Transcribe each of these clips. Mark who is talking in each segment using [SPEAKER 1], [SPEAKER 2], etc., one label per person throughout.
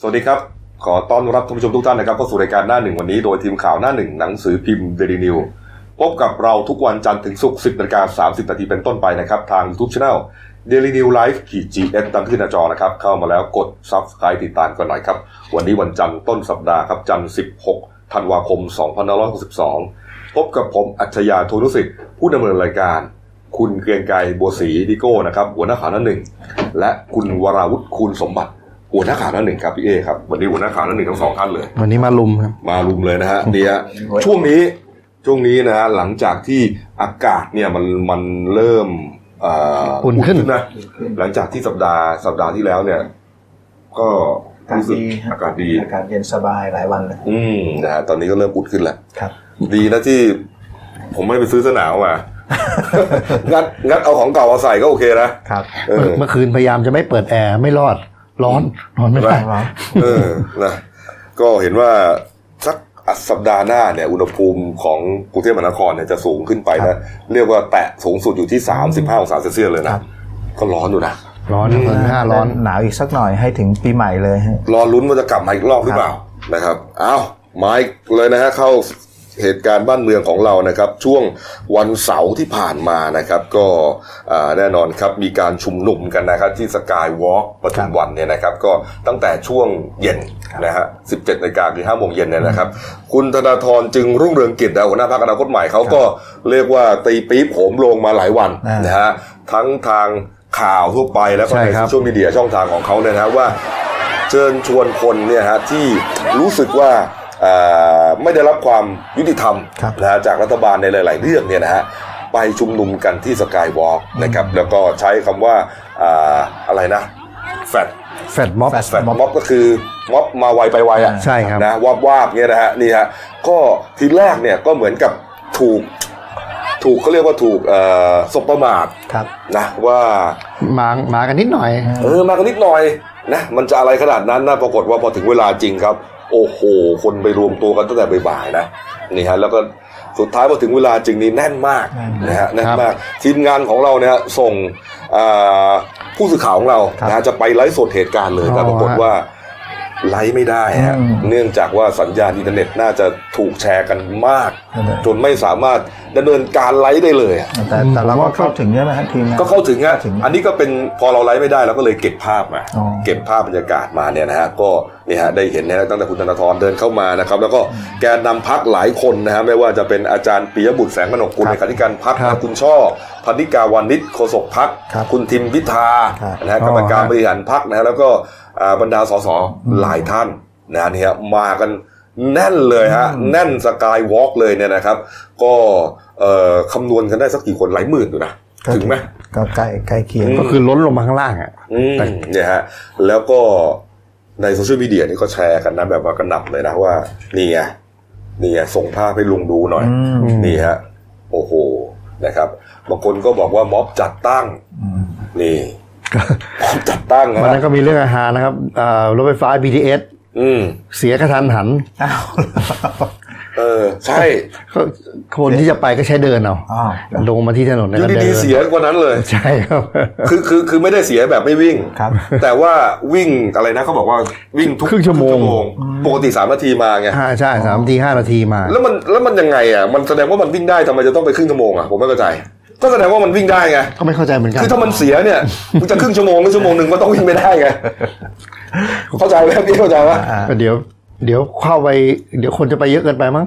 [SPEAKER 1] สวัสดีครับ ขอต้อนรับท่านผู้ชมทุกท่านนะครับเข้าสู่รายการหน้าหนึ่งวันนี้โดยทีมข่าวหน้าหนึ่งหนังสือพิมพ์เดลินิวพบกับเราทุกวันจันทร์ถึงศุกร์10นาฬิกา30นาทีเป็นต้นไปนะครับ ทางยูทูบช anel Daily New Life ขีด GS ตามที่หน้าจอนะครับ เข้ามาแล้วกด Subscribe ติดตามกันหน่อยครับ วันนี้วันจันทร์ต้นสัปดาห์ครับ จันทร์ 16 ธันวาคม 2562 พบกับผมอัจฉริยะโทนุสิทธิ์ผู้ดำเนินรายการ คุณเกรียงไกรบัวศรีดิโก้นะครับหัวหน้าข่าวหน้าหนึ่งและคุณวราวุฒิคูณสมบัติ หัวหน้าข่าวหน้าหนึ่งครับพี่เอครับวันนี้หัวหน้าข่าวหน้าหนึ่งทั้งสองท่านเลย
[SPEAKER 2] วันนี้มาลุมครับ
[SPEAKER 1] มารุมเลย นะฮะเนี่ยช่วงนี้ช่วงนี้นะฮะหลังจากที่อากาศเนี่ยมันมันเริ่มเ
[SPEAKER 2] อุ่นขึ้น
[SPEAKER 1] นะหลังจากที่สัปดาห์สัปดาห์ที่แล้วเนี่ย ก็
[SPEAKER 3] อากาศ
[SPEAKER 1] รู้สึก
[SPEAKER 3] ดีฮะ
[SPEAKER 1] อากาศดี
[SPEAKER 3] อากาศเย็นสบายหลายวันเลย
[SPEAKER 1] อืมนะฮะตอนนี้ก็เริ่มอุ่นขึ้นแล้ว
[SPEAKER 3] ครับ
[SPEAKER 1] ดีนะที่ ผมไม่ไปซื้อสนามมา งัดงัดเอาของเก่ามาใส่ก็โอเคนะ
[SPEAKER 3] ครับ
[SPEAKER 1] เออ
[SPEAKER 2] เมื่อคืนพยายามจะไม่เปิดแอร์ไม่รอด ร้อนนอนไม่ได้
[SPEAKER 1] เออนะก็เห็นว่าสักสัปดาห์หน้าเนี่ยอุณหภูมิของกรุงเทพมหานครเนี่ยจะสูงขึ้นไปนะเรียกว่าแตะสูงสุดอยู่ที่ 35องศาเซลเซียสเลยนะ ก็ร้อนอยู่นะ
[SPEAKER 2] ร้อนเกินห้าร้อน
[SPEAKER 3] หนาวอีกสักหน่อยให้ถึงปีใหม่เลยฮะ
[SPEAKER 1] รอลุ้นว่าจะกลับมาอีกรอบหรือเปล่านะครับ เอามาอีกเลยนะฮะเข้าเหตุการณ์บ้านเมืองของเรานะครับ ช่วงวันเสาร์ที่ผ่านมานะครับ ก็อ่าแน่นอนครับมีการชุมนุมกันนะครับ ที่สกายวอล์กปทุมวันเนี่ยนะครับ ก็ตั้งแต่ช่วงเย็นนะฮะ17นาฬิกาคือ5โมงเย็นเนี่ยนะครับ คุณธนาธรจึงรุ่งเรืองกิจนะหัวหน้าพรรคอนาคตใหม่เขาก็เรียกว่าตีปี๊บโหมโลงมาหลายวัน
[SPEAKER 3] อ่าน
[SPEAKER 1] นะฮะทั้งทางข่าวทั่วไปแล้วก็
[SPEAKER 2] ใช่
[SPEAKER 1] ใน
[SPEAKER 2] ครับ
[SPEAKER 1] โซเชียลมีเดียช่องทางของเขาเนี่ยนะว่า เชิญชวนคนเนี่ยฮะที่รู้สึกว่าเอ่อไม่ได้รับความยุติธรรม
[SPEAKER 3] ครับ
[SPEAKER 1] นะฮะจากรัฐบาลในหลาย ๆ เรื่องเนี่ยนะฮะไปชุมนุมกันที่สกายวอล์กนะครับแล้วก็ใช้คำว่าอ่าอะไรนะแฟด
[SPEAKER 2] แฟดม็อบ
[SPEAKER 1] แฟดม็อบก็คือม็อบมาไวไปไวอ่ะ
[SPEAKER 2] ใช่ครับ
[SPEAKER 1] นะวาบวาบเนี่ยนะฮะนี่ฮะก็ทีแรกเนี่ยก็เหมือนกับถูกถูกเขาเรียกว่าถูกเอ่อสบประมาท
[SPEAKER 3] ครับ
[SPEAKER 1] นะว่า
[SPEAKER 2] มามากันนิดหน่อย
[SPEAKER 1] เออมากันนิดหน่อยนะมันจะอะไรขนาดนั้นนะปรากฏว่าพอถึงเวลาจริงครับ โอ้โห คนไปรวมตัวกันตั้งแต่บ่ายๆนะนี่ฮะแล้วก็สุดท้ายพอถึงเวลาจริงนี่แน่นมาก
[SPEAKER 3] แน่นมาก
[SPEAKER 1] นะฮะแน่น
[SPEAKER 2] ครับ
[SPEAKER 1] มากทีมงานของเราเนี่ยส่งอ่าผู้สื่อข่าวของเรา
[SPEAKER 3] ครับ
[SPEAKER 1] นะฮะจะไปไลฟ์สดเหตุการณ์เลย
[SPEAKER 2] อ๋อ
[SPEAKER 1] แต่ปรากฏว่าไลฟ์ไม่ได้ฮะ
[SPEAKER 3] อืม
[SPEAKER 1] เนื่องจากว่าสัญญาณอินเทอร์เน็ตน่าจะถูกแชร์กันมาก
[SPEAKER 3] นั่นแหละ
[SPEAKER 1] จนไม่สามารถดำเนินการไลฟ์ได้เลยอะ
[SPEAKER 3] แต่แต่เราก็เข้าถึงใช่ไหมฮะทีมงน
[SPEAKER 1] ก็เข้าถึงอะ
[SPEAKER 3] ถึง
[SPEAKER 1] อันนี้ก็เป็นพอเราไลฟ์ไม่ได้เราก็เลยเก็บภาพมา
[SPEAKER 3] อ๋อ
[SPEAKER 1] เก็บภาพบรรยากาศมาเนี่ยนะฮะก็เนี่ยฮะได้เห็นนะฮะตั้งแต่คุณธนาธรเดินเข้ามานะครับ แล้วก็แกนนำพักหลายคนนะฮะไม่ว่าจะเป็นอาจารย์ปิยบุตรแสงกนกกุล
[SPEAKER 2] ค
[SPEAKER 1] ในกา
[SPEAKER 2] รับ
[SPEAKER 1] รที่การพัก
[SPEAKER 2] ครับ
[SPEAKER 1] คุณช่อพันธิกาวานิชโฆษกพัก
[SPEAKER 3] ครับ
[SPEAKER 1] คุณทิมพิธา
[SPEAKER 3] ครับ
[SPEAKER 1] นะฮะ
[SPEAKER 2] อ๋อก
[SPEAKER 1] รรมการ
[SPEAKER 2] ครับ
[SPEAKER 1] บริหารพักนะฮะแล้วก็อ่าบรรดาสสหลายท่านนะฮะเนี่ยมากันแน่นเลยฮะ
[SPEAKER 3] อืม
[SPEAKER 1] แน่นสกายวอล์กเลยเนี่ยนะครับ ก็เอ่อคำนวณกันได้สักกี่คนหลายหมื่นอยู่นะถึงไหม
[SPEAKER 3] ก็ใกล้ใกล้เคียง
[SPEAKER 1] อืม
[SPEAKER 2] ก็คือล้นลงมาข้างล่างอ่ะ
[SPEAKER 1] อืม
[SPEAKER 2] แต่
[SPEAKER 1] เนี่ยฮะแล้วก็ในโซเชียลมีเดียนี่ก็แชร์กันนะแบบว่ากระหน่ำเลยนะว่านี่ไงนี่ไงส่งภาพให้ลุงดูหน่อย
[SPEAKER 3] อืม
[SPEAKER 1] นี่ฮะโอ้โหนะครับบางคนก็บอกว่าม็อบจัดตั้งนี่ม็อบจัดตั้ง
[SPEAKER 2] วันนั้
[SPEAKER 1] ฮะ
[SPEAKER 2] นก็มีเรื่องอาหารนะครับอ่ารถไฟฟ้า BTS
[SPEAKER 1] อืม
[SPEAKER 2] เสียกระทันหัน
[SPEAKER 3] อ้าว
[SPEAKER 1] เออใช่
[SPEAKER 2] ก็คนที่จะไปก็ใช้เดินเอา
[SPEAKER 3] อ้าว
[SPEAKER 2] ลงมาที่ถนน
[SPEAKER 1] อ
[SPEAKER 2] แล้ว
[SPEAKER 1] ยู่
[SPEAKER 2] ก็เดิ
[SPEAKER 1] ดี
[SPEAKER 2] น
[SPEAKER 1] ๆเสียกว่านั้นเลย
[SPEAKER 2] ใช่ครับ
[SPEAKER 1] คือคือคือไม่ได้เสียแบบไม่วิ่ง
[SPEAKER 3] ครับ
[SPEAKER 1] แต่ว่าวิ่งอะไรนะเขาบอกว่าวิ่งทุก
[SPEAKER 2] ครึ่งชั่วโมง
[SPEAKER 1] ปกติสามนาทีมาไง
[SPEAKER 2] ห้าใช่สามนาทีห้านาทีมา
[SPEAKER 1] แล้วมันแล้วมันยังไงอ่ะมันแสดงว่ามันวิ่งได้ทำไมจะต้องไปครึ่งชั่วโมงอ่ะผมไม่เข้าใจ ก็แสดงว่ามันวิ่งได้ไง
[SPEAKER 2] ก็ไม่เข้าใจเหมือนกัน
[SPEAKER 1] คือถ้ามันเสียเนี่ยมันจะครึ่งชั่วโมงหรือชั่วโมงหนึ่งมันต้องวิ่งไม่ได้ไงเข้าใจไหมพี่เข้าใจไหม
[SPEAKER 3] อ่า
[SPEAKER 2] ก็เดี๋ยว เดี๋ยวเข้าไปเดี๋ยวคนจะไปเยอะเกินไปมั้ง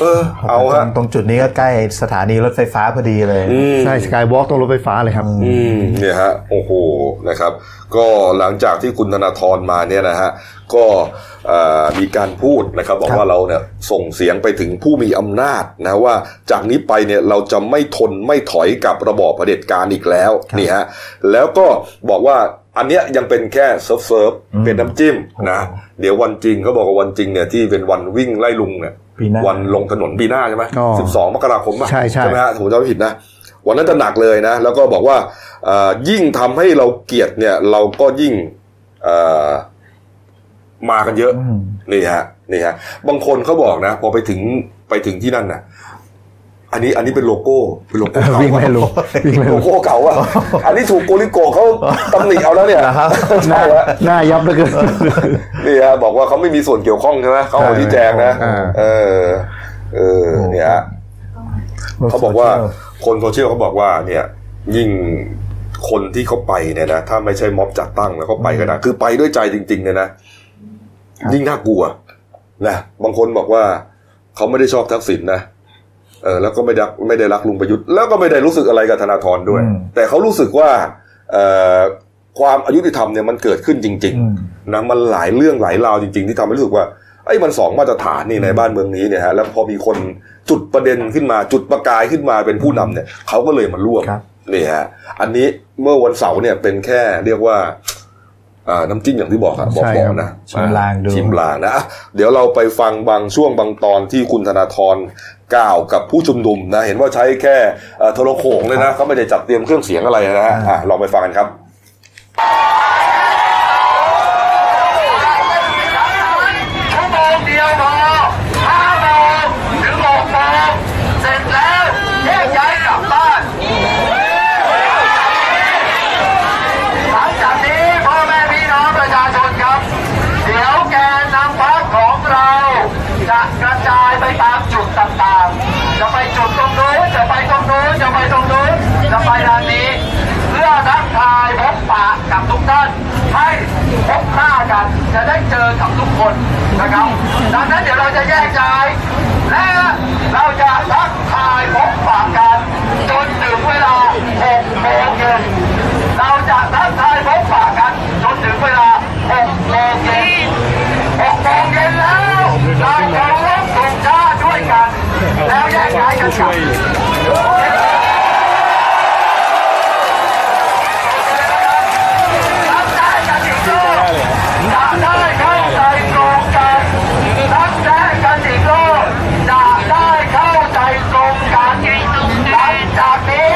[SPEAKER 1] เออเอาฮะ
[SPEAKER 3] ตรงจุดนี้ก็ใกล้สถานีรถไฟฟ้าพอดีเลย
[SPEAKER 1] อืม
[SPEAKER 2] ใช่สกายวอล์กตรงรถไฟฟ้าเลยครับ
[SPEAKER 1] อืมเนี่ยฮะโอ้โหนะครับ ก็หลังจากที่คุณธนาธรมาเนี่ยนะฮะก็เอ่อมีการพูดนะครับ บอก
[SPEAKER 3] ครับ
[SPEAKER 1] ว่าเราเนี่ยส่งเสียงไปถึงผู้มีอำนาจนะว่าจากนี้ไปเนี่ยเราจะไม่ทนไม่ถอยกับระบอบเผด็จการอีกแล้ว
[SPEAKER 3] ครับ
[SPEAKER 1] นี่ฮะ แล้วก็บอกว่าอันเนี้ยยังเป็นแค่เซิร์ฟเซิร์ฟๆเป็นน้ำจิ้มนะเดี๋ยววันจริงเขาบอกว่าวันจริงเนี่ยที่เป็นวันวิ่งไล่ลุงเนี่ย
[SPEAKER 3] ปีหน้า
[SPEAKER 1] วันลงถนนปีหน้าใช่ไหม
[SPEAKER 2] อ๋อ
[SPEAKER 1] สิบสองมกราคมป่ะ
[SPEAKER 2] ใช่ใช่
[SPEAKER 1] ไหมฮะผมจำไม่ผิดนะ วันนั้นจะหนักเลยนะ แล้วก็บอกว่าเอ่อยิ่งทำให้เราเกลียดเนี่ย เราก็ยิ่งเอ่อมากันเยอะ
[SPEAKER 3] อืม
[SPEAKER 1] นี่ฮะนี่ฮะ บางคนเขาบอกนะ พอไปถึงไปถึงที่นั่นนะ อันนี้อันนี้เป็นโลโก้เป็นโลโก้เก่า
[SPEAKER 2] วิ่งไม่รู้วิ่งไม่
[SPEAKER 1] โล
[SPEAKER 2] รู้
[SPEAKER 1] โก้เก่าอ่ะอันนี้ถูกโกลิโกะเขาตำหนิเอาแล้วเนี่ย
[SPEAKER 3] นะครับ
[SPEAKER 1] ใช่ฮะ
[SPEAKER 2] หน้ายับเหลือเกิน
[SPEAKER 1] นี่ฮะบอกว่าเขาไม่มีส่วนเกี่ยวข้องใช่ไหมเขาเอาที่แจงนะ
[SPEAKER 3] อ่า
[SPEAKER 1] เออ เออเนี่ยฮะเขาบอกว่าคนโซเชียลเขาบอกว่า เนี่ย ยิ่งคนที่เขาไปเนี่ยนะถ้าไม่ใช่ม็อบจัดตั้งแล้วเขาไปกันนะคือไปด้วยใจจริง ๆ เนี่ยนะยิ่งน่ากลัวนะบางคนบอกว่าเขาไม่ได้ชอบทักษิณนะเออ แล้วก็ไม่ได้ไม่ได้รักลุงประยุทธ์แล้วก็ไม่ได้รู้สึกอะไรกับธนาธรด้วย
[SPEAKER 3] อืม
[SPEAKER 1] แต่เขารู้สึกว่า เอ่อความอายุติธรรมเนี่ยมันเกิดขึ้นจริง
[SPEAKER 3] อื
[SPEAKER 1] ๆ
[SPEAKER 3] ม
[SPEAKER 1] นะมันหลายเรื่องหลายราวจริง ๆ ที่ทำให้รู้สึกว่าไอ้ยมันสองมาตรฐานนี่ในบ้านเมืองนี้เนี่ยฮะแล้วพอมีคนจุดประเด็นขึ้นมาจุดประกายขึ้นมาเป็นผู้นำเนี่ยเขาก็เลยมาร่วม
[SPEAKER 3] ครับ
[SPEAKER 1] นี่ฮะอันนี้เมื่อวันเสาร์เนี่ยเป็นแค่เรียกว่าอ่าน้ำจิ้มอย่างที่บอกอะบอก
[SPEAKER 2] ใช่
[SPEAKER 1] บอ
[SPEAKER 2] ครั
[SPEAKER 1] ก
[SPEAKER 2] บ
[SPEAKER 1] นะ
[SPEAKER 3] ชิมลางดู
[SPEAKER 1] ชิมลางนะอ่ะเดี๋ยวเราไปฟังบางช่วงบางตอนที่คุณธนาธรกล่าวกับผู้ชุมนุมนะเห็นว่าใช้แค่เอ่อโทรโขงเลยนะเขาไม่ได้จัดเตรียมเครื่องเสียงอะไรนะฮะอ่ะลองไปฟังกันครับ
[SPEAKER 4] ชั่วโมงเดียวพอห้าโมงถึงหกโมงเสร็จแล้วแยกย้ายกลับบ้าน หลังจากนี้พ่อแม่พี่น้องประชาชนครับ เดี๋ยวแกนนำพักของเรา จะกระจายไปตามจุดต่างๆ จะไปจุดตรงนู้นจะไปตรงนู้นจะไปตรงนู้นจะไปทางนี้ เพื่อทักทายพบปะกับทุกท่านให้พบหน้ากัน จะได้เจอกับทุกคนนะครับดังนั้นเดี๋ยวเราจะแยกย้าย และเราจะทักทายพบปะกันจนถึงเวลา6โมงเย็น เราจะทักทายพบปะกันจนถึงเวลา6โมงเย็น6โมงเย็นแล้ว เราจะร่วมส่งชาติด้วยกัน แล้วแยกย้ายกันกลับ ทำได้กันอีกรอบจะได้เข้าใจตรงกันทำได้กันอีกรอบจะได้เข้าใจตรงกันหลังจากนี้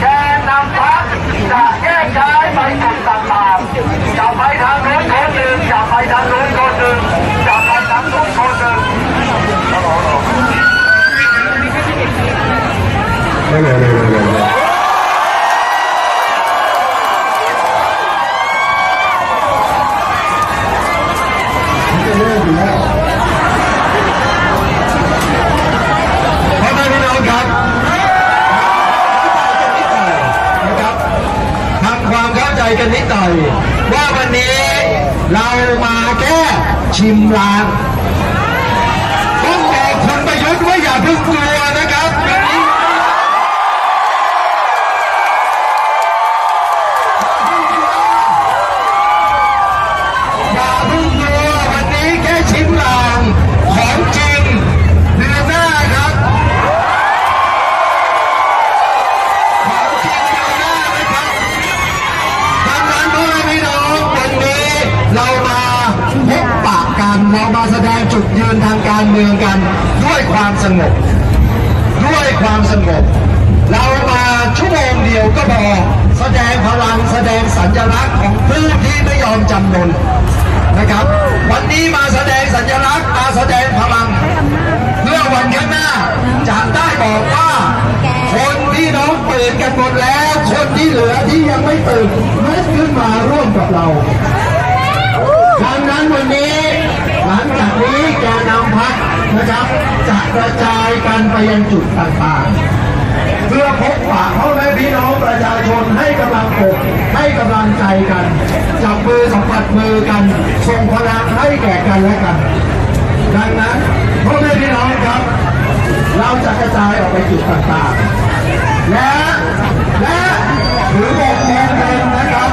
[SPEAKER 4] แกนนำพักจะแยกย้ายไปจุดต่างๆจะไปทางโน้นคนหนึ่งจะไปทางโน้นคนหนึ่งจะไปทางโน้นคนหนึ่ง
[SPEAKER 5] พ่อแม่พี่น้องครับนะครับทำความเข้าใจกันนิดหน่อย ว่าวันนี้เรามาแค่ชิมลางต้องบอกคนประยุทธ์ว่าอย่าเพิ่งกลัวนะครับวันนี้อย่าเพิ่งกลัววันนี้แค่ชิมลางของจริงเดือนหน้าครับ ดังนั้นพ่อแม่พี่น้องวันนี้เรามาพบปะกันเรามาแสดงจุดยืนทางการเมืองกัน ด้วยความสงบ ด้วยความสงบ เรามาชั่วโมงเดียวก็พอแสดงพลังแสดงสัญลักษณ์ของผู้ที่ไม่ยอมจำนนนะครับ วันนี้มาแสดงสัญลักษณ์มาแสดงพลัง เพื่อวันข้างหน้าจะได้บอกว่า คนที่น้องตื่นกันหมดแล้ว คนที่เหลือที่ยังไม่ตื่นลุกขึ้นมาร่วมกับเราดังนั้นวันนี้หลังจากนี้แกนำพักนะครับ จะกระจายกันไปยังจุดต่างๆ เพื่อพบปะพ่อแม่พี่น้องประชาชนให้กำลังอกให้กำลังใจกันจับมือสัมผัสมือกันส่งพลังให้แก่กันและกัน ดังนั้นพ่อแม่พี่น้องครับ เราจะกระจายออกไปจุดต่างๆ และและถึงหกโมงเย็นนะครับ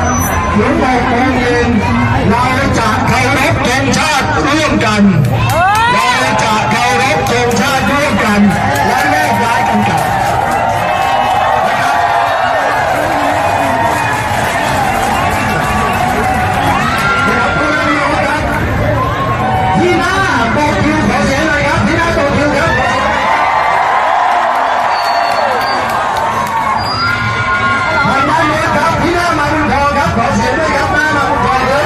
[SPEAKER 5] ถึงหกโมงเย็นเราจะเคารพธงชาติร่วมกันเราจะเคารพธงชาติร่วมกัน และแยกย้ายกันกลับ นะครับพ่อแม่พี่น้องครับ พี่หน้าบอกคิวขอเสียงหน่อยครับพี่หน้าบอกคิวครับมาด้านโน้นครับพี่หน้ามาบุญทองครับขอเสียงด้วยครับหน้ามาบุญทองครับ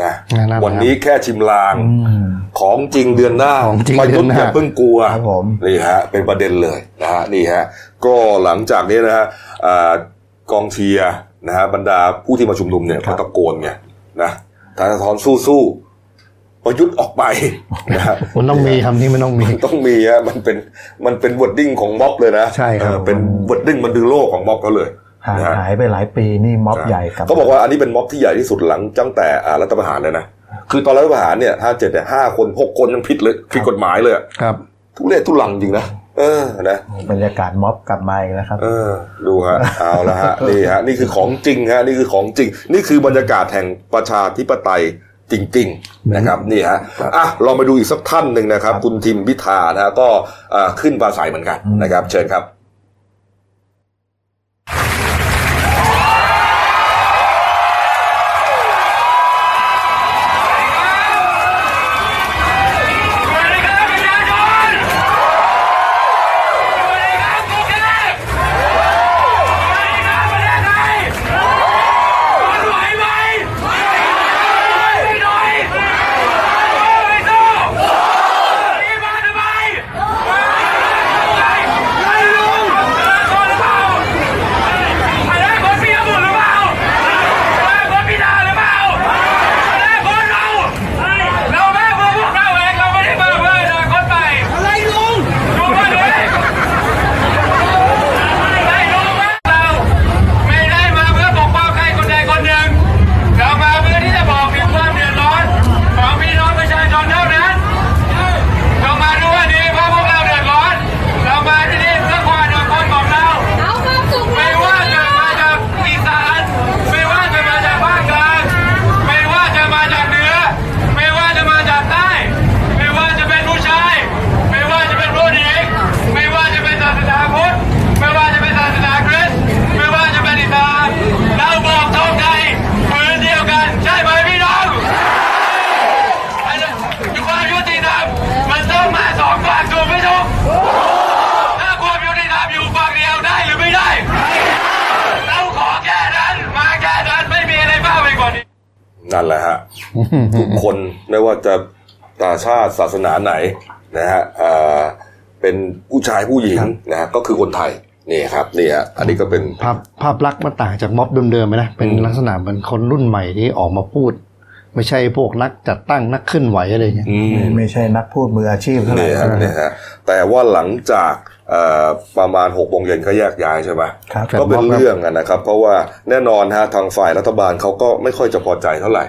[SPEAKER 1] นะ
[SPEAKER 2] อ่า
[SPEAKER 1] นี้แค่ชิมลาง ของจริงเดือนหน้า
[SPEAKER 2] ของจริง
[SPEAKER 1] ประยุทธ์
[SPEAKER 2] เดื
[SPEAKER 1] อ
[SPEAKER 2] อนหน้า
[SPEAKER 1] ย่าเพิ่งกลัว
[SPEAKER 3] ครับผม
[SPEAKER 1] นี่ฮะเป็นประเด็นเลยนะฮะนี่ฮะก็หลังจากนี้นะฮะอ่ากองเชียร์นะฮะบรรดาผู้ที่มาชุมนุมเนี่ยก็ตะโกนไงนะธนาธรสู้สู้ๆประยุทธ์ออกไปนะฮะ
[SPEAKER 2] มันต้องมีคำนี้มันต้องมี
[SPEAKER 1] ต้องมีฮะมันเป็นมันเป็นวอดดิ้งของม็อบเลยนะ
[SPEAKER 2] ใช่ครับ
[SPEAKER 1] เออเป็นวอดดิ้งมันดึงโลกของม็อบเขาเลย
[SPEAKER 3] หาย
[SPEAKER 1] นะฮะ
[SPEAKER 3] หายไปหลายปีนี่ม็อบใหญ่กลับ
[SPEAKER 1] เขาบอกว่าอันนี้เป็นม็อบที่ใหญ่ที่สุดหลังตั้งแต่อ่ารัฐประหารเลยนะคือตอนรัฐประหารเนี่ยห้าเจ็ดเนี่ยห้าคนหกคนยังผิดเลยผิดกฎหมายเลยอะ
[SPEAKER 2] ครับ
[SPEAKER 1] ทุเรศทุลังจริงนะเออนะ
[SPEAKER 3] บรรยากาศม็อบกลับมาอีกแล้วครับ
[SPEAKER 1] เออดูฮะเอาละ ฮะนี่ฮะนี่คือของจริงฮะนี่คือของจริง นี่คือบรรยากาศแห่งประชาธิปไตยจริง ๆนะครับนี่ฮะอ่ะลองมาดูอีกสักท่านหนึ่งนะครับ คุณทิมพิธานะฮะก็อ่าขึ้นปราศัยเหมือนกันนะครับ เชิญครับ
[SPEAKER 6] เรามาดูว่าดีเพราะพวกเราเดือดร้อน เรามาที่นี่เพื่อความอดทนของเรา
[SPEAKER 7] เอาความสุข
[SPEAKER 6] ไม่ว่าจะมาจากอีสานไม่ว่าจะมาจากภาคกลางไม่ว่าจะมาจากเหนือ ไม่ว่าจะมาจากใต้ ไม่ว่าจะเป็นผู้ชาย ไม่ว่าจะเป็นผู้หญิงไม่ว่าจะเป็นศาสนาพุทธไม่ว่าจะเป็นศาสนาคริสต์ไม่ว่าจะเป็นอิสลามเราบอกท้องไทยพื้นเดียวกันใช่ไหมพี่น้องอันนั้นความยุติธรรมมันต้องมาสองฝั่งถูกไหมทุกถ้าความยุติธรรมอยู่ฝั่งเดียวได้หรือไม่ได้ เราขอแค่นั้นมาแค่นั้นไม่มีอะไรมากไปกว่านี้
[SPEAKER 1] นั่นแหละ ฮะ ทุกคนไม่ว่าจะตาชาติศาสนาไหนนะฮะเอ่อเป็นผู้ชายผู้หญิงนะฮะก็คือคนไทยนี่ครับนี่ฮะอันนี้ก็เป็น
[SPEAKER 2] ภาพภาพลักษณ์มันต่างจากม็อบเดิมๆไหมนะ เป็น
[SPEAKER 1] อืม
[SPEAKER 2] ลักษณะเหมือนคนรุ่นใหม่ที่ออกมาพูด ไม่ใช่พวกนักจัดตั้งนักเคลื่อนไหวอะไรอย่างเงี้ย
[SPEAKER 1] อืม
[SPEAKER 3] ไม่ใช่นักพูดมืออาชีพเท่าไหร่
[SPEAKER 1] เนี่ยฮะเนี่ยฮะแต่ว่าหลังจากเอ่อประมาณ6กโมงเย็นก็แยกย้ายใช่ไหม
[SPEAKER 3] ครับ
[SPEAKER 1] ก็เป็น
[SPEAKER 2] ครับ
[SPEAKER 1] เรื่องอะนะครับ เพราะว่าแน่นอนฮะทางฝ่ายรัฐบาลเขาก็ไม่ค่อยจะพอใจเท่าไหร่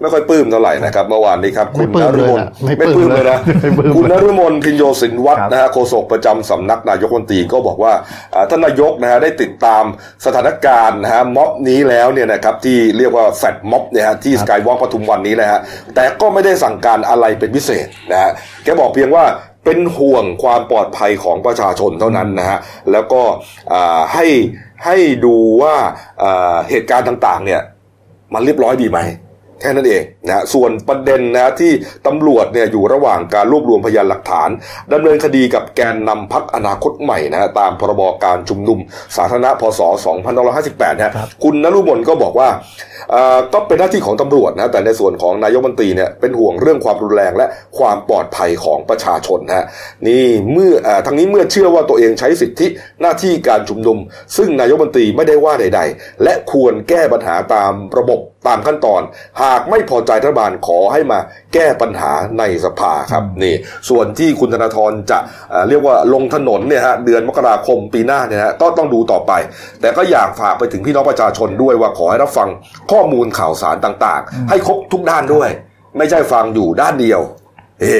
[SPEAKER 1] ไม่ค่อยปลื้มเท่าไหร่นะครับเมื่อวานนี้ครับคุ
[SPEAKER 2] ไม่
[SPEAKER 1] ณ
[SPEAKER 2] ปลื้
[SPEAKER 1] น
[SPEAKER 2] ม
[SPEAKER 1] ฤ
[SPEAKER 2] เลย
[SPEAKER 1] มล
[SPEAKER 2] อะไม่ปลื้ม
[SPEAKER 1] เลยนะ
[SPEAKER 2] ไม่ปลื้ม
[SPEAKER 1] คุณนฤมลพินโยสินวัฒ
[SPEAKER 3] ครั
[SPEAKER 1] น์
[SPEAKER 3] บ
[SPEAKER 1] นะฮะโฆษกประจำสำนักนายกรัฐมนตรีก็บอกว่าอ่าท่านนายกนะฮะได้ติดตามสถานการณ์นะฮะม็อบนี้แล้วเนี่ยนะครับที่เรียกว่าแฟดม็อบเนี่ยฮะที่สกายวอล์กปทุมวันนี้นะฮะแต่ก็ไม่ได้สั่งการอะไรเป็นพิเศษนะฮะแกบอกเพียงว่า เป็นห่วงความปลอดภัยของประชาชนเท่านั้นนะฮะ แล้วก็อ่าให้ให้ดูว่าอ่าเหตุการณ์ต่างๆเนี่ยมันเรียบร้อยดีไหม แค่นั้นเองนะฮะส่วนประเด็นนะฮะที่ตำรวจเนี่ยอยู่ระหว่างการรวบรวมพยานหลักฐานดำเนินคดีกับแกนนำพักอนาคตใหม่นะฮะตามพรบการชุมนุมสาธารณะพศ 2558นะฮะคุณนรุมนก็บอกว่าเอ่อก็เป็นหน้าที่ของตำรวจนะแต่ในส่วนของนายกรัฐมนตรีเนี่ยเป็นห่วงเรื่องความรุนแรงและความปลอดภัยของประชาชนนะฮะนี่เมื่อเออทั้งนี้เมื่อเชื่อว่าตัวเองใช้สิทธิหน้าที่การชุมนุม ซึ่งนายกรัฐมนตรีไม่ได้ว่าใด ๆ และควรแก้ปัญหาตามระบบตามขั้นตอน หากไม่พอใจรัฐบาลขอให้มาแก้ปัญหาในสภาครับนี่ส่วนที่คุณธนาธรจะเอ่อเรียกว่าลงถนนเนี่ยฮะเดือนมกราคมปีหน้าเนี่ยฮะก็ต้องดูต่อไป แต่ก็อยากฝากไปถึงพี่น้องประชาชนด้วยว่าขอให้รับฟังข้อมูลข่าวสารต่างๆ ให้ครบทุกด้านด้วย ไม่ใช่ฟังอยู่ด้านเดียว เฮ้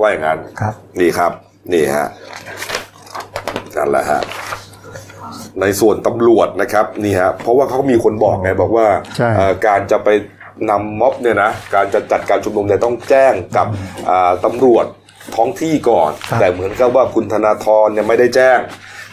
[SPEAKER 1] ว่าอย่างนั้น
[SPEAKER 3] ครับ
[SPEAKER 1] นี่ครับ นี่ฮะนั่นแหละฮะในส่วนตำรวจนะครับนี่ฮะเพราะว่าเขามีคนบอกไงบอกว่า
[SPEAKER 2] ใช่
[SPEAKER 1] เอ่อการจะไปนำม็อบเนี่ยนะการจะจัดการชุมนุมเนี่ยต้องแจ้งกับอ่าตำรวจท้องที่ก่อน
[SPEAKER 3] ครับ
[SPEAKER 1] แต่เหมือนกับว่าคุณธนาธรเนี่ยไม่ได้แจ้ง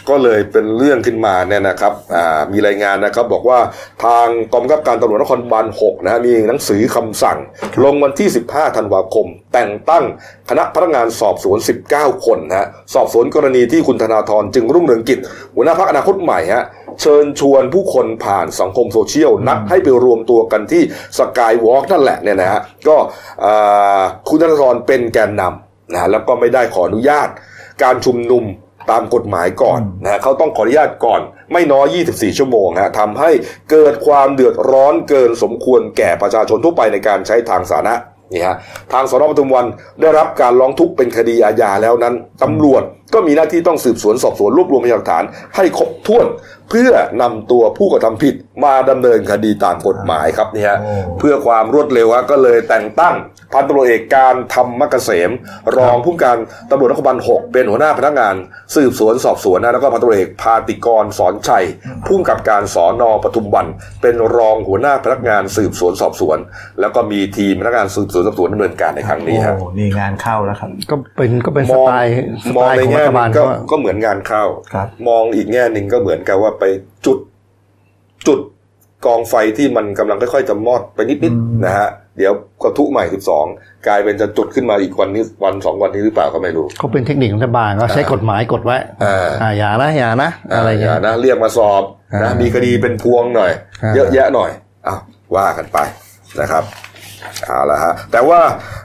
[SPEAKER 1] ก็เลยเป็นเรื่องขึ้นมาเนี่ยนะครับอ่ามีรายงานนะครับบอกว่าทางกองบังคับการตำรวจนครบาล6นะฮะมีหนังสือคำสั่ง ลงวันที่ 15 ธันวาคม แต่งตั้งคณะพนักงานสอบสวน 19 คนนะฮะสอบสวนกรณีที่คุณธนาธรจึงรุ่งเรืองกิจหัวหน้าพักอนาคตใหม่ฮะ เชิญชวนผู้คนผ่านสังคมโซเชียลนัดให้ไปรวมตัวกันที่สกายวอล์กนั่นแหละเนี่ยนะฮะก็เอ่อคุณธนาธรเป็นแกนนำนะแล้วก็ไม่ได้ขออนุญาต การชุมนุมตามกฎหมายก่อนนะฮะเขาต้องขออนุญาตก่อน ไม่น้อย 24 ชั่วโมงฮะทำให้เกิดความเดือดร้อนเกินสมควรแก่ประชาชนทั่วไปในการใช้ทางสาธารณะนี่ฮะทางสนปทุมวันได้รับการร้องทุกข์เป็นคดีอาญาแล้วนั้นตำรวจก็มีหน้าที่ต้องสืบสวนสอบสวนรวบรวมพยานหลักฐานให้ครบถ้วน เพื่อนำตัวผู้กระทำผิดมาดำเนินคดีตามกฎหมายครับนี่ฮะ
[SPEAKER 3] โอ้
[SPEAKER 1] เพื่อความรวดเร็วฮะก็เลยแต่งตั้งพันตำรวจเอกการทำมกเกษม รองผู้การตำรวจนครบาล6เป็นหัวหน้าพนักงาน สืบสวนสอบสวนนะแล้วก็พันตำรวจเอกพาติกรสอนชัยผู้กำกับการสอนอปทุมวัน เป็นรองหัวหน้าพนักงานสืบสวนสอบสวน แล้วก็มีทีมพนักงานสืบสวนสอบสวนดำเนินการในครั้งนี้ฮะ
[SPEAKER 3] โอ้นี่งานเข้าแล้วครับ
[SPEAKER 2] ก็เป็นก็เป็น
[SPEAKER 1] ม
[SPEAKER 2] ส
[SPEAKER 1] อง
[SPEAKER 2] ไตล์ส
[SPEAKER 1] ม
[SPEAKER 2] ไต
[SPEAKER 1] อง
[SPEAKER 2] ล์
[SPEAKER 1] ใน
[SPEAKER 2] ของรั
[SPEAKER 1] แง่
[SPEAKER 2] ฐ
[SPEAKER 1] ห
[SPEAKER 2] บา
[SPEAKER 1] นึ่
[SPEAKER 2] ล
[SPEAKER 1] งก็
[SPEAKER 2] เขาอะ
[SPEAKER 1] ก็เหมือนงานเข้า
[SPEAKER 3] ครับ
[SPEAKER 1] มองอีกแง่หนึ่งก็เหมือนกับว่าไปจุดจุดกองไฟที่มันกำลังค่อยๆจะมอดไปนิดๆนะฮะเดี๋ยวกระทุใหม่ 12 กลายเป็นจะจุดขึ้นมาอีกวันนี้วันสองวันนี้หรือเปล่าก็ไม่รู้
[SPEAKER 2] เขาเป็นเทคนิคของรัฐบาลก็ใช้กฎหมายกดไว้
[SPEAKER 1] อ่า
[SPEAKER 2] อ่าอย่านะอย่านะ อะไรอย่างเงี้ย
[SPEAKER 1] ย่านะเรียกมาสอบนะ
[SPEAKER 2] อ่ามี
[SPEAKER 1] มีคดีเป็นพวงหน่อย
[SPEAKER 2] อ่า
[SPEAKER 1] เยอะแยะหน่อยอ้าวว่ากันไปนะครับเอาละฮะแต่ว่า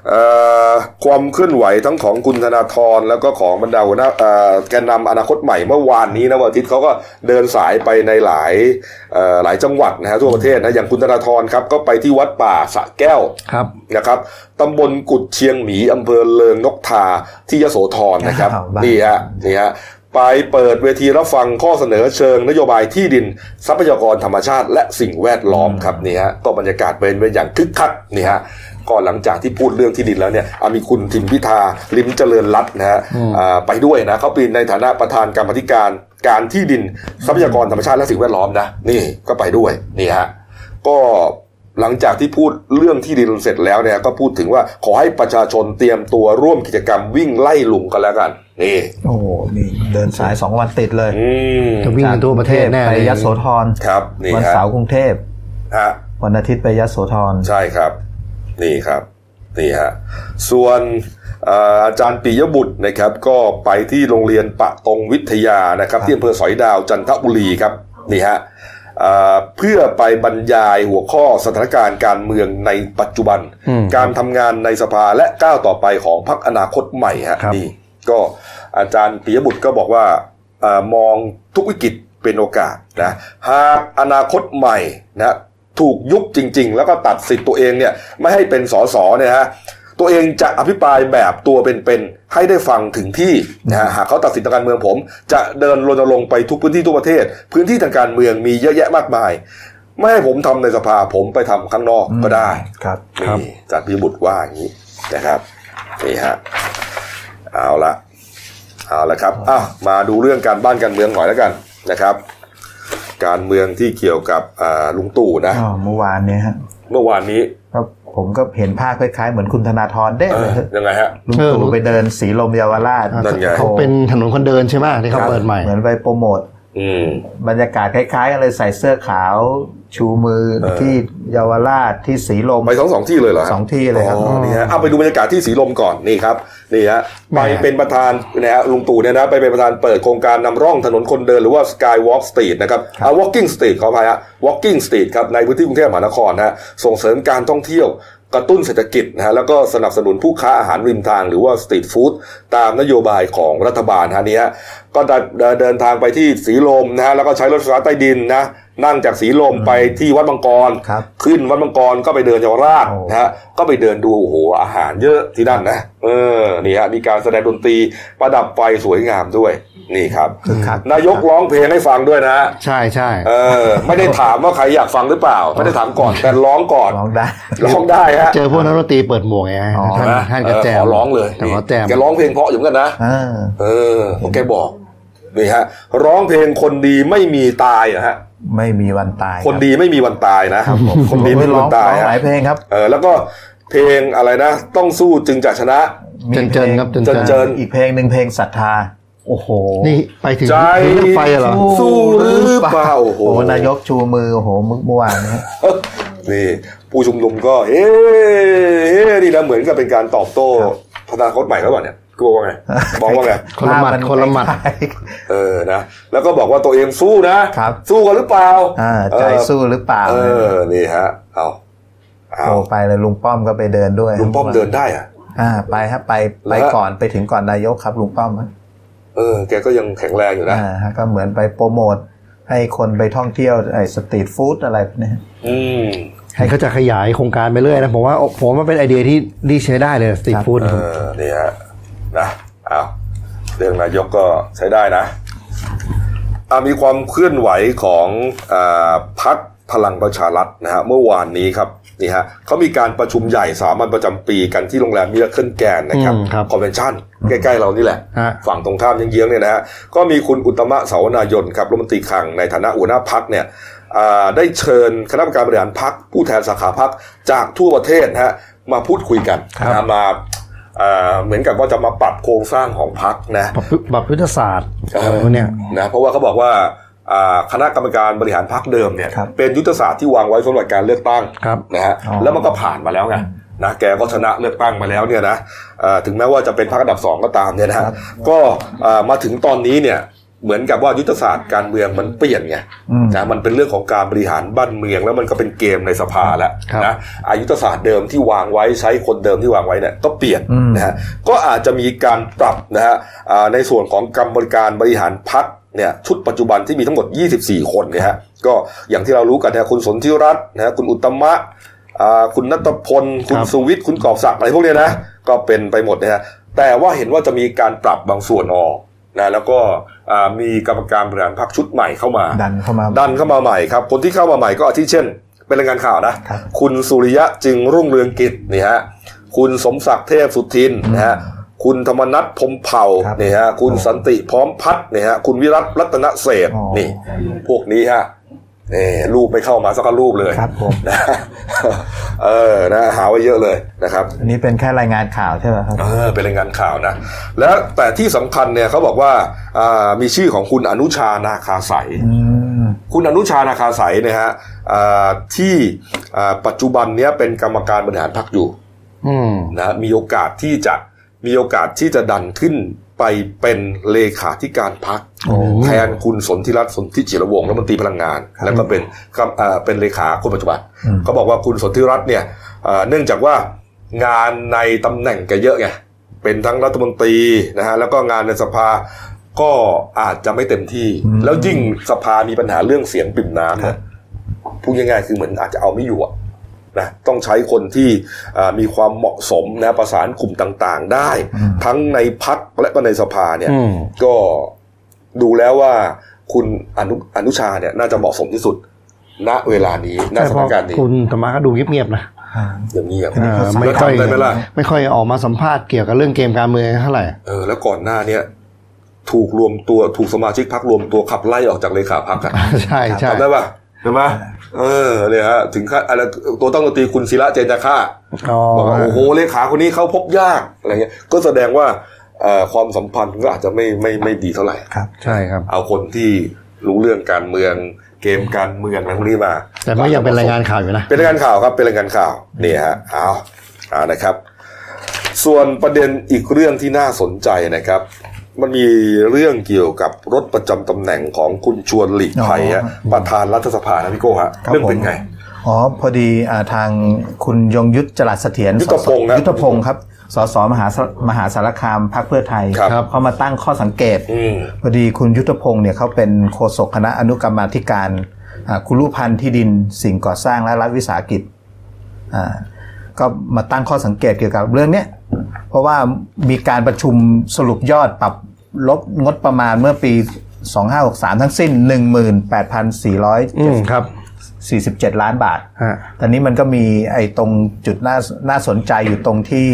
[SPEAKER 1] เอ่อความเคลื่อนไหวทั้งของคุณธนาธรแล้วก็ของบรรดาหัวหน้าเอ่อแกนนำอนาคตใหม่เมื่อวานนี้นะวันอาทิตย์เขาก็เดินสายไปในหลายเอ่อหลายจังหวัดนะฮะทั่วประเทศนะอย่างคุณธนาธรครับก็ไปที่วัดป่าสระแก้ว
[SPEAKER 2] ครับ
[SPEAKER 1] นะครับตำบลกุดเชียงหมีอำเภอเลิงนกทาที่ยโสธรนะครับ
[SPEAKER 3] อ้าวบ้าน
[SPEAKER 1] นี่ฮะนี่ฮะไปเปิดเวทีรับฟังข้อเสนอเชิงนโยบายที่ดิน ทรัพยากรธรรมชาติ และสิ่งแวดล้อมครับนี่ฮะก็บรรยากาศเป็นเป็นอย่างคึกคักนี่ฮะก็หลังจากที่พูดเรื่องที่ดินแล้วเนี่ยอ่ะมีคุณทิมพิธาลิมเจริญรัตน์นะฮะอ่าไปด้วยนะเขาเป็นในฐานะประธานกรรมาธิการการที่ดินทรัพยากรธรรมชาติและสิ่งแวดล้อมนะนี่ก็ไปด้วยนี่ฮะ ก็หลังจากที่พูดเรื่องที่ดินเสร็จแล้วเนี่ยก็พูดถึงว่าขอให้ประชาชนเตรียมตัวร่วมกิจกรรมวิ่งไล่ลุงกันแล้วกัน นี่
[SPEAKER 3] โอ้โหนี่เดินสายสองวันติดเลย
[SPEAKER 1] อืม
[SPEAKER 2] จะวิ่งกันทั่วประเทศแน่
[SPEAKER 3] ไป
[SPEAKER 2] เลย
[SPEAKER 3] ยโสธร
[SPEAKER 1] ครับนี่
[SPEAKER 3] วัน
[SPEAKER 1] ฮะ
[SPEAKER 3] เสาร์กรุงเทพ
[SPEAKER 1] ฮะ
[SPEAKER 3] วันอาทิตย์ไปยโสธร
[SPEAKER 1] ใช่ครับ นี่ครับนี่ฮะส่วนเอ่ออาจารย์ปิยบุตรนะครับ ก็ไปที่โรงเรียนปะตงวิทยานะครับ ที่อำเภอสอยดาวจันทบุรีครับนี่ฮะเอ่อเพื่อไปบรรยายหัวข้อสถานการณ์การเมืองในปัจจุบัน
[SPEAKER 2] อืม
[SPEAKER 1] การทำงานในสภาและก้าวต่อไปของพรรคอนาคตใหม่ฮะ
[SPEAKER 2] ครับ
[SPEAKER 1] นี่ก็อาจารย์ปิยบุตรก็บอกว่าเออมองทุกวิกฤตเป็นโอกาสนะหากอนาคตใหม่นะถูกยุบจริง ๆ แล้วก็ตัดสิทธิ์ตัวเองเนี่ยไม่ให้เป็นสสเนี่ยฮะตัวเองจะอภิปรายแบบตัวเป็นๆให้ได้ฟังถึงที่นะฮะหากเขาตัดสินทางการเมืองผม จะเดินรณรงค์ไปทุกพื้นที่ทั่วประเทศ พื้นที่ทางการเมืองมีเยอะแยะมากมาย ไม่ให้ผมทำในสภาผมไปทำข้างนอกก็ได้
[SPEAKER 3] ครับ
[SPEAKER 1] ครับจากพิบุตรว่าอย่างนี้นะครับนี่ฮะเอาละเอาละครับอ้าวมาดูเรื่องการบ้านการเมืองหน่อยแล้วกันนะครับ การเมืองที่เกี่ยวกับอ่าลุงตู่นะ
[SPEAKER 3] อ้าวเมื่อวานเนี่ยฮะ
[SPEAKER 1] เมื่อวานนี้
[SPEAKER 3] ก็ผมก็เห็นภาพคล้ายๆ เหมือนคุณธนาธรเด้
[SPEAKER 1] เอ่
[SPEAKER 3] เลย
[SPEAKER 1] อยังไงฮะ
[SPEAKER 3] ลุง
[SPEAKER 2] เออลุ
[SPEAKER 3] ตู่
[SPEAKER 2] ง
[SPEAKER 3] ไปเดินสีลมเยาวราช
[SPEAKER 1] นั่นไง
[SPEAKER 3] โอ้
[SPEAKER 2] เขา
[SPEAKER 3] โห
[SPEAKER 2] เป็นถนนคนเดินใช่ไหมที่เขาเปิดใหม่
[SPEAKER 3] เหมือนไปโปรโมท
[SPEAKER 1] อืม
[SPEAKER 3] บรรยากาศคล้ายๆกันเลยใส่เสื้อขาว ชูมือ
[SPEAKER 1] เออ
[SPEAKER 3] ที่เยาวราชที่สีลม
[SPEAKER 1] ไปทั้งสองที่เลยเหรอฮะ
[SPEAKER 3] สองที่เลยครับ
[SPEAKER 1] อ๋อนี่ฮะเอาไปดูบรรยากาศที่สีลมก่อนนี่ครับนี่ฮะไปเป็นประธานนะฮะลุงตู่เนี่ยนะไปเป็นประธานเปิดโครงการนำร่องถนนคนเดินหรือว่า Skywalk Street นะครับเอา Walking Street ขออภัยฮะ Walking Street ครับในพื้นที่กรุงเทพมหานครนะฮะส่งเสริมการท่องเที่ยว กระตุ้นเศรษฐกิจนะฮะแล้วก็สนับสนุนผู้ค้าอาหารริมทางหรือว่าสตรีทฟู้ดตามนโยบายของรัฐบาลฮะนี่ฮะก็ได้เดินทางไปที่สีลมนะฮะแล้วก็ใช้รถไฟฟ้าใต้ดินนะนั่งจากสีลมไปที่วัดบางกร
[SPEAKER 3] ครับ
[SPEAKER 1] ขึ้นวัดมังกรก็ไปเดินเยาวราช
[SPEAKER 3] โอ้
[SPEAKER 1] นะฮะก็ไปเดินดูโอ้โหอาหารเยอะที่นั่นนะเออนี่ฮะมีการแสดงดนตรีประดับไฟสวยงามด้วยนี่ครับ
[SPEAKER 3] ครับ
[SPEAKER 1] นายกร้องเพลงให้ฟังด้วยนะฮะ
[SPEAKER 2] ใช่ใช่
[SPEAKER 1] เออไม่ได้ถามว่าใครอยากฟังหรือเปล่า ไม่ได้ถามก่อนแต่ร้องก่อน
[SPEAKER 3] ร้องได้
[SPEAKER 1] ร้องได้ฮะ
[SPEAKER 2] เจอพวกนักดนตรีเปิดหมวกไง
[SPEAKER 3] อ๋อ
[SPEAKER 2] ท่าน
[SPEAKER 1] นะ
[SPEAKER 2] ท่านกระแจม
[SPEAKER 1] เออขอร้องเลย
[SPEAKER 2] แต่ว่าแจม
[SPEAKER 1] แกร้องเพลงเพราะอยู่เหมือนกันนะ
[SPEAKER 3] อ่า
[SPEAKER 1] เออผมแกบอกนี่ฮะร้องเพลงคนดีไม่มีตายนะฮะ
[SPEAKER 3] ไม่มีวันตาย
[SPEAKER 1] คนดีไม่มีวันตายนะคนดีไม่มี
[SPEAKER 3] ร้
[SPEAKER 1] วั
[SPEAKER 3] อง
[SPEAKER 1] นตาย
[SPEAKER 3] ร้องห
[SPEAKER 1] ฮะ
[SPEAKER 3] ลายเพลงครับ
[SPEAKER 1] เออแล้วก็เพลงอะไรนะ ต้องสู้จึงจะชนะ
[SPEAKER 2] เจนเจนครับเจน
[SPEAKER 1] เจิน
[SPEAKER 2] เจน
[SPEAKER 1] เจิ
[SPEAKER 3] อีกเพลงหนึ่งเพลงศรัทธา โอ้โห
[SPEAKER 2] นี่ไปถึง
[SPEAKER 1] ใจ
[SPEAKER 2] ถึงรถไฟเหรอ
[SPEAKER 1] สู้หรือเปล่า
[SPEAKER 3] โอ้โหนายกชูมือโอ้โหเมื่อวานนะฮะ
[SPEAKER 1] นี่ผู้ชุมนุมก็เอ๊ะนี่นะเหมือนกับเป็นการตอบโต้พนาคตใหม่เขาบอกเนี่ย กลัวว่า ไงมองว่าไง
[SPEAKER 2] คนละหมัด
[SPEAKER 3] ภาพ
[SPEAKER 2] คนละหมัด
[SPEAKER 3] คล้าย
[SPEAKER 1] เออนะแล้วก็บอกว่าตัวเองสู้นะครับ สู้กันหรือเปล่า
[SPEAKER 3] ๆอ่าใจสู้หรือเปล่า
[SPEAKER 1] เออนี่ฮะเอาเอา
[SPEAKER 3] โอ้ไปเลยลุงป้อมก็ไปเดินด้วย
[SPEAKER 1] ลุงป้อมเดินได้อะ
[SPEAKER 3] อ่าไปฮะไปไป
[SPEAKER 1] แล้ว
[SPEAKER 3] ก่อนไปถึงก่อนนายกครับลุงป้อมฮะ
[SPEAKER 1] เออ แกก็ยังแข็งแรงอยู่นะ
[SPEAKER 3] อ่าฮะก็เหมือนไปโปรโมทให้คนไปท่องเที่ยวไอ้สตรีทฟู้ดอะไรพวกเนี่ย
[SPEAKER 1] อืม
[SPEAKER 2] ให้เขาจะขยายโครงการไปเรื่อยนะผมว่าผมว่าเป็นไอเดียที่ดีใช้ได้เลยสตรีทฟู้ด
[SPEAKER 1] เออนี่ฮะนะเอาเรื่องนายกก็ใช้ได้นะอ่ะมีความเคลื่อนไหวของอาพักพลังประชารัฐนะฮะเมื่อวานนี้ครับนี่ฮะเขามีการประชุมใหญ่สามัญประจำปีกันที่โรงแรมมิราเคิลแกนนะครับ
[SPEAKER 2] ครับ
[SPEAKER 1] คอนเวนชั่นใกล้ ๆ เรานี่แหละ
[SPEAKER 2] ฮะ
[SPEAKER 1] ฝั่งตรงข้ามเยื้องๆเนี่ยนะฮะก็มีคุณอุตตมะเสาวนายนครับรัฐมนตรีคลังในฐานะหัวหน้าพักเนี่ยอ่าได้เชิญคณะกรรมการบริหารพักผู้แทนสาขาพักจากทั่วประเทศนะฮะมาพูดคุยกัน
[SPEAKER 2] ครับ
[SPEAKER 1] นะมาอ่าเหมือนกับว่าจะมาปรับโครงสร้างของพักนะ
[SPEAKER 2] ปรับปรับยุทธศาสตร์
[SPEAKER 1] ครับ
[SPEAKER 2] อะไรพวกเนี่ย
[SPEAKER 1] นะเพราะว่าเขาบอกว่าอ่าคณะกรรมการบริหารพักเดิมเนี่ย
[SPEAKER 3] ครับ
[SPEAKER 1] เป็นยุทธศาสตร์ที่วางไว้สำหรับการเลือกตั้ง
[SPEAKER 2] ครับ
[SPEAKER 1] นะฮะ
[SPEAKER 3] อ๋อ
[SPEAKER 1] แล้วมันก็ผ่านมาแล้วไงนะแกก็ชนะเลือกตั้งมาแล้วเนี่ยนะเอ่อถึงแม้ว่าจะเป็นพรรคอันดับสองก็ตามเนี่ยนะฮะก็เอ่อมาถึงตอนนี้เนี่ยเหมือนกับว่ายุทธศาสตร์การเมืองมันเปลี่ยนไง
[SPEAKER 3] อืม
[SPEAKER 1] นะมันเป็นเรื่องของการบริหารบ้านเมืองแล้วมันก็เป็นเกมในสภาแล้ว
[SPEAKER 2] ครับ
[SPEAKER 1] นะอายุทธศาสตร์เดิมที่วางไว้ใช้คนเดิมที่วางไว้เนี่ยก็เปลี่ยน
[SPEAKER 3] อืม
[SPEAKER 1] นะฮะ ก็อาจจะมีการปรับนะฮะอ่าในส่วนของกรรมการบริหารพักเนี่ยชุดปัจจุบันที่มีทั้งหมด 24 คนเนี่ยฮะก็อย่างที่เรารู้กันนะฮะคุณสนธิรัตน์นะฮะคุณอุตตมะอ่าคุณนัตพล คุณ
[SPEAKER 2] ครับ
[SPEAKER 1] สุวิทย์คุณกอบศักดิ์อะไรพวกเนี้ยนะก็เป็นไปหมดนะฮะแต่ว่าเห็นว่าจะมีการปรับบางส่วนออกนะแล้วก็อ่ามีกรรมการบริหารพักชุดใหม่เข้ามา
[SPEAKER 3] ดันเข้ามา
[SPEAKER 1] ดันเข้ามาใหม่ครับ คนที่เข้ามาใหม่ก็อาทิเช่น เป็นรายงานข่าวนะ
[SPEAKER 3] ครับ
[SPEAKER 1] คุณสุริยะจึงรุ่งเรืองกิจนี่ฮะคุณสมศักดิ์เทพสุทินนะฮะคุณธรรมนัทพรหมเผ่า
[SPEAKER 3] ครับ
[SPEAKER 1] นี่ฮะคุณสันติพร้อมพัฒน์นี่ฮะคุณวิรัตรัตนเศรษฐ์
[SPEAKER 3] อ๋อ
[SPEAKER 1] นี่พวกนี้ฮะนี่รูปไม่เข้ามาสักรูปเลย
[SPEAKER 3] ครับผม
[SPEAKER 1] นะ เออนะหาไว้เยอะเลยนะครับ
[SPEAKER 3] อันนี้เป็นแค่รายงานข่าวใช่ไหมครับ
[SPEAKER 1] เออเป็นรายงานข่าวนะ แล้วแต่ที่สำคัญเนี่ยเขาบอกว่าอ่ามีชื่อของคุณอนุชานาคาใส
[SPEAKER 3] อืม
[SPEAKER 1] คุณอนุชานาคาใสายนะฮะอ่าที่อ่าปัจจุบันเนี้ยเป็นกรรมการบริหารพรรคอยู่
[SPEAKER 2] อืม
[SPEAKER 1] นะฮะมีโอกาสที่จะมีโอกาสที่จะดันขึ้นไปเป็นเลขาธิการพรรค
[SPEAKER 2] โอ้
[SPEAKER 1] แทนคุณสนธิรัตน์สนธิจิรวงศ์รัฐมนตรีพลังงาน แล้วก็เป็นกรรมอ่าเป็นเลขาคนปัจจุบัน
[SPEAKER 3] อืม
[SPEAKER 1] เขาบอกว่าคุณสนธิรัตน์เนี่ยอ่าเนื่องจากว่างานในตำแหน่งแกเยอะไงเป็นทั้งรัฐมนตรีนะฮะแล้วก็งานในสภาก็อาจจะไม่เต็มที่ แล้วยิ่งสภามีปัญหาเรื่องเสียงปริ่มน้ำเนี่ย พูดง่ายๆ คือเหมือนอาจจะเอาไม่อยู่อะนะต้องใช้คนที่เอ่อมีความเหมาะสมนะประสานกลุ่มต่างๆ ได้ ทั้งในพักและก็ในสภาเนี่ย
[SPEAKER 2] อืม
[SPEAKER 1] ก็ดูแล้วว่าคุณอนุอนุชาเนี่ยน่าจะเหมาะสมที่สุด ณเวลานี้ณ
[SPEAKER 2] แต่
[SPEAKER 1] ส
[SPEAKER 2] พ
[SPEAKER 1] ถา
[SPEAKER 2] อน
[SPEAKER 1] การณ์นี้
[SPEAKER 2] คุณธรรมะก็ดูเงียบๆนะ
[SPEAKER 1] อย่างนี้อ่ะ
[SPEAKER 2] เออไม่
[SPEAKER 1] แล้ว
[SPEAKER 2] ค่อย
[SPEAKER 1] ทำได้ไหมล่ะ
[SPEAKER 2] ไม่ค่อยออกมาสัมภาษณ์เกี่ยวกับเรื่องเกมการเมืองเท่าไหร่
[SPEAKER 1] เออแล้วก่อนหน้าเนี่ยถูกรวมตัวถูกสมาชิกพักรวมตัวขับไล่ออกจากเลขาพักอะ
[SPEAKER 2] ใช่ใช่
[SPEAKER 1] จำได้ป่ะใช่ไหมเออเนี่ยฮะถึงขั้นอะไรตัวต้องดนตรีคุณศิระเจนจาค่า
[SPEAKER 2] อ๋อ
[SPEAKER 1] บอกว่าโอ้โหเลขาคนนี้เข้าพบยากอะไรเงี้ยก็แสดงว่าเอ่อความสัมพันธ์ก็อาจจะไม่ไม่ไม่ดีเท่าไหร่
[SPEAKER 3] ครับ
[SPEAKER 2] ใช่ครับ
[SPEAKER 1] เอาคนที่รู้เรื่องการเมืองเกมการเมืองอะไรพวกนี้มา
[SPEAKER 2] แต่ไม่ยังเป็นรายงานข่าวอยู่นะ
[SPEAKER 1] เป็นรายงานข่าวครับเป็นรายงานข่าวนี่ฮะเอาเอานะครับ ส่วนประเด็นอีกเรื่องที่น่าสนใจนะครับ มันมีเรื่องเกี่ยวกับรถประจำตำแหน่งของคุณชวนหลีกภัยฮะ
[SPEAKER 3] อ๋อ
[SPEAKER 1] ประธานรัฐสภานะพี่โก้ฮะ
[SPEAKER 3] ครับ
[SPEAKER 1] เรื่องเป็น
[SPEAKER 3] ผม
[SPEAKER 1] ไง
[SPEAKER 3] อ๋อ พอดีอ่าทางคุณยงยุทธจรัสเสถียร
[SPEAKER 1] ยุทธพงศ์
[SPEAKER 3] สส
[SPEAKER 1] นะ
[SPEAKER 3] ยุทธพงศ์ครับ สสมหาสมหาสารคามพรรคเพื่อไทย
[SPEAKER 1] ครับ
[SPEAKER 3] เขามาตั้งข้อสังเกต
[SPEAKER 1] อืม
[SPEAKER 3] พอดีคุณยุทธพงศ์เนี่ยเขาเป็นโฆษกคณะอนุกรรมาธิการอ่าคุรุพันธ์ที่ดินสิ่งก่อสร้างและรัฐวิสาหกิจอ่าก็มาตั้งข้อสังเกตเกี่ยวกับเรื่องเนี้ยเพราะว่ามีการประชุมสรุปยอดปรับลบงดประมาณเมื่อปี 2563 ทั้งสิ้น
[SPEAKER 2] อืมครับ
[SPEAKER 3] 18,447 ล้านบาท
[SPEAKER 2] ฮะ
[SPEAKER 3] ตอนนี้มันก็มีไอ้ตรงจุดน่าน่าสนใจอยู่ตรงที่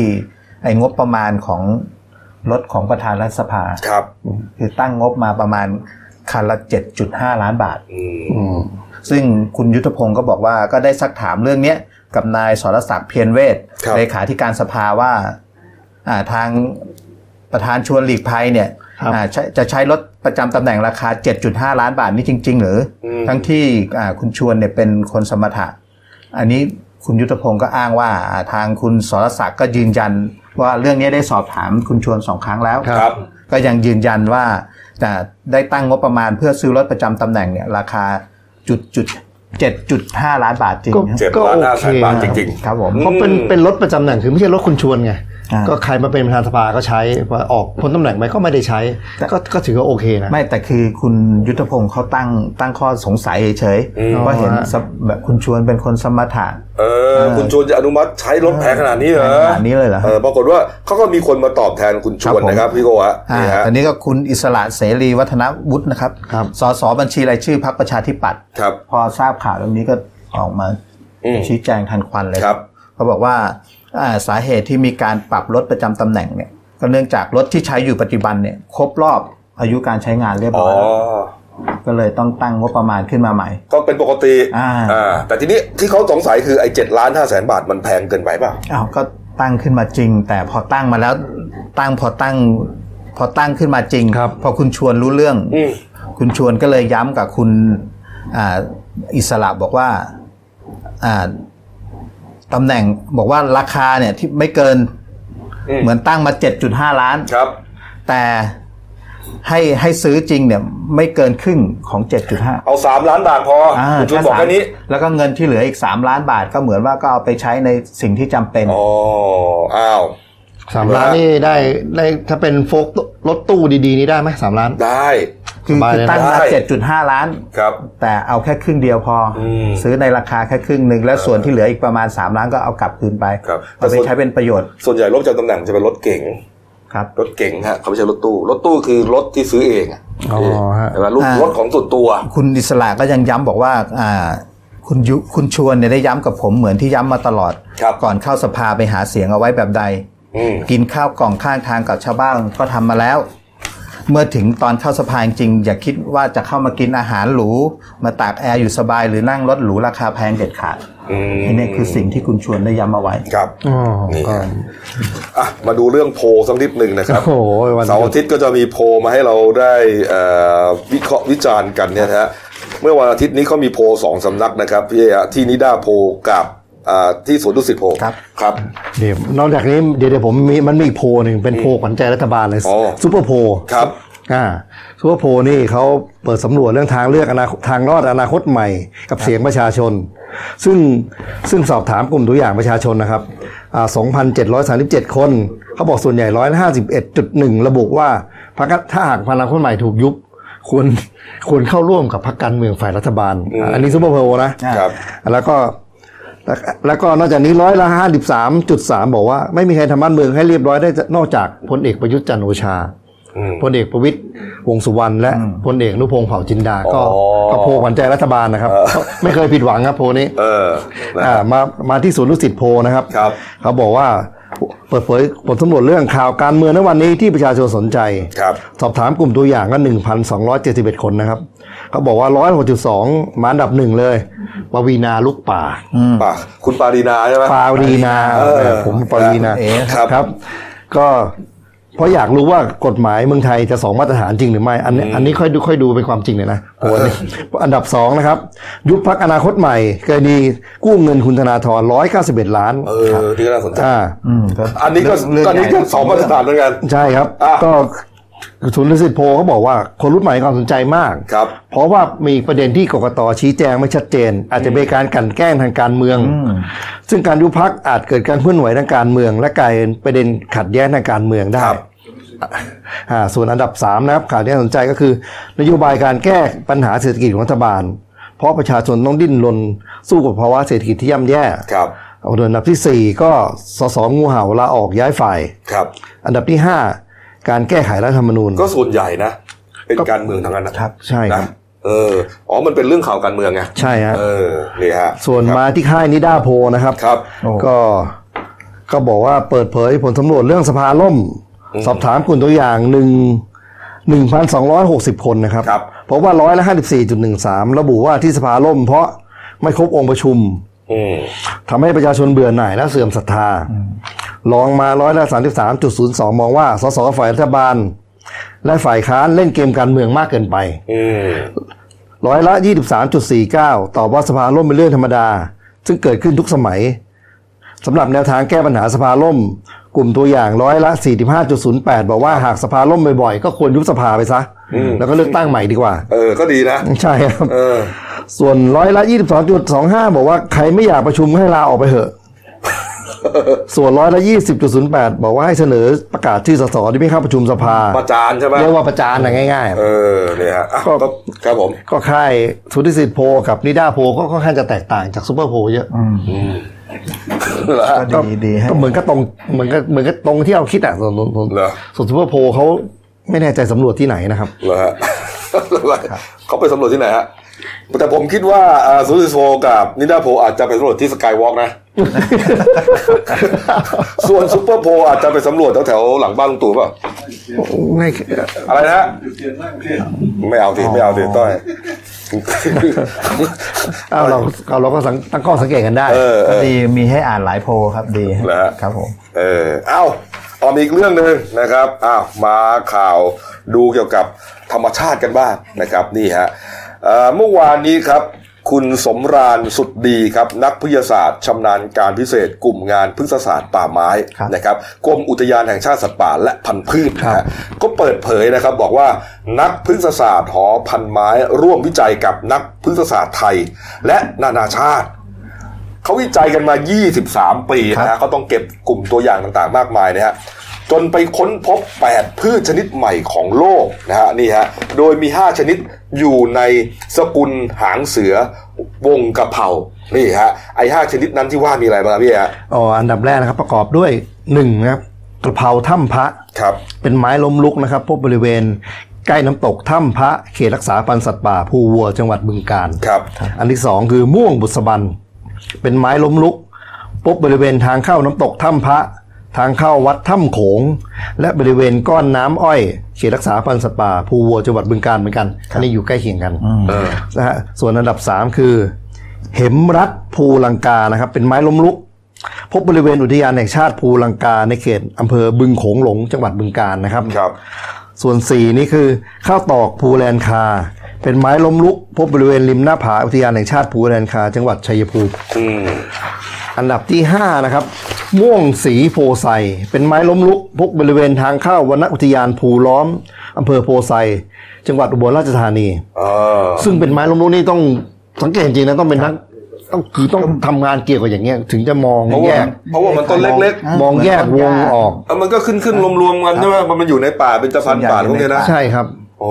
[SPEAKER 3] ไอ้งบประมาณของรถของประธานรัฐสภา
[SPEAKER 1] ครับ
[SPEAKER 3] คือตั้งงบมาประมาณคันละ 7.5 ล้านบาท
[SPEAKER 1] อืม
[SPEAKER 2] อืม
[SPEAKER 3] ซึ่งคุณยุทธพงศ์ก็บอกว่าก็ได้ซักถามเรื่องเนี้ยกับนายสรศักดิ์เพียรเวท
[SPEAKER 1] ครับ
[SPEAKER 3] เลขาธิการสภาว่าอ่าทางประธานชวนหลีกภัยเนี่ย
[SPEAKER 2] ครับ
[SPEAKER 3] อ่าใช้จะใช้รถประจำตำแหน่งราคา 7.5 ล้านบาทนี่จริง ๆ หรืออทั้งที่อ่าคุณชวนเนี่ยเป็นคนสมรรถะ อันนี้คุณยุทธพงศ์ก็อ้างว่าอ่าทางคุณสรศักดิ์ก็ยืนยัน ว่าเรื่องนี้ได้สอบถามคุณชวนสองครั้งแล้ว
[SPEAKER 1] ครับ
[SPEAKER 3] ก็ยังยืนยันว่าจะได้ตั้งงบประมาณเพื่อซื้อรถประจำตำแหน่งเนี่ยราคาจุดจุดเจ็ดจุดห้าล้านบาทจริงนะ
[SPEAKER 1] เจ็ด
[SPEAKER 2] ก็
[SPEAKER 1] ล้าน
[SPEAKER 2] โอ
[SPEAKER 1] ห้า
[SPEAKER 2] เค
[SPEAKER 1] แสนบาทจริง
[SPEAKER 3] ครับผม
[SPEAKER 2] เพราะเป็นเป็นรถประจำแหน่งคือไม่ใช่รถคุณชวนไง
[SPEAKER 3] อ่า
[SPEAKER 2] ก็ใครมาเป็นประธานสภาก็ใช้พอออกพ้นตำแหน่งไปก็ไม่ได้ใช้ ก็ก็ถือว่าโอเคนะ
[SPEAKER 3] ไม่แต่คือคุณยุทธพงศ์เขาตั้งตั้งข้อสงสัยเฉย
[SPEAKER 1] อืม
[SPEAKER 3] ๆว่าเห็น
[SPEAKER 2] อ๋อฮะ
[SPEAKER 3] สมแบบคุณชวนเป็นคนสมถะ
[SPEAKER 1] ๆ เออ คุณชวนจะอนุมัติใช้รถแพงขนาดนี้เหรอ
[SPEAKER 3] ขนาดนี้เลยเหรอ
[SPEAKER 1] เออปรากฏว่าเขาก็มีคนมาตอบแทนคุณชวนนะครับพี่โกะฮะ
[SPEAKER 3] อ่า
[SPEAKER 1] นี่ฮะ
[SPEAKER 3] อันนี้ก็คุณอิสระเสรีวัฒนวุฒินะครับ
[SPEAKER 2] ครับ
[SPEAKER 3] สสบัญชีรายชื่อพรรคประชาธิปัตย์
[SPEAKER 1] ครับ
[SPEAKER 3] พอทราบข่าวเรื่องนี้ก็ออกมา
[SPEAKER 1] อืม
[SPEAKER 3] ชี้แจงทันควันเลย
[SPEAKER 1] ครับ
[SPEAKER 3] เขาบอกว่าอ่าสาเหตุที่มีการปรับรถประจำตำแหน่งเนี่ย ก็เนื่องจากรถที่ใช้อยู่ปัจจุบันเนี่ยครบรอบอายุการใช้งานเรียบ
[SPEAKER 1] อ๋อ
[SPEAKER 3] ร้อยแล้วก็เลยต้องตั้งงบประมาณขึ้นมาใหม่
[SPEAKER 1] ก็เป็นปกติ
[SPEAKER 3] อ่า
[SPEAKER 1] แต่ทีนี้ที่เขาสงสัยคือไอ้เจ็ดล้านห้าแสนบาทมันแพงเกินไปเปล่า
[SPEAKER 3] อ้าวก็ตั้งขึ้นมาจริง แต่พอตั้งมาแล้วตั้งพอตั้ง พอตั้งขึ้นมาจริง
[SPEAKER 2] ครับ
[SPEAKER 3] พอคุณชวนรู้เรื่อง
[SPEAKER 1] อืม
[SPEAKER 3] คุณชวนก็เลยย้ำกับคุณอ่าอิสระบอกว่าอ่าตำแหน่งบอกว่าราคาเนี่ยที่ไม่เกิน
[SPEAKER 1] อืม
[SPEAKER 3] เหมือนตั้งมา 7.5 ล้าน
[SPEAKER 1] ครับ
[SPEAKER 3] แต่ให้ให้ซื้อจริงเนี่ยไม่เกินครึ่งของ 7.5
[SPEAKER 1] เอาสามล้านบาทพอ
[SPEAKER 3] อ่า
[SPEAKER 1] คุณชวน
[SPEAKER 3] ถ้า
[SPEAKER 1] บอก
[SPEAKER 3] สาม
[SPEAKER 1] แค่นี้
[SPEAKER 3] แล้วก็เงินที่เหลืออีก 3 ล้านบาทก็เหมือนว่าก็เอาไปใช้ในสิ่งที่จำเป็น
[SPEAKER 1] อ๋อ อ้าว
[SPEAKER 2] สามล้านนี่ได้ได้ถ้าเป็นโฟกรถตู้ดีๆนี่ได้ไหมสามล้าน
[SPEAKER 1] ได้
[SPEAKER 3] คือ
[SPEAKER 2] สบาย
[SPEAKER 3] คือ
[SPEAKER 2] เลยนะ
[SPEAKER 3] ตั้งมา
[SPEAKER 1] ได้
[SPEAKER 3] 7.5 ล้าน
[SPEAKER 1] ครับ
[SPEAKER 3] แต่เอาแค่ครึ่งเดียวพออ
[SPEAKER 1] ม
[SPEAKER 3] ซื้อในราคาแค่ครึ่งหนึ่งแล้วส่วนที่เหลืออีกประมาณ 3 ล้านก็เอากลับคืนไป
[SPEAKER 1] ครับ
[SPEAKER 3] เอา
[SPEAKER 1] แต่
[SPEAKER 3] ไป
[SPEAKER 1] ส่วน
[SPEAKER 3] ใช้เป็นประโยชน์
[SPEAKER 1] ส่วนใหญ่รถประจำตำแหน่งจะเป็นรถเก๋ง
[SPEAKER 3] ครับ
[SPEAKER 1] รถเก๋งฮะเขาไม่ใช่รถตู้ รถตู้คือรถที่ซื้อเองอะ
[SPEAKER 2] อ๋อฮะ
[SPEAKER 1] ใช่ไหมลูก
[SPEAKER 3] อ่า
[SPEAKER 1] รถของส่วนตัว
[SPEAKER 3] คุณอิสระก็ยังย้ำบอกว่าอ่าคุณยุคุณชวนเนี่ยได้ย้ำกับผมเหมือนที่ย้ำมาตลอด
[SPEAKER 1] ครับ
[SPEAKER 3] ก่อนเข้าสภาไปหาเสียงเอาไว้แบบใด
[SPEAKER 1] อืม
[SPEAKER 3] กินข้าวกล่องข้างทางกับชาวบ้านก็ทำมาแล้ว เมื่อถึงตอนเข้าสภาจริงๆอย่าคิดว่าจะเข้ามากินอาหารหรูมาตากแอร์อยู่สบายหรือนั่งรถหรูราคาแพงเด็ดขาด
[SPEAKER 1] อืม
[SPEAKER 3] อันนี่คือสิ่งที่คุณชวนได้ย้ำเอาไว้
[SPEAKER 1] ครับ
[SPEAKER 2] อ๋อ
[SPEAKER 1] นี่
[SPEAKER 2] ก็
[SPEAKER 1] ฮะ อ่ะ มาดูเรื่องโพลสักนิดหนึ่งนะครับ
[SPEAKER 2] โอ้โหวันหยุด
[SPEAKER 1] เสาร์อาทิตย์ก็จะมีโพลมาให้เราได้เอ่อวิเคราะห์วิจารณ์กันเนี่ยนะฮะ เมื่อวันอาทิตย์นี้เขามีโพลสองสำนักนะครับพี่ฮะที่นิด้าโพลกับอ่าที่สวนดุสิตโพล
[SPEAKER 3] ครับ
[SPEAKER 1] ครับ
[SPEAKER 2] เดี๋ยวนอกจากนี้เดี๋ยวเดี๋ยวผมมีมันมีอีกโพลหนึ่งเป็นโพลขวัญใจรัฐบาลเลย
[SPEAKER 1] อ๋อ
[SPEAKER 2] ซูเปอร์โพล
[SPEAKER 1] ครับ
[SPEAKER 2] อ่าซูเปอร์โพลนี่เขาเปิดสำรวจเรื่องทางเลือกอนาคตทางรอดอนาคตใหม่ กับเสียงประชาชน ซึ่งซึ่งสอบถามกลุ่มตัวอย่างประชาชนนะครับอ่า2,737 คน เขาบอกส่วนใหญ่ 151.1 ระบุว่าพรรคถ้าหากพรรคอนาคตใหม่ถูกยุบ ควรควรเข้าร่วมกับพรรคการเมืองฝ่ายรัฐบาลอ่ะอันนี้ซูเปอร์โพลนะ
[SPEAKER 1] ครับ
[SPEAKER 2] แล้วก็แล้วแล้วก็นอกจากนี้ร้อยละห้าสิบสามจุดสามบอกว่า ไม่มีใครทำบ้านเมืองให้เรียบร้อยได้นอกจากพลเอกประยุทธ์จันทร์โอชา
[SPEAKER 1] อืม
[SPEAKER 2] พลเอกประวิตยวงษ์สุวรรณและพลเอกอนุพงศ์เผ่าจินดา ก็
[SPEAKER 1] อ๋อ
[SPEAKER 2] ก็โพลขวัญใจรัฐบาลนะครับ ไม่เคยผิดหวังครับโพลนี้
[SPEAKER 1] เออนะ
[SPEAKER 2] อ่า
[SPEAKER 1] ฮะ
[SPEAKER 2] มามาที่ศูนย์ลุสิตโพลนะครับ
[SPEAKER 1] ครับ
[SPEAKER 2] เขาบอกว่าเปิดเผยผลสำรวจเรื่องข่าวการเมืองในวันนี้ที่ประชาชนสนใจ
[SPEAKER 1] ครับ
[SPEAKER 2] สอบถามกลุ่มตัวอย่างก็ 1,271 คนนะครับ เขาบอกว่า 106.2 มาอันดับหนึ่งเลยปวีนาลูกป่า
[SPEAKER 1] ป่ะคุณปารีนาใช่ไหม
[SPEAKER 2] ปาวีนา
[SPEAKER 1] เออ
[SPEAKER 2] เออผมปาวีนา
[SPEAKER 1] เอ๋ครับ
[SPEAKER 2] ครับ ก็เพราะอยากรู้ว่ากฎหมายเมืองไทยจะสองมาตรฐานจริงหรือไม่ อันนี้อันนี้ค่อยดูค่อยดูเป็นความจริงเลยนะโอ้โหอันดับสองนะครับ ยุบพักอนาคตใหม่กรณีกู้เงินคุณธนาธร191 ล้าน
[SPEAKER 1] เออนี่ก็น่าสนใจ
[SPEAKER 2] อ่า
[SPEAKER 3] อืมก็
[SPEAKER 1] อันนี้ก็
[SPEAKER 3] เรื่ง
[SPEAKER 1] อันนี้ก็
[SPEAKER 3] ใหญ่
[SPEAKER 1] สองมาตรฐานเหมือนกัน
[SPEAKER 2] ใช่ครับ
[SPEAKER 1] อ่ะ
[SPEAKER 2] ก็ศูนย์รังสิตโพลเขาบอกว่าคนรุ่นใหม่ให้ความสนใจมาก
[SPEAKER 1] ครับ
[SPEAKER 2] เพราะว่ามีประเด็นที่กกตชี้แจงไม่ชัดเจน อาจจะเป็นการกลั่นแกล้งทางการเมือง ซึ่งการยุบพักอาจเกิดการเคลื่อนไหวทางการเมือง และกลายเป็นประเด็นขัดแย้งทางการเมืองได้
[SPEAKER 1] ครับ
[SPEAKER 2] อ่าส่วนอันดับสามนะครับข่าวที่น่าสนใจก็คือ นโยบายการแก้ปัญหาเศรษฐกิจของรัฐบาล เพราะประชาชนต้องดิ้นรนสู้กับภาวะเศรษฐกิจที่ย่ำแย่
[SPEAKER 1] ครับ
[SPEAKER 2] ส่วนอันดับที่สี่ก็สสงูเห่าลาออกย้ายฝ่าย
[SPEAKER 1] ครับ
[SPEAKER 2] อันดับที่ 5 การแก้ไขรัฐธรรมนูญ
[SPEAKER 1] ก็ส่วนใหญ่นะ เป็นการเมืองทั้งนั้นนะครับ
[SPEAKER 2] ใช่ครับ
[SPEAKER 1] นะเออ อ๋อ มันเป็นเรื่องข่าวการเมืองไง
[SPEAKER 2] ใช่ฮะ
[SPEAKER 1] เออ นี่ฮะ
[SPEAKER 2] ส่วนมาที่ค่ายนิด้าโพลนะครับ
[SPEAKER 1] ครับ
[SPEAKER 2] ก็ก็บอกว่าเปิดเผยผลสำรวจเรื่องสภาล่ม สอบถามกลุ่มตัวอย่างหนึ่ง1,260 คนนะครับ
[SPEAKER 1] ครับ
[SPEAKER 2] เพราะว่าร้อยละ54.13 ระบุว่าที่สภาล่ม เพราะไม่ครบองค์ประชุม
[SPEAKER 1] อืม
[SPEAKER 2] ทำให้ประชาชนเบื่อหน่ายและเสื่อมศรัทธาลองมาร้อยละสามสิบสามจุดศูนย์สองมองว่า สสฝ่ายรัฐบาล และฝ่ายค้านเล่นเกมการเมืองมากเกินไป
[SPEAKER 1] อืม
[SPEAKER 2] ร้อยละ 23.49 ตอบว่าสภาล่มเป็นเรื่องธรรมดา ซึ่งเกิดขึ้นทุกสมัยสำหรับแนวทางแก้ปัญหาสภาล่ม กลุ่มตัวอย่างร้อยละ 45.08 บอกว่าหากสภาล่มบ่อยๆ ก็ควรยุบสภาไปซะ แล้วก็เลือกตั้งใหม่ดีกว่า
[SPEAKER 1] เออ ก็ดีนะ
[SPEAKER 2] ใช่ครับ
[SPEAKER 1] เออ
[SPEAKER 2] ส่วนร้อยละ 22.25 บอกว่าใครไม่อยากประชุมให้ลาออกไปเถ อะ ส่วนร้อยละ 20.08 บอกว่าให้เสนอประกาศชื่อสสที่ไม่เข้าประชุมสภา
[SPEAKER 1] ประจานใช่ไหม
[SPEAKER 2] เรียกว่าประจานนะง่าย
[SPEAKER 1] เออเนี่ยฮะอ่ะ
[SPEAKER 2] ก็
[SPEAKER 1] ก็ครับผม
[SPEAKER 2] ๆ ก็ค่ายสุทธิสิทธิ์โพลกับนิด้าโพลก็ค่อนข้างจะแตกต่างจากซูเปอร์โพลเยอะ
[SPEAKER 1] เหรอฮะ
[SPEAKER 3] ก็ดีดีให้
[SPEAKER 2] ก็เหมือนก็ตรงเหมือนก็เหมือนก็ตรงที่เราคิดอ่ะส่วนส่วนส่วน
[SPEAKER 1] เหรอ
[SPEAKER 2] ส่วนซูเปอร์โพลเขาไม่แน่ใจสำรวจที่ไหนนะครับ
[SPEAKER 1] เหรอฮะเขาไปสำรวจที่ไหนฮะ แต่ผมคิดว่าซูซิโซกับนิดาโพอาจจะไปสำรวจที่สกายวอ ล์กนะ ส่วนซูเปอร์โพอาจจะไปสำรวจแถวๆหลังบ้านลุงตู่เปล่า
[SPEAKER 2] ไม่
[SPEAKER 1] อะไรนะฮะไม่เอาสิไม่เอาสิต้อย
[SPEAKER 2] เอ้าเราเราเราก็สังตั้งข้อสังเกตกันได้
[SPEAKER 1] เออเอ
[SPEAKER 3] ก็
[SPEAKER 1] อ
[SPEAKER 3] ดีมีให้อ่านหลายโพลครับดี
[SPEAKER 1] เหรอฮะ
[SPEAKER 3] ครับผม
[SPEAKER 1] เออเอ้าออมีอีกเรื่องหนึ่งนะครับอ้าวมาข่าวดูเกี่ยวกับธรรมชาติกันบ้างนะครับนี่ฮะเอ่อเมื่อวานนี้ครับ คุณสมรานสุดดีครับ นักพิทยาศาสตร์ชำนาญการพิเศษกลุ่มงานพฤกษศาสตร์ป่าไม้
[SPEAKER 3] ครับ
[SPEAKER 1] นะครับกรมอุทยานแห่งชาติสัตว์ป่าและพันธุ์พืชนะฮะก็เปิดเผยนะครับบอกว่านักพฤกษศาสตร์หอพันไม้ ร่วมวิจัยกับนักพฤกษศาสตร์ไทย และนานาชาติ เขาวิจัยกันมา 23 ปีนะฮะเขาต้องเก็บกลุ่มตัวอย่างต่างๆ มากมายนะฮะ จนไปค้นพบ 8 พืชชนิดใหม่ของโลกนะฮะนี่ฮะ โดยมี 5 ชนิดอยู่ในสกุลหางเสือวงกระเพรานี่ฮะ ไอ้5ชนิดนั้นที่ว่ามีอะไรบ้างพี่ฮะ
[SPEAKER 2] อ๋ออันดับแรกนะครับประกอบด้วยหนึ่งนะครับกระเพราถ้ำพระ
[SPEAKER 1] ครับ
[SPEAKER 2] เป็นไม้ล้มลุกนะครับ พบบริเวณใกล้น้ำตกถ้ำพระเขตรักษาพันธุ์สัตว์ป่าภูวัวจังหวัดบึงกาฬ
[SPEAKER 1] ครับ
[SPEAKER 2] อันที่สองคือม่วงบุษบัน เป็นไม้ล้มลุก พบบริเวณทางเข้าน้ำตกถ้ำพระ ทางเข้าวัดถ้ำโขง และบริเวณก้อนน้ำอ้อย เขตรักษาพันธุ์สัตว์ป่าภูวัวจังหวัดบึงกาฬเหมือนกันอันนี้อยู่ใกล้เคียงกัน
[SPEAKER 1] เออ
[SPEAKER 2] นะฮะส่วนอันดับ 3 คือ เห็มรัดภูลังกานะครับ เป็นไม้ล้มลุก พบบริเวณอุทยานแห่งชาติภูลังกาในเขตอำเภอบึงโขงหลงจังหวัดบึงกาฬนะครับ
[SPEAKER 1] ครับ
[SPEAKER 2] ส่วน 4 นี่คือ ข้าวตอกภูแลนคา เป็นไม้ล้มลุก พบบริเวณริมหน้าผาอุทยานแห่งชาติภูแลนคา จังหวัดชัยภูมิ
[SPEAKER 1] อืม
[SPEAKER 2] อันดับที่ 5 นะครับ ม่วงสีโพไซ เป็นไม้ล้มลุกพบบริเวณทางเข้าวนอุทยานภูล้อมอำเภอโพไซ จังหวัดอุบลราชธานี
[SPEAKER 1] เออ
[SPEAKER 2] ซึ่งเป็นไม้ล้มลุกนี่ต้องสังเกตจริงนะต้องเป็นนักต้องคือต้องทำงานเกี่ยวกับอย่างเงี้ยถึงจะมอง
[SPEAKER 1] เพราะ
[SPEAKER 2] แย
[SPEAKER 1] ว่า
[SPEAKER 2] ก
[SPEAKER 1] เพราะว่ามันต้นเล็ก
[SPEAKER 3] อ่ะ
[SPEAKER 2] มองแยก
[SPEAKER 3] เหมื
[SPEAKER 2] ว
[SPEAKER 3] อน
[SPEAKER 2] ง
[SPEAKER 3] ต้นหญ้า
[SPEAKER 2] ออก
[SPEAKER 1] ๆเอามันก็ขึ้นขึ้นรวมๆกันใช่ไหมมันมันอยู่ในป่าเป็นตะพันป่าพวกเนี้ยนะ
[SPEAKER 2] ใช่ครับ
[SPEAKER 1] โอ้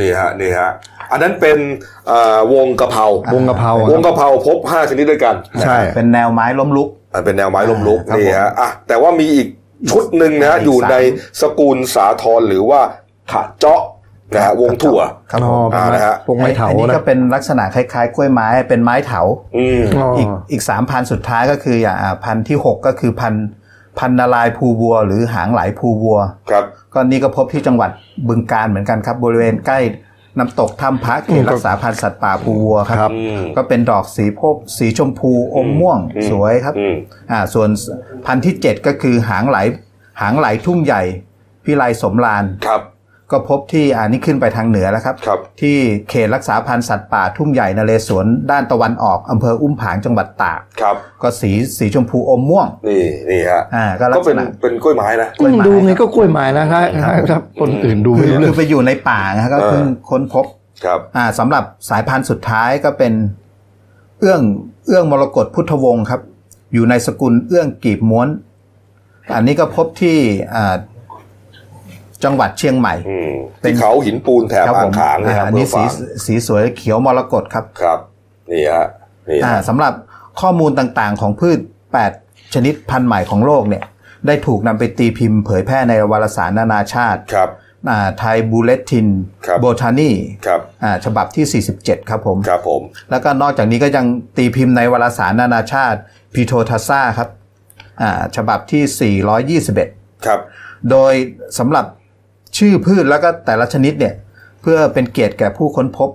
[SPEAKER 1] นี่ฮะ นี่ฮะ อันนั้นเป็นเอ่อวงกะเพราว
[SPEAKER 2] งกะเพราครับ
[SPEAKER 1] วงกะเพราพบ 5 ชนิดด้วยกัน
[SPEAKER 2] ใช่
[SPEAKER 3] เป็นแนวไม้ล้มลุก
[SPEAKER 1] อ่ะเป็นแนวไม้ลมลุก
[SPEAKER 3] ครับ
[SPEAKER 1] นี่ฮะ อ่ะ แต่ว่ามีอีกชุดหนึ่งนะฮะ
[SPEAKER 3] อีก
[SPEAKER 1] อยู่
[SPEAKER 3] สาม
[SPEAKER 1] ในสกุลสาทรหรือว่าขะเจาะนะฮะ วงถั่ว
[SPEAKER 3] ครับ
[SPEAKER 2] อ๋
[SPEAKER 3] ผ
[SPEAKER 2] อ
[SPEAKER 3] ม
[SPEAKER 2] เป็น
[SPEAKER 1] อ่า
[SPEAKER 2] ไม้
[SPEAKER 1] นะฮะ
[SPEAKER 2] พวกไม้เถา
[SPEAKER 3] อันนี้
[SPEAKER 2] นะ
[SPEAKER 3] ก็เป็นลักษณะคล้ายๆ กล้วยไม้เป็นไม้เถา
[SPEAKER 1] อืม
[SPEAKER 2] อ๋ออ
[SPEAKER 3] อีกอีกสามพันธุ์สุดท้ายก็คืออย่างอ่าพันธุ์ที่หกก็คือพันธุ์พันธุ์นาลายภูบัว หรือหางไหลภูบัว
[SPEAKER 1] ครับ
[SPEAKER 3] ก็นี่ก็พบที่จังหวัดบึงการเหมือนกันครับ บริเวณใกล้น้ำตกถ้ำพระเขตรักษาพันธุ์สัตว์ป่าภูวัว
[SPEAKER 2] ค
[SPEAKER 3] ครั
[SPEAKER 2] รับ บ
[SPEAKER 1] อืม
[SPEAKER 3] ก็เป็นดอกสีพบสีชมพูอมม่วง
[SPEAKER 1] อืม
[SPEAKER 3] สวยครับ
[SPEAKER 1] อืม
[SPEAKER 3] อ่าส่วนพันธุ์ที่ 7 ก็คือหางไหลหางไหลทุ่งใหญ่พิไลสมลาน
[SPEAKER 1] ครับ
[SPEAKER 3] ก็พบที่อ่านี่ขึ้นไปทางเหนือแล้วครับ
[SPEAKER 1] ครับ
[SPEAKER 3] ที่เขตรักษาพันธุ์สัตว์ป่าทุ่งใหญ่นเรศวรด้านตะวันออกอำเภออุ้มผางจังหวัดตาก
[SPEAKER 1] ครับ
[SPEAKER 3] ก็สีสีชมพูอมม่วง
[SPEAKER 1] นี่ นี่ฮะ
[SPEAKER 3] อ่า ก็ลั
[SPEAKER 1] ก็
[SPEAKER 3] กษ
[SPEAKER 1] เป็น
[SPEAKER 3] ณะ
[SPEAKER 1] เป็นกล้วยไม้นะ
[SPEAKER 3] กล้วยไม้
[SPEAKER 2] ดูไงก็กล้วยไม้นะถ้าถ้าถ้าคนอื่นดูไม่
[SPEAKER 3] คือ
[SPEAKER 2] รู้เรื่
[SPEAKER 3] คือ อง ไปอยู่ในป่านะฮะก็
[SPEAKER 1] เออ
[SPEAKER 3] เพิ่งค้นพบ
[SPEAKER 1] ครับ
[SPEAKER 3] อ่าสำหรับสายพันธุ์สุดท้ายก็เป็นเอื้องเอื้องมรกตพุทธวงศ์ครับ อยู่ในสกุลเอื้องกีบม้วน อันนี้ก็พบที่อ่าจังหวัดเชียงใหม่
[SPEAKER 1] อืม
[SPEAKER 3] เป็น
[SPEAKER 1] ที่เขาหินปูนแถบ
[SPEAKER 3] ครับผ
[SPEAKER 1] อ่าง
[SPEAKER 3] ม
[SPEAKER 1] ขางนะครับ
[SPEAKER 3] อ่าอันนี้
[SPEAKER 1] เบอร์
[SPEAKER 3] สี
[SPEAKER 1] ฝาง
[SPEAKER 3] สีสวยเขียวมรกตครับ
[SPEAKER 1] ครับ นี่ฮะ นี่
[SPEAKER 3] อ่า
[SPEAKER 1] ฮะ
[SPEAKER 3] สำหรับข้อมูลต่างๆ ของพืช 8 ชนิดพันธุ์ใหม่ของโลกเนี่ย ได้ถูกนำไปตีพิมพ์เผยแพร่ในวารสารนานาชาติ
[SPEAKER 1] ครับ
[SPEAKER 3] ไทยบูเลติน
[SPEAKER 1] ครับ
[SPEAKER 3] โบทานี
[SPEAKER 1] ครับ
[SPEAKER 3] ฉบับที่ 47 ครับผม
[SPEAKER 1] ครับผม
[SPEAKER 3] แล้วก็นอกจากนี้ก็ยังตีพิมพ์ในวารสารนานาชาติพีโททัสซาครับอ่าฉบับที่ 421
[SPEAKER 1] ครับ
[SPEAKER 3] โดยสำหรับชื่อพืชแล้วก็แต่ละชนิดเนี่ย เพื่อเป็นเกียรติแก่ผู้ค้นพบ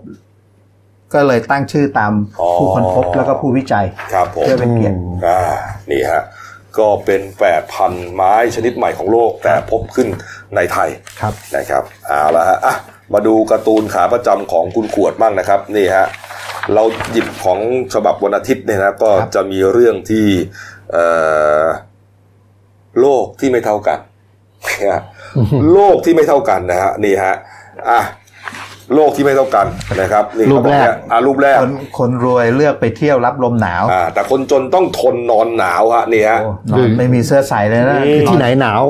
[SPEAKER 3] ก็เลยตั้งชื่อตาม
[SPEAKER 1] อ๋อ
[SPEAKER 3] ผู้ค้นพบแล้วก็ผู้วิจัย
[SPEAKER 1] ครับผม
[SPEAKER 3] เพื่อเป็นเกียรติ
[SPEAKER 1] อ่านี่ฮะ ก็เป็นแปดพันไม้ชนิดใหม่ของโลกแต่พบขึ้นในไทย
[SPEAKER 3] ครับ
[SPEAKER 1] นะครับเอาละฮะอ่ะมาดูการ์ตูนขาประจำของคุณขวดบ้างนะครับ นี่ฮะ เราหยิบของฉบับวันอาทิตย์เนี่ยนะก็จะมีเรื่องที่เอ่อ โลกที่ไม่เท่ากัน นะฮะโลกที่ไม่เท่ากันนะฮะนี่ฮะอ่ะโลกที่ไม่เท่ากันนะครับนี่เขาอกเนี่ยอ่ะรูปแรก
[SPEAKER 3] คนคนรวยเลือกไปเที่ยวรับลมหนาว
[SPEAKER 1] อ่าแต่คนจนต้องทนนอนหนาวฮะนี่ฮะ
[SPEAKER 3] โอ้นอนไม่มีเสื้อใส่เลยนะ
[SPEAKER 2] ที่ไหนหนาว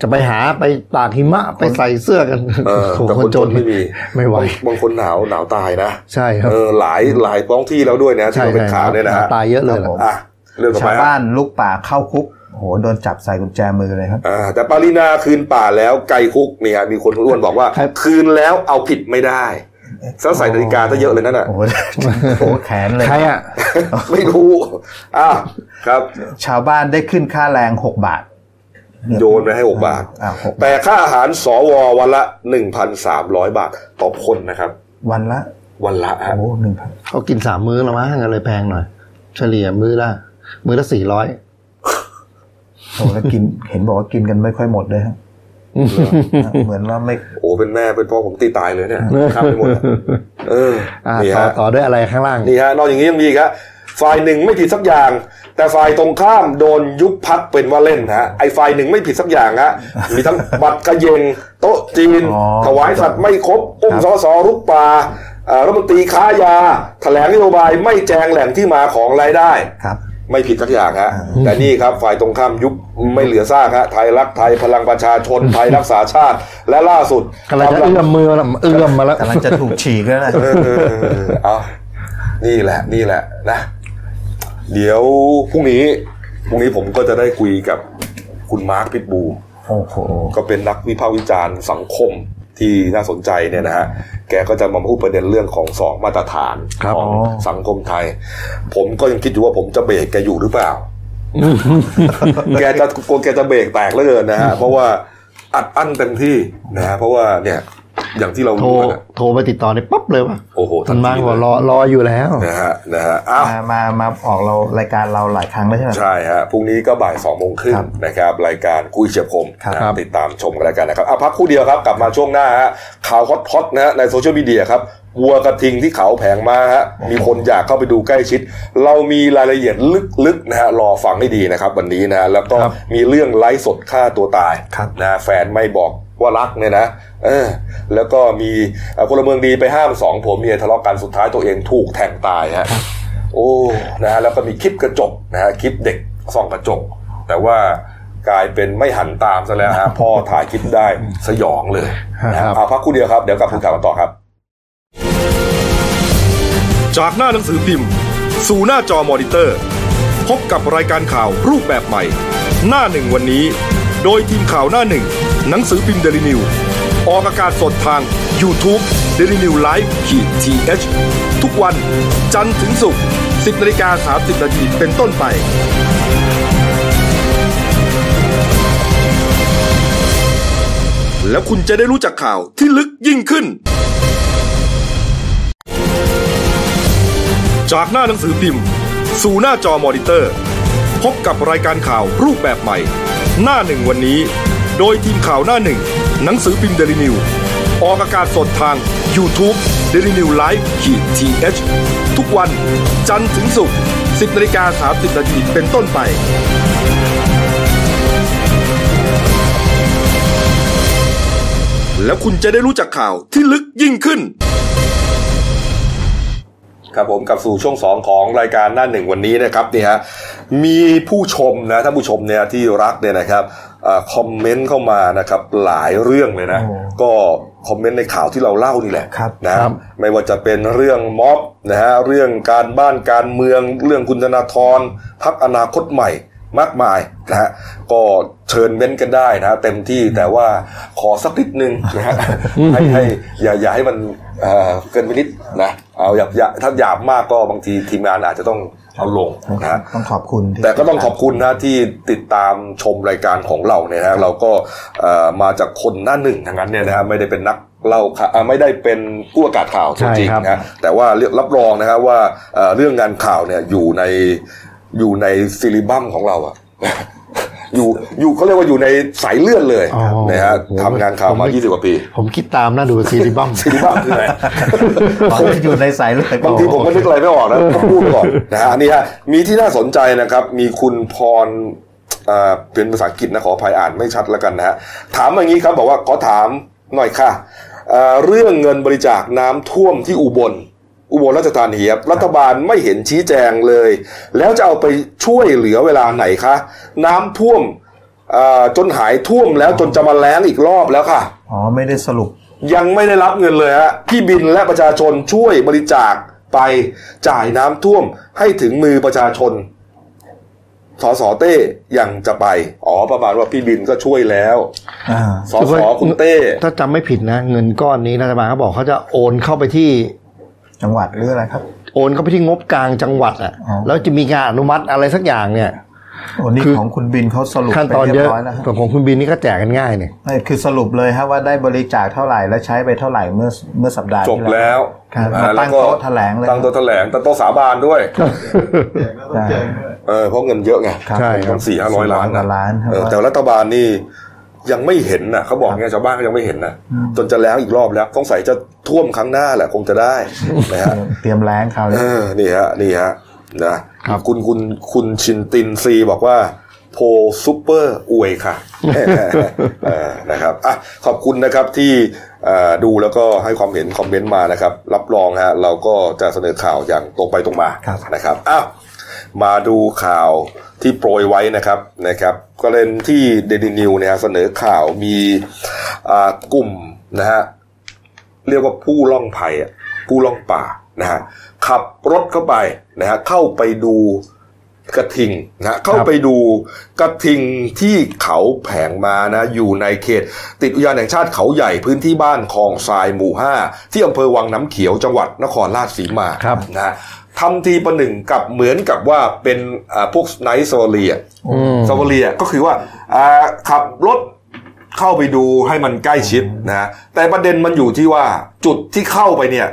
[SPEAKER 2] จะไปหาไปตากหิมะไปใส่เสื้อกัน
[SPEAKER 1] เออ
[SPEAKER 2] โอ้โห
[SPEAKER 1] แต่
[SPEAKER 2] ค
[SPEAKER 1] คน
[SPEAKER 2] น
[SPEAKER 1] จ
[SPEAKER 2] จ
[SPEAKER 1] น
[SPEAKER 2] น
[SPEAKER 1] ไม่มี
[SPEAKER 2] ไม่ไหว
[SPEAKER 1] บางบางคนหนาวหนาวตายนะ
[SPEAKER 2] ใช่ครับ
[SPEAKER 1] เออหลายหลายท้องที่แล้วด้วยนะที่
[SPEAKER 2] ใช่
[SPEAKER 1] เราเป็น
[SPEAKER 2] ใช่
[SPEAKER 1] ข่าวเนี่ยนะ
[SPEAKER 2] ห
[SPEAKER 1] ฮะ
[SPEAKER 2] ตายเยอะเลย
[SPEAKER 3] ครับผม
[SPEAKER 1] อ่ะเรื่องต่อไป
[SPEAKER 3] ชาว
[SPEAKER 1] ฮะ
[SPEAKER 3] บ้านลูกป่าเข้าคุกโอ้โหโดนจับใส่กุญแจมือเลยครับ
[SPEAKER 1] อ่าแต่ปารีนาคืนป่าแล้วไกลคุกเนี่ย มีคนอ้วนบอกว่า
[SPEAKER 2] ครับ
[SPEAKER 1] คืนแล้วเอาผิดไม่ได้ซะใส่นาฬิกาซะเยอะเลยนั่นน่ะ
[SPEAKER 3] โอ้โห โอ้โหแขนเลย
[SPEAKER 2] ใครอ่ะ
[SPEAKER 1] ไม่รู้อ่ะครับ
[SPEAKER 3] ชาวบ้านได้ขึ้นค่าแรง 6 บาท
[SPEAKER 1] โยนไปให้หกบาท
[SPEAKER 3] อ่าหกบาท
[SPEAKER 1] แต่ค่าอาหารสววันละหนึ่งพันสามร้อยบาทต่อคนนะครับ
[SPEAKER 3] วันละ
[SPEAKER 1] วันละฮะ
[SPEAKER 3] โอ้หนึ่งพัน
[SPEAKER 2] เขากินสามมื้อละมั้งอะไรแพงหน่อย เฉลี่ยมื้อละมื้อละสี่ร้อย
[SPEAKER 3] โอ้แล้วกิน เห็นบอกว่ากินกันไม่ค่อยหมดเลยฮะเหมือนว่าไม่
[SPEAKER 1] โอ้เป็นแม่เป็นพ่อผมตีตายเลยเนี่ยข้ามไปหมดอะเออ
[SPEAKER 2] อ่ะ
[SPEAKER 1] นี่
[SPEAKER 2] ต่อ
[SPEAKER 1] ฮะ
[SPEAKER 2] ต่อด้วยอะไรข้างล่าง
[SPEAKER 1] นี่ฮะนอกอย่างนี้ยังมีอีกฮะฝ่ายหนึ่งไม่ผิดสักอย่าง แต่ฝ่ายตรงข้ามโดนยุบพักเป็นว่าเล่นฮะไอ้ฝ่ายหนึ่งไม่ผิดสักอย่าง ฮะมีทั้งบัตรกระเยงโต๊ะจีน
[SPEAKER 3] อ๋อ
[SPEAKER 1] ถวายสัตว์ไม่ครบอุ้มสอสอรุกป่าเอ่อรัฐมนตรีค้ายา แถลงนโยบายไม่แจงแหล่งที่มาของรายได้
[SPEAKER 3] ครับ
[SPEAKER 1] ไม่ผิดสักอย่างฮะแต่นี่ครับฝ่ายตรงข้ามยุบไม่เหลือซากฮะไทยรักไทยพลังประชาชนไทยรักษาชาติและล่าสุด
[SPEAKER 2] กำลังจะเอื้อมมือมาแล้วเอื้อมมาแล้ว
[SPEAKER 3] กำลังจะถูกฉีกแล้วนะ
[SPEAKER 1] เออเออเออเอานี่แหละ นี่แหละนะ เดี๋ยวพรุ่งนี้ พรุ่งนี้ผมก็จะได้คุยกับคุณมาร์คพิทบู
[SPEAKER 3] โอ้โห
[SPEAKER 1] ก็เป็นนักวิพากษ์วิจารณ์สังคมที่น่าสนใจเนี่ยนะฮะ แกก็จะมาพูดประเด็นเรื่องของสองมาตรฐาน
[SPEAKER 2] ครับ
[SPEAKER 1] ของ
[SPEAKER 3] อ๋อ
[SPEAKER 1] สังคมไทย ผมก็ยังคิดอยู่ว่าผมจะเบรกแกอยู่หรือเป ล่า แกจะกลัวแกจะเบรกแตกแล้วเกินนะฮะ เพราะว่าอัดอั้นเต็มที่นะฮะ เพราะว่าเนี่ยอย่างที่เรา
[SPEAKER 2] โทร
[SPEAKER 1] รู้กันอะ
[SPEAKER 2] โทรไปติดต่อในปั๊บเลยว่ะ
[SPEAKER 1] โอ้โหทั
[SPEAKER 2] มัน น
[SPEAKER 1] ที
[SPEAKER 2] มาบอก
[SPEAKER 1] เลย
[SPEAKER 2] รอรออยู่แล้ว
[SPEAKER 1] นะฮะนะฮะอ้าว
[SPEAKER 3] มามามาออกเรารายการเราหลายครั้งแล้วใช่ไหม
[SPEAKER 1] ใช่ฮะพรุ่งนี้ก็บ่ายสองโมงครึ่ง
[SPEAKER 3] ครับ
[SPEAKER 1] นะครับ รายการคุยเฉียบคม
[SPEAKER 3] ครับ
[SPEAKER 1] นะติดตามชมกันแล้วกันนะครับอ่ะพักครู่เดียวครับกลับมาช่วงหน้าฮะข่าวฮอตฮอตๆนะฮะในโซเชียลมีเดียครับวัวกระทิงที่เขาแผงมาฮะมีคนอยากเข้าไปดูใกล้ชิด เรามีรายละเอียดลึกๆนะฮะรอฟังให้ดีนะครับ วันนี้นะฮะแล้วก็มีเรื่องไลฟ์สดฆ่าตัวตายนะฮะแฟนไม่บอกว่ารักเนี่ยนะเออแล้วก็มีเอ่อพลเมืองดีไปห้ามสองผัวเมียทะเลาะกันสุดท้ายตัวเองถูกแทงตายฮะ โอ้ นะฮะ แล้วก็มีคลิปกระจกนะฮะ คลิปเด็กส่องกระจก แต่ว่ากลายเป็นไม่หันตามซะแล้ว ฮะ พ่อถ่ายคลิปได้สยองเลยนะ
[SPEAKER 2] ค
[SPEAKER 1] ฮะ
[SPEAKER 2] รับ
[SPEAKER 1] เอาพักครู่เดียวครับ เดี๋ยวกลับคุณข่าวกันต่อครับ
[SPEAKER 7] จากหน้าหนังสือพิมพ์ สู่หน้าจอมอนิเตอร์ พบกับรายการข่าวรูปแบบใหม่ หน้าหนึ่งวันนี้ โดยทีมข่าวหน้าหนึ่ง หนังสือพิมพ์เดลิวิวออกอากาศสดทาง YouTube d e l i n e w l i v e ขีดทีทุกวัน จันทร์ถึงศุกร์10นาฬิกา30นาทีเป็นต้นไป แล้วคุณจะได้รู้จักข่าวที่ลึกยิ่งขึ้น จากหน้าหนังสือพิมพ์ สู่หน้าจอมอนิเตอร์ พบกับรายการข่าวรูปแบบใหม่ หน้าหนึ่งวันนี้ โดยทีมข่าวหน้าหนึ่ง หนังสือพิมพ์เดลิวิวออกอากาศสดทาง y o u t u เด d ิวิวไลฟ์ขีดทีเทุกวัน จันทร์ถึงศุกร์10นาฬิกา30นาทีเป็นต้นไป แล้วคุณจะได้รู้จักข่าวที่ลึกยิ่งขึ้น
[SPEAKER 1] ครับผมกลับสู่ช่วง 2 ของรายการหน้าหนึ่งวันนี้นะครับเนี่ยฮะมีผู้ชมนะท่านผู้ชมเนี่ยที่รักเนี่ยนะครับเออคอมเมนต์เข้ามานะครับหลายเรื่องเลยนะ
[SPEAKER 3] โอ้
[SPEAKER 1] ก็คอมเมนต์ในข่าวที่เราเล่านี่แหละ
[SPEAKER 3] ครับ
[SPEAKER 1] นะครับ ไม่ว่าจะเป็นเรื่องม็อบนะฮะเรื่องการบ้านการเมือง เรื่องคุณธนาธรพักอนาคตใหม่มากมายนะฮะก็เชิญเม้นต์กันได้นะฮะเต็มที่แต่ว่าขอสักนิดนึงนะฮะให้ให้อย่าอย่าให้มันเอ่อเกินไปนิดนะเอาอย่าอย่าถ้าหยาบมากก็บางทีทีมงานอาจจะต้องเอาลงนะฮะ
[SPEAKER 3] ต้องขอบคุณที่
[SPEAKER 1] แต่ก็ต้องขอบคุณนะที่ติดตามชมรายการของเราเนี่ยนะเราก็เอ่อมาจากคนหน้าหนึ่งทั้งนั้นเนี่ยนะฮะไม่ได้เป็นนักเล่าข่าวอ่าไม่ได้เป็นผู้อากาศข่าวตัวจริง
[SPEAKER 2] ใช่ครับ
[SPEAKER 1] นะฮะแต่ว่าเรียกรับรองนะฮะว่าเอ่อเรื่องงานข่าวเนี่ยอยู่ในอยู่ในซิลิบัมของเราอะ อยู่อยู่เขาเรียกว่าอยู่ในสายเลือดเลยนะฮะทำงานข่าวมา 20 ก ว่าปี
[SPEAKER 2] ผมคิดตามนะดูซีรีส์บัม
[SPEAKER 1] ซิลิบัมคืออะไร
[SPEAKER 3] ผมอยู่ในสายเลือด
[SPEAKER 1] บางทีผมก็นึกอะไรไม่ออกนะต้องพูดก่อนนะฮะอันนี่ฮะมีที่น่าสนใจนะครับ มีคุณพร อ่าเป็นภาษาอังกฤษนะขออภัยอ่านไม่ชัดแล้วกันนะฮะถามอย่างนี้ครับบอกว่าขอถามหน่อยค่ะเอ่อเรื่องเงินบริจาคน้ำท่วมที่อุบล อุบลราชธานีครับรัฐบาลไม่เห็นชี้แจงเลย แล้วจะเอาไปช่วยเหลือเวลาไหนคะน้ำท่วมเอ่อจนหายท่วมแล้วจนจะมาแล้งอีกรอบแล้วค่ะ
[SPEAKER 3] อ๋อไม่ได้สรุป
[SPEAKER 1] ยังไม่ได้รับเงินเลยฮะพี่บินและประชาชนช่วยบริจาคไปจ่ายน้ำท่วมให้ถึงมือประชาชนสอสอเต้ยังจะไป อ๋อประมาณว่าพี่บินก็ช่วยแล้ว
[SPEAKER 3] อ่า
[SPEAKER 1] สอสอคุณเต้
[SPEAKER 2] ถ้าจำไม่ผิดนะ เงินก้อนนี้รัฐบาลเขาบอกเขาจะโอนเข้าไปที่
[SPEAKER 3] จังหวัดหรืออะไรครับ
[SPEAKER 2] โอนเข้าไปที่งบกลางจังหวัดอ่ะ
[SPEAKER 3] อ๋อ
[SPEAKER 2] แล้วจะมีการอนุมัติอะไรสักอย่างเนี่ย
[SPEAKER 3] โอ้นี่
[SPEAKER 2] คือ
[SPEAKER 3] ของคุณบินเขาสรุป
[SPEAKER 2] ขั้น
[SPEAKER 3] ไป
[SPEAKER 2] ตอน
[SPEAKER 3] เรี
[SPEAKER 2] เย
[SPEAKER 3] ย
[SPEAKER 2] อะ
[SPEAKER 3] บร้อยแล้วครับ
[SPEAKER 2] ส่วนของคุณบินนี่ก็แจกกันง่ายเนี่ย
[SPEAKER 3] ไม่คือสรุปเลยฮะว่าได้บริจาคเท่าไหร่และใช้ไปเท่าไหร่เมื่อเมื่อสัปดาห์
[SPEAKER 1] จบ
[SPEAKER 3] ที่
[SPEAKER 1] แล้ว
[SPEAKER 3] ครับ
[SPEAKER 1] อ่า
[SPEAKER 3] ตั้งโต๊ะแถลงเลย
[SPEAKER 1] ตั้งโต๊ะแถลงตั้งโต๊ะสาบานด้วย
[SPEAKER 3] อ่า
[SPEAKER 1] เออเพราะเงินเยอะไง
[SPEAKER 3] ครับ
[SPEAKER 2] ใช่ครั
[SPEAKER 1] มั
[SPEAKER 2] บ
[SPEAKER 1] นสี่ห้าร้อยล้านนะ
[SPEAKER 3] 400ล้านครับ
[SPEAKER 1] เออแต่รัฐบาลนี่ยังไม่เห็นนะเขาบอกไงชาวบ้านก็ยังไม่เห็นนะจนจะแล้วอีกรอบแล้วสงสัยจะท่วมครั้งหน้าแหละคงจะ ได้นะฮะ
[SPEAKER 3] เตรียมแรงคราว
[SPEAKER 1] เออ
[SPEAKER 3] นี้
[SPEAKER 1] นี่ฮะ นี่ฮะ นะครับ คุณคุณคุณชินตินซีบอกว่า โพลซุปเปอร์อวย ค่ะ เออนะครับอ่ะขอบคุณนะครับที่เอ่อดูแล้วก็ให้ความเห็นคอมเมนต์มานะครับ รับรองฮะ เราก็จะเสนอข่าวอย่างตรงไปตรงมานะครับอ้าวมาดูข่าวที่โปรยไว้นะครับนะครับกรณีที่เดลินิวเนี่ยฮะเสนอข่าวมีอ่ากลุ่มนะฮะ เรียกว่าผู้ล่องภัยอะผู้ล่องป่านะฮะขับรถเข้าไปนะฮะเข้าไปดูกระทิงนะฮะเข้าไปดูกระทิงที่เขาแผงมานะอยู่ในเขต ติดอุทยานแห่งชาติเขาใหญ่พื้นที่บ้านคลองทรายหมู่ห้าที่อำเภอวังน้ำเขียวจังหวัดนครราชสีมา
[SPEAKER 2] ครับ
[SPEAKER 1] นะฮะทำทีประหนึ่งกับเหมือนกับว่าเป็นอ่าพวกไนท์โซเลีย ซาวาเรียก็คือว่าอ่าขับรถเข้าไปดูให้มันใกล้ชิดนะฮะแต่ประเด็นมันอยู่ที่ว่าจุดที่เข้าไปเนี่ย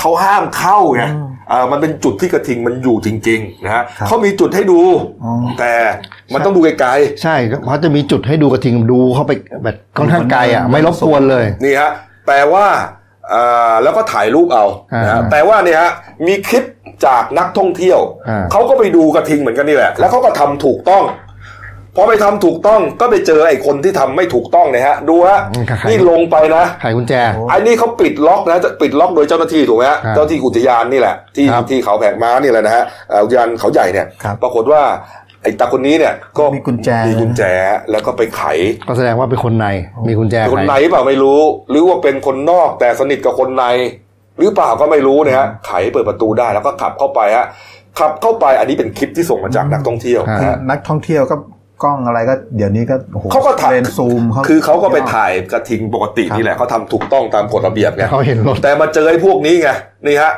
[SPEAKER 1] เขาห้ามเข้าไงอ่ามันเป็นจุดที่กระทิงมันอยู่จริงๆนะฮะเขามีจุดให้ดู แต่มันต้องดูไกล
[SPEAKER 2] ใช่เพราะจะมีจุดให้ดูกระทิงดูเข้าไปแบบค่อนข้างไกลอ่ะ ไม่รบกวนเลย
[SPEAKER 1] ๆนี่ฮะแต่ว่าอ่าแล้วก็ถ่ายรูปเอานะฮะ
[SPEAKER 2] อ่า
[SPEAKER 1] แต่ว่าเนี่ยฮะมีคลิปจากนักท่องเที่ยว
[SPEAKER 2] อ่า
[SPEAKER 1] เขาก็ไปดูกระทิงเหมือนกันนี่แหละแล้วเขาก็ทำถูกต้อง พอไปทำถูกต้องก็ไปเจอไอ้คนที่ทำไม่ถูกต้องเนี่ยฮะ ดูฮะนี่ลงไปนะ
[SPEAKER 2] ไขกุญแจ
[SPEAKER 1] ไอันนี้เขาปิดล็อกนะจะปิดล็อกโดยเจ้าหน้าที่ถูกไหมฮะ
[SPEAKER 2] ครับ
[SPEAKER 1] เจ้าหน้าที่อุทยานนี่แหละ ที่
[SPEAKER 2] ครับ
[SPEAKER 1] ที่เขาแผงม้านี่แหละนะฮะเอ่ออุทยานเขาใหญ่เนี่ย
[SPEAKER 3] ครับ
[SPEAKER 1] ปรากฏว่าไอ้ตาคนนี้เนี่ยก็
[SPEAKER 3] มีกุญแจ
[SPEAKER 1] มีกุญแจแล้วก็ไปไข
[SPEAKER 2] ก็แสดงว่าเป็นคนในมีกุญแจ
[SPEAKER 1] คน
[SPEAKER 2] ไข
[SPEAKER 1] ในเปล่าไม่รู้ หรือว่าเป็นคนนอกแต่สนิทกับคนใน หรือเปล่าก็ไม่รู้นะฮะไขเปิดประตูได้แล้วก็ขับเข้าไปฮะขับเข้าไปอันนี้เป็นคลิปที่ส่งมาจากนักท่องเที่ยว
[SPEAKER 2] ครับ
[SPEAKER 1] นะฮะ
[SPEAKER 3] นักท่องเที่ยวก็กล้องอะไรก็เดี๋ยวนี้ก็โอ้โห
[SPEAKER 1] เขาก็ถ่าย
[SPEAKER 3] เลนส์ซูมเขา
[SPEAKER 1] คือเขาก็ไปถ่ายกระทิงปกตินี่แหละเขาทำถูกต้องตามกฎระเบียบไง
[SPEAKER 2] เขาเห็นรถ
[SPEAKER 1] แต่มาเจอไอ้พวกนี้ไงนี่ฮะ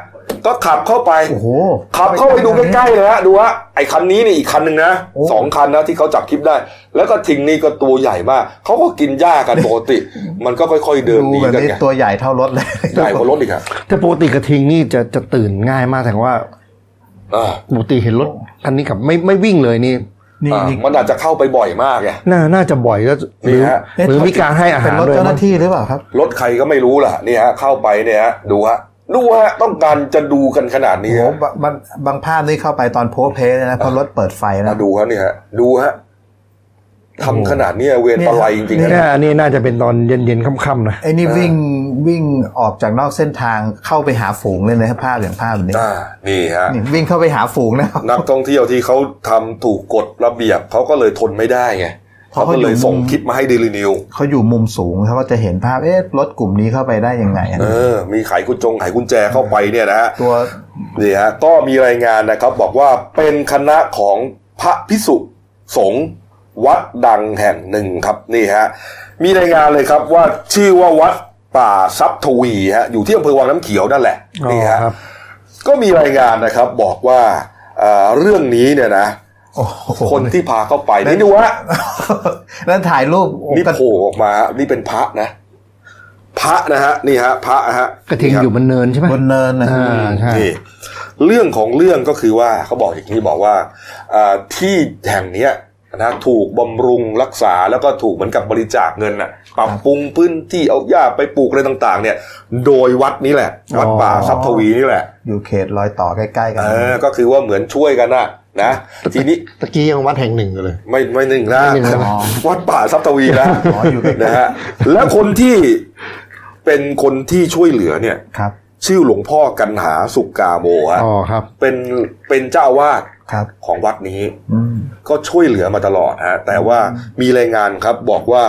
[SPEAKER 1] ก็ขับเข้าไป
[SPEAKER 3] โอ้โห
[SPEAKER 1] ขับเข้าไปดูใกล้ๆเลยฮะดูว่าไอ้คันนี้นี่อีกคันหนึ่งนะ
[SPEAKER 3] โอ้
[SPEAKER 1] สองคันนะที่เขาจับคลิปได้ แล้วก็ทิงนี่ก็ตัวใหญ่มากเขาก็กินหญ้ากันปกติ มันก็ค่อยๆเดินห
[SPEAKER 3] ดู
[SPEAKER 1] นี
[SPEAKER 3] แบบ
[SPEAKER 1] กัน
[SPEAKER 3] นี้
[SPEAKER 1] ไง
[SPEAKER 3] ตัวใหญ่เท่ารถเลย
[SPEAKER 1] ใหญ่กว่ารถอีกอะ
[SPEAKER 2] แต่ปกติกระทิงนี่จะจะตื่นง่ายมากแต่ว่า
[SPEAKER 1] อ่า
[SPEAKER 2] ปกติเห็นรถคันนี้กับไม่ไม่วิ่งเลยนี่
[SPEAKER 3] นี่
[SPEAKER 1] อ่า
[SPEAKER 3] นี่
[SPEAKER 1] มันอาจจะเข้าไปบ่อยมากไง
[SPEAKER 2] น่าน่าจะบ่อยแล้วหรือ
[SPEAKER 1] นี่ฮะ
[SPEAKER 3] เอ๊ะ
[SPEAKER 2] หรือมีการให้อา
[SPEAKER 3] เป็น
[SPEAKER 2] หาร
[SPEAKER 3] รถ
[SPEAKER 2] ด้วย
[SPEAKER 3] เจ้าห
[SPEAKER 2] มั้
[SPEAKER 3] น้าง ที่หรือเปล่าครับ
[SPEAKER 1] รถใครก็ไม่รู้ล่ะนี่ฮะเข้าไปเนี่ยฮะดูฮะดูฮะต้องการจะดูกันขนาดนี้
[SPEAKER 3] โอ้
[SPEAKER 1] ฮะ
[SPEAKER 3] โหบางบางบางภาพนี่เข้าไปตอนโพสเพลเลยนะเพราะรถเปิดไฟนะ
[SPEAKER 1] มาดูฮะนี่ฮะ ดูฮะทำขนาดเนี้ยเวรตะไลจริงๆ
[SPEAKER 2] นี่
[SPEAKER 1] นะ
[SPEAKER 2] น่านี่น่าจะเป็นตอนเย็นๆค่ำๆนะ
[SPEAKER 3] ไอ้นี่วิ่งวิ่งออกจากนอกเส้นทางเข้าไปหาฝูงเลยนะครับภาพอย่างภาพแบบนี้
[SPEAKER 1] อ่านี่ฮะ
[SPEAKER 3] นี่วิ่งเข้าไปหาฝูงนะครับ
[SPEAKER 1] นักท่องเที่ยวที่เขาทำถูกกฎระเบียบเขาก็เลยทนไม่ได้ไง
[SPEAKER 3] เพ
[SPEAKER 1] เขา
[SPEAKER 3] ราะเขา
[SPEAKER 1] ก็
[SPEAKER 3] อยู่
[SPEAKER 1] เลยส่งคลิปมาให้เดลินิว
[SPEAKER 3] เขาอยู่มุมสูงเขาก็จะเห็นภาพเอ๊ะรถกลุ่มนี้เข้าไปได้ยังไงอะ
[SPEAKER 1] เออ มีไขกุญจงไขกุญแจเข้าไปเนี่ยนะฮะ
[SPEAKER 3] ตัว
[SPEAKER 1] นี่ฮะก็มีรายงานนะครับบอกว่าเป็นคณะของพระพิสุสงฆ์วัดดังแห่งหนึ่งครับนี่ฮะมีรายงานเลยครับว่าชื่อว่าวัดป่าซับทวีฮะอยู่ที่อำเภอวังน้ำเขียวนั่นแหละนี่ฮะ
[SPEAKER 2] อ๋อครับ
[SPEAKER 1] ก็มีรายงานนะครับบอกว่าเอ่อเรื่องนี้เนี่ยนะ
[SPEAKER 3] โอ้โห
[SPEAKER 1] คนที่พาเข้าไปนี่ดูฮะ
[SPEAKER 3] แล้วถ่ายรูปโอ้
[SPEAKER 1] นี่
[SPEAKER 3] ก็
[SPEAKER 1] โผล่ออกมาฮะนี่เป็นพระนะ พระนะฮะนี่ฮะพระฮะ
[SPEAKER 2] กระทิง
[SPEAKER 1] นี่ค
[SPEAKER 2] อบ ยู่บนเนินใช่ไหม
[SPEAKER 3] บนเนินนะ
[SPEAKER 2] อ่าใช่
[SPEAKER 1] นี่เรื่องของเรื่องก็คือว่าเขาบอกอย่างนี้บอกว่าอ่าที่แห่งเนี้ยนะถูกบำรุงรักษาแล้วก็ถูกเหมือนกับบริจาคเงินน่ะปรับปรุงพื้นที่เอาหญ้าไปปลูกอะไรต่าง ๆ เนี่ย โดยวัดนี้แหละ วัดป่าทรัพย์ทวีนี่แหละ
[SPEAKER 3] อยู่เขตรอยต่อใกล้ๆกัน
[SPEAKER 1] เออก็คือว่าเหมือนช่วยกันนะ นะทีนี้
[SPEAKER 2] ตะกี้ยังวัดแห่งหนึ่งอยู่เลย
[SPEAKER 1] ไม่ไม่หนึ่งนะ
[SPEAKER 2] ไม่หนึ่งนะ
[SPEAKER 1] วัดป่าทรัพย์ทวีนะ
[SPEAKER 3] อ๋ออยู่ใกล้ๆ
[SPEAKER 1] นะฮะและคนที่เป็นคนที่ช่วยเหลือเนี่ย
[SPEAKER 3] ครับ
[SPEAKER 1] ชื่อหลวงพ่อกันหาสุกกาโมฮะ
[SPEAKER 2] อ๋อครับ
[SPEAKER 1] เป็นเป็นเจ้าอาวาด
[SPEAKER 3] ครับ
[SPEAKER 1] ของวัดนี้
[SPEAKER 3] อืม
[SPEAKER 1] ก็ช่วยเหลือมาตลอดฮะแต่ว่ามีรายงานครับบอกว่า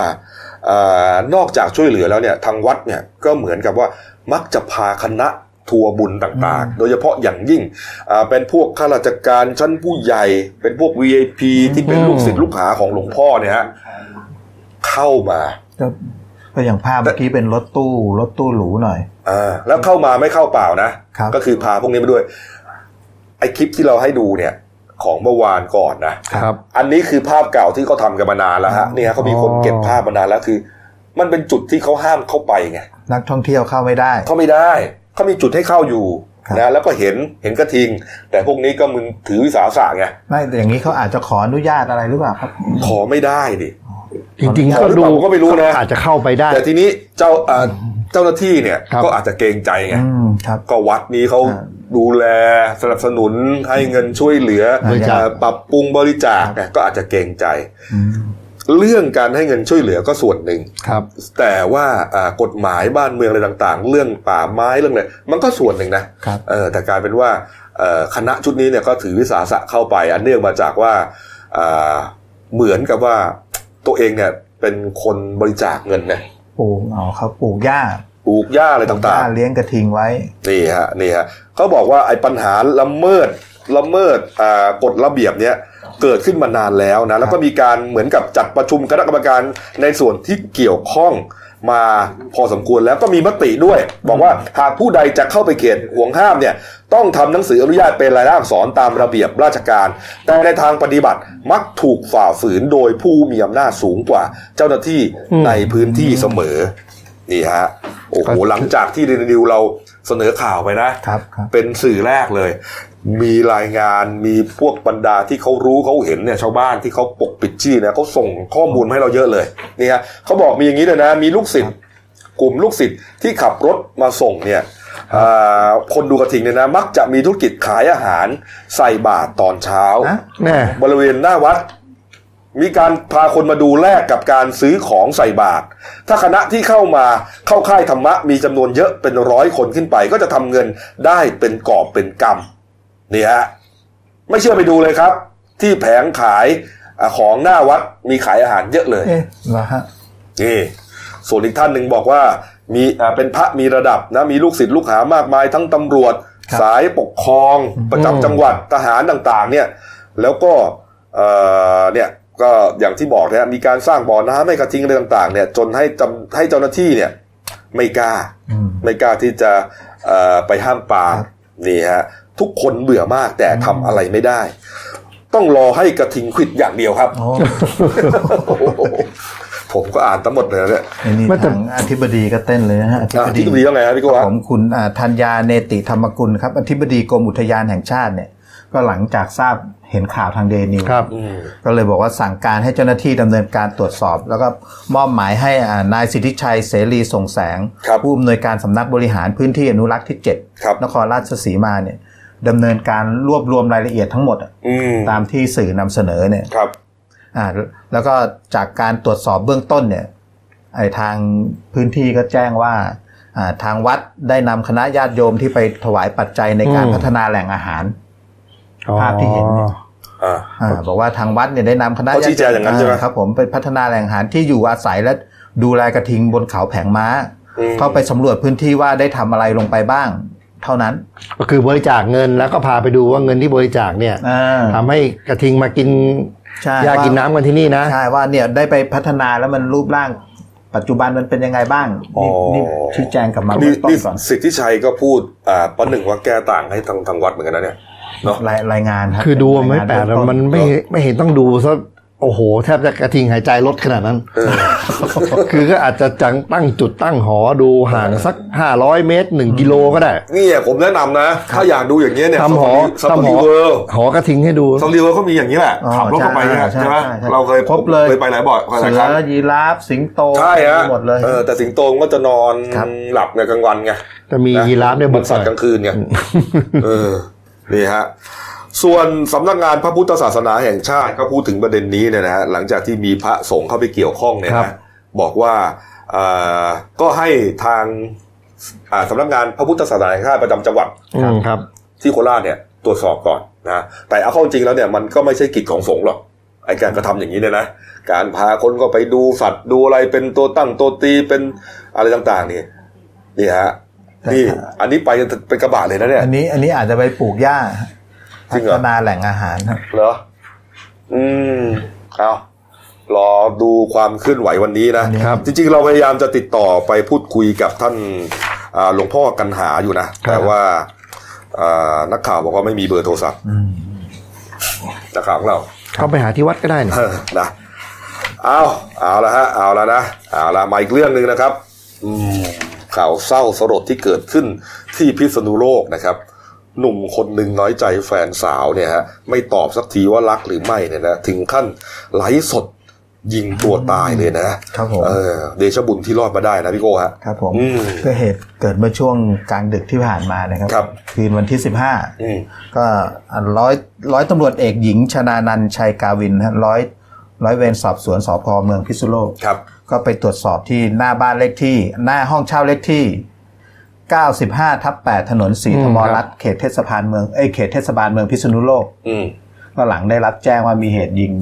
[SPEAKER 1] เออนอกจากช่วยเหลือแล้วเนี่ยทางวัดเนี่ยก็เหมือนกับว่ามักจะพาคณะทัวร์บุญต่างๆ โดยเฉพาะอย่างยิ่งอ่าเป็นพวกข้าราชการชั้นผู้ใหญ่ เป็นพวก VIP ที่เป็นลูกศิษย์ลูกหาของหลวงพ่อเนี่ยฮะเข้ามา
[SPEAKER 3] ก็ก็อย่างภาพเมื่อกี้เป็นรถตู้รถตู้หรูหน่อย
[SPEAKER 1] อ่าแล้วเข้ามาไม่เข้าเปล่านะ
[SPEAKER 3] ครับ
[SPEAKER 1] ก็คือพาพวกนี้มาด้วย ไอคลิปที่เราให้ดูเนี่ยของเมื่อวานก่อนนะ
[SPEAKER 2] ครับ
[SPEAKER 1] อันนี้คือภาพเก่าที่เขาทำกันมานานแล้วฮะนี่ฮะเขามีคนเก็บภาพมานานแล้วคือ มันเป็นจุดที่เขาห้ามเข้าไปไง
[SPEAKER 3] นักท่องเที่ยวเข้าไม่ได้
[SPEAKER 1] เขาไม่ได้เขามีจุดให้เข้าอยู่
[SPEAKER 3] ครับ
[SPEAKER 1] นะแล้วก็เห็นเห็นกระทิง แต่พวกนี้ก็มึงถือวิสาสะไง
[SPEAKER 3] ไม่แต่อย่างนี้เขาอาจจะขออนุญาตอะไรหรือเปล่าครับ
[SPEAKER 1] ขอไม่ได้ดิ
[SPEAKER 2] จริงๆก็ดู
[SPEAKER 1] ผมก็ไม่รู้นะ
[SPEAKER 2] อาจจะเข้าไปได้
[SPEAKER 1] แต่ทีนี้เจ้าอ่าเจ้าหน้าที่เนี่ย
[SPEAKER 2] ครับ
[SPEAKER 1] ก็อาจจะเกรงใจไง
[SPEAKER 3] อืมครับ
[SPEAKER 1] ก็วัดนี้เขา
[SPEAKER 3] อ่า
[SPEAKER 1] ดูแลสนับสนุนให้เงินช่วยเหลือบ
[SPEAKER 2] ริจาค
[SPEAKER 1] อ่าปรับปรุงบริจาคไงก็อาจจะเกรงใจ
[SPEAKER 3] อืม
[SPEAKER 1] เรื่องการให้เงินช่วยเหลือก็ส่วนหนึ่ง
[SPEAKER 2] ครับ
[SPEAKER 1] แต่ว่าอ่ากฎหมายบ้านเมืองอะไรต่าง ๆ เรื่องป่าไม้เรื่องอะไรมันก็ส่วนหนึ่งนะครับ เออแต่กลายเป็นว่าเอ่อคณะชุดนี้เนี่ยก็ถือวิสาสะเข้าไป อันเนื่องมาจากว่าอ่าเหมือนกับว่าตัวเองเนี่ยเป็นคนบริจาคเงินนะ
[SPEAKER 3] ปลูกอ๋อเขาปลูกหญ้า
[SPEAKER 1] ปลูกหญ้าอะไร
[SPEAKER 3] ห
[SPEAKER 1] ต่า
[SPEAKER 3] ญ้าง เลี้ยงกระทิงไว้
[SPEAKER 1] ๆนี่ฮะนี่ฮะเขาบอกว่าไอ้ปัญหาละเมิดละเมิดอ่ากฎระเบียบเนี่ยเกิดขึ้นมานานแล้วนะแล้วก็มีการเหมือนกับจัดประชุมคณะกรรมการในส่วนที่เกี่ยวข้องมาพอสมควรแล้วก็มีมติด้วย บอกว่าหากผู้ใดจะเข้าไปเขตห่วงห้ามเนี่ยต้องทำหนังสืออนุญาตเป็นรายลักษณ์อักษรตามระเบียบราชการ แต่ในทางปฏิบัติมักถูกฝ่าฝืนโดยผู้มีอำนาจสูงกว่าเจ้าหน้าที่ในพื้นที่เสมอนี่ฮะโอ้โหหลังจากที่เรนนิวเราเสนอข่าวไปนะ
[SPEAKER 3] ครับครับ
[SPEAKER 1] เป็นสื่อแรกเลย มีรายงานมีพวกบรรดาที่เขารู้เขาเห็นเนี่ยชาวบ้านที่เขาปกปิดชื่อเนี่ยเขาส่งข้อมูลมาให้เราเยอะเลยนี่ฮะเขาบอกมีอย่างนี้เลยนะ มีลูกศิษย์กลุ่มลูกศิษย์ที่ขับรถมาส่งเนี่ยอ่าคนดูกระทิงเนี่ยนะ มักจะมีธุรกิจขายอาหารใส่บาตรตอนเช้า
[SPEAKER 3] ฮะ
[SPEAKER 2] แน่
[SPEAKER 1] บริเวณหน้าวัด มีการพาคนมาดูแลกกับการซื้อของใส่บาตรถ้าคณะที่เข้ามาเข้าค่ายธรรมะมีจำนวนเยอะเป็นร้อยคนขึ้นไป ก็จะทำเงินได้เป็นกอบเป็นกำนี่ฮะไม่เชื่อไปดูเลยครับ ที่แผงขายอ่ะของหน้าวัดมีขายอาหารเยอะเลย
[SPEAKER 3] เอ๊ะเหรอฮะ
[SPEAKER 1] นี่ส่วนอีกท่านหนึ่งบอกว่ามีอ่าเป็นพระมีระดับนะมีลูกศิษย์ลูกหามากมายทั้งตำรวจ
[SPEAKER 3] ครับ
[SPEAKER 1] สายปกครองประจำจังหวัดทหารต่างๆเนี่ยแล้วก็เอ่อเนี่ยก็อย่างที่บอกนะฮะมีการสร้างบ่อน้ำให้กระทิงอะไรต่างๆเนี่ยจนให้จำให้เจ้าหน้าที่เนี่ยไม่กล้า
[SPEAKER 3] อืม
[SPEAKER 1] ไม่กล้าที่จะเอ่อไปห้ามปราม
[SPEAKER 3] ครับ
[SPEAKER 1] นี่ฮะทุกคนเบื่อมากแต่ทำอะไรไม่ได้ ต้องรอให้กระทิงควิดอย่างเดียวครับ
[SPEAKER 3] โอ้
[SPEAKER 1] ผมก็อ่านทั้งหมดเลยนะเนี่ย
[SPEAKER 3] ไอ้นี่ทางอธิบดีก็เต้นเลยนะฮะอธิ
[SPEAKER 1] อ่ะ
[SPEAKER 3] บ
[SPEAKER 1] อ
[SPEAKER 3] ดี
[SPEAKER 1] ธิบดีว่าไงครับพี่โก้
[SPEAKER 3] ค
[SPEAKER 1] ค
[SPEAKER 3] รั
[SPEAKER 1] รั
[SPEAKER 3] บบ ผมคุณอ่าธัญญาเนติธรรมกุลครับอธิบดีกรมอุทยานแห่งชาติเนี่ย ก็หลังจากทราบเห็นข่าวทางเดนิว
[SPEAKER 2] ครับ
[SPEAKER 3] ก็เลยบอกว่าสั่งการให้เจ้าหน้าที่ดำเนินการตรวจสอบ แล้วก็มอบหมายให้อ่านายสิทธิชัยเสรีส่งแสง
[SPEAKER 1] ครับ
[SPEAKER 3] ผู้อำนวยการสำนักบริหารพื้นที่อนุรักษ์ที่
[SPEAKER 1] ครับ
[SPEAKER 3] 7 นครราชสีมาเนี่ยดำเนินการรวบรวมรายละเอียดทั้งหมดอะ
[SPEAKER 1] อืม
[SPEAKER 3] ตามที่สื่อนำเสนอเนี่ย
[SPEAKER 1] ครับ
[SPEAKER 3] อ่าแล้วก็จากการตรวจสอบเบื้องต้นเนี่ยไอ้ทางพื้นที่ก็แจ้งว่าอ่าทางวัดได้นำคณะญาติโยมที่ไปถวายปัจจัยในการ
[SPEAKER 2] อืม
[SPEAKER 3] พัฒนาแหล่งอาหาร ภาพที่เห็นเนี่ย
[SPEAKER 1] อ่า
[SPEAKER 3] อ่าบอกว่าทางวัดเนี่ยได้นำคณะ
[SPEAKER 1] เขาชี้แจงอย่างนั้นใช่ไหม
[SPEAKER 3] ครับผมไปพัฒนาแหล่งอาหารที่อยู่อาศัยและดูแลกระทิงบนเขาแผงม้า
[SPEAKER 1] อืม
[SPEAKER 3] เข้าไปสำรวจพื้นที่ว่าได้ทำอะไรลงไปบ้าง เท่านั้น
[SPEAKER 2] ก็คือบริจาคเงินแล้วก็พาไปดูว่าเงินที่บริจาคเนี่ย
[SPEAKER 3] อ่า
[SPEAKER 2] ทำให้กระทิงมากิน
[SPEAKER 3] ใช่
[SPEAKER 2] หญ้า
[SPEAKER 3] ว่
[SPEAKER 2] กินน้ำกันที่นี่นะ
[SPEAKER 3] ใช่ว่าเนี่ยได้ไปพัฒนาแล้วมันรูปร่าง ปัจจุบันมันเป็นยังไงบ้างนี่
[SPEAKER 1] อ๋อ
[SPEAKER 3] นี่ชี้แจงกลับมา
[SPEAKER 1] นี่
[SPEAKER 3] เบื้องต้
[SPEAKER 1] นี่
[SPEAKER 3] นก่อน
[SPEAKER 1] สิทธิชัยก็พูดอ่าประหนึ่งว่าแกต่างให้ทางทางวัดเหมือนกันนะเนี่ยเนาะ
[SPEAKER 3] รายรายงานครับ
[SPEAKER 2] คือดูมันไม่
[SPEAKER 3] รายงา
[SPEAKER 2] แปลก
[SPEAKER 3] เบื้องต้
[SPEAKER 2] มันไม่ไม่เห็นต้องดูซะโอ้โห แทบจะกระทิงหายใจลดขนาดนั้น
[SPEAKER 1] เออ
[SPEAKER 2] คือก็อาจจะจังตั้งจุดตั้งหอดูห่างสัก 500 เมตร 1 กิโลก็ได้
[SPEAKER 1] นี่อ่ะผมแนะนำนะ ถ้าอยากดูอย่างเงี้ยเนี่ย
[SPEAKER 2] ทำหอ
[SPEAKER 1] ซัม
[SPEAKER 2] ทำห
[SPEAKER 1] รี
[SPEAKER 2] อ
[SPEAKER 1] เวิร์
[SPEAKER 2] หอกระทิงให้ดู
[SPEAKER 1] ซัมรีเวิร์เขามีอย่างนี้แหละ
[SPEAKER 3] อ๋อ
[SPEAKER 1] ขับรถเข้าไปเนี่ยใช่ไหมเราเคย
[SPEAKER 3] ครบเลย
[SPEAKER 1] เคยไปหลายบ่อยหลาย
[SPEAKER 3] เสื
[SPEAKER 1] ค
[SPEAKER 3] อ
[SPEAKER 1] รั้ง
[SPEAKER 3] ยีราฟสิงโต
[SPEAKER 1] ใช่ฮะ
[SPEAKER 3] หมดเลย
[SPEAKER 1] เออแต่สิงโตมันก็จะนอน
[SPEAKER 3] ครับ
[SPEAKER 1] หลับในกลางวันไง
[SPEAKER 2] จะมี
[SPEAKER 1] ะ
[SPEAKER 2] ยีราฟเนี่ยบุ
[SPEAKER 1] มั
[SPEAKER 2] ก
[SPEAKER 1] นสัตว์กลางคืนไงเออนี่ฮะ ส่วนสำนักงานพระพุทธศาสนาแห่งชาติก็พูดถึงประเด็นนี้เนี่ยนะฮะหลังจากที่มีพระสงฆ์เข้าไปเกี่ยวข้องเนี่ย
[SPEAKER 2] ครับ
[SPEAKER 1] นะบอกว่าเอ่อก็ให้ทางอ่าสำนักงานพระพุทธศาสนาแห่งชาติประจำจังหวัด
[SPEAKER 2] อืมครับ
[SPEAKER 1] ที่โคราชเนี่ยตรวจสอบก่อนนะแต่เอาเข้าจริงแล้วเนี่ยมันก็ไม่ใช่กิจของสงฆ์หรอกไอการกระทำอย่างนี้เนี่ยนะการพาคนก็ไปดูสัตว์ดูอะไรเป็นตัวตั้งตัวตีเป็นอะไรต่างๆนี่นี่ฮะนี่อันนี้ไปเป็นกระบะเลยนะเนี่ย
[SPEAKER 3] อันนี้อันนี้อาจจะไปปลูกหญ้า
[SPEAKER 1] จริ
[SPEAKER 3] พั
[SPEAKER 1] งเหรอ
[SPEAKER 3] ฒนาแหล่งอาหารครับ
[SPEAKER 1] เหรอ อืม เอารอดูความเคลื่อนไหววันนี้นะ
[SPEAKER 2] ครับ
[SPEAKER 1] จริงๆ เราพยายามจะติดต่อไปพูดคุยกับท่านอ่าหลวงพ่อกันหาอยู่นะ
[SPEAKER 2] ครับ
[SPEAKER 1] แต่ว่าอ่านักข่าวบอกว่าไม่มีเบอร์โทรศัพท์นักข่าวของเรา
[SPEAKER 2] เข้าไปหาที่วัดก็ได้นี่
[SPEAKER 1] เออ นะเอาเอาละฮะ เอาละนะ เอาละมาอีกเรื่องหนึ่งนะครับอืมข่าวเศร้าสลดที่เกิดขึ้นที่พิษณุโลกนะครับ หนุ่มคนหนึ่งน้อยใจแฟนสาวเนี่ยฮะ ไม่ตอบสักทีว่ารักหรือไม่เนี่ยนะ ถึงขั้นไหลฟ์สดยิงตัวตายเลยนะครับ
[SPEAKER 3] ผม
[SPEAKER 1] เออ เดชะบุญที่รอดมาได้นะพี่โก้ฮะ
[SPEAKER 3] ครับผม
[SPEAKER 1] อืม
[SPEAKER 3] ก็เหตุเกิดเมื่อช่วงกลางดึกที่ผ่านมานะครับ
[SPEAKER 1] ครับ
[SPEAKER 3] คืนวันที่
[SPEAKER 1] อืม
[SPEAKER 3] 15 ก็ร้อยร้อยตำรวจเอกหญิงชนานันท์ชัยกาวินฮะร้อยร้อยเวรสอบสวนสพเมืองพิษณุโลก
[SPEAKER 1] ครับ
[SPEAKER 3] ก็ไปตรวจสอบที่หน้าบ้านเลขที่ หน้าห้องเช่าเลขที่ 95 ทับ 8 ถนนสีธมรัตน์เขตเทศบาลเมืองเอ้ยเขตเทศบาลเมืองพิษณุโลก
[SPEAKER 1] อืม
[SPEAKER 3] ก็หลังได้รับแจ้งว่ามีเหตุยิง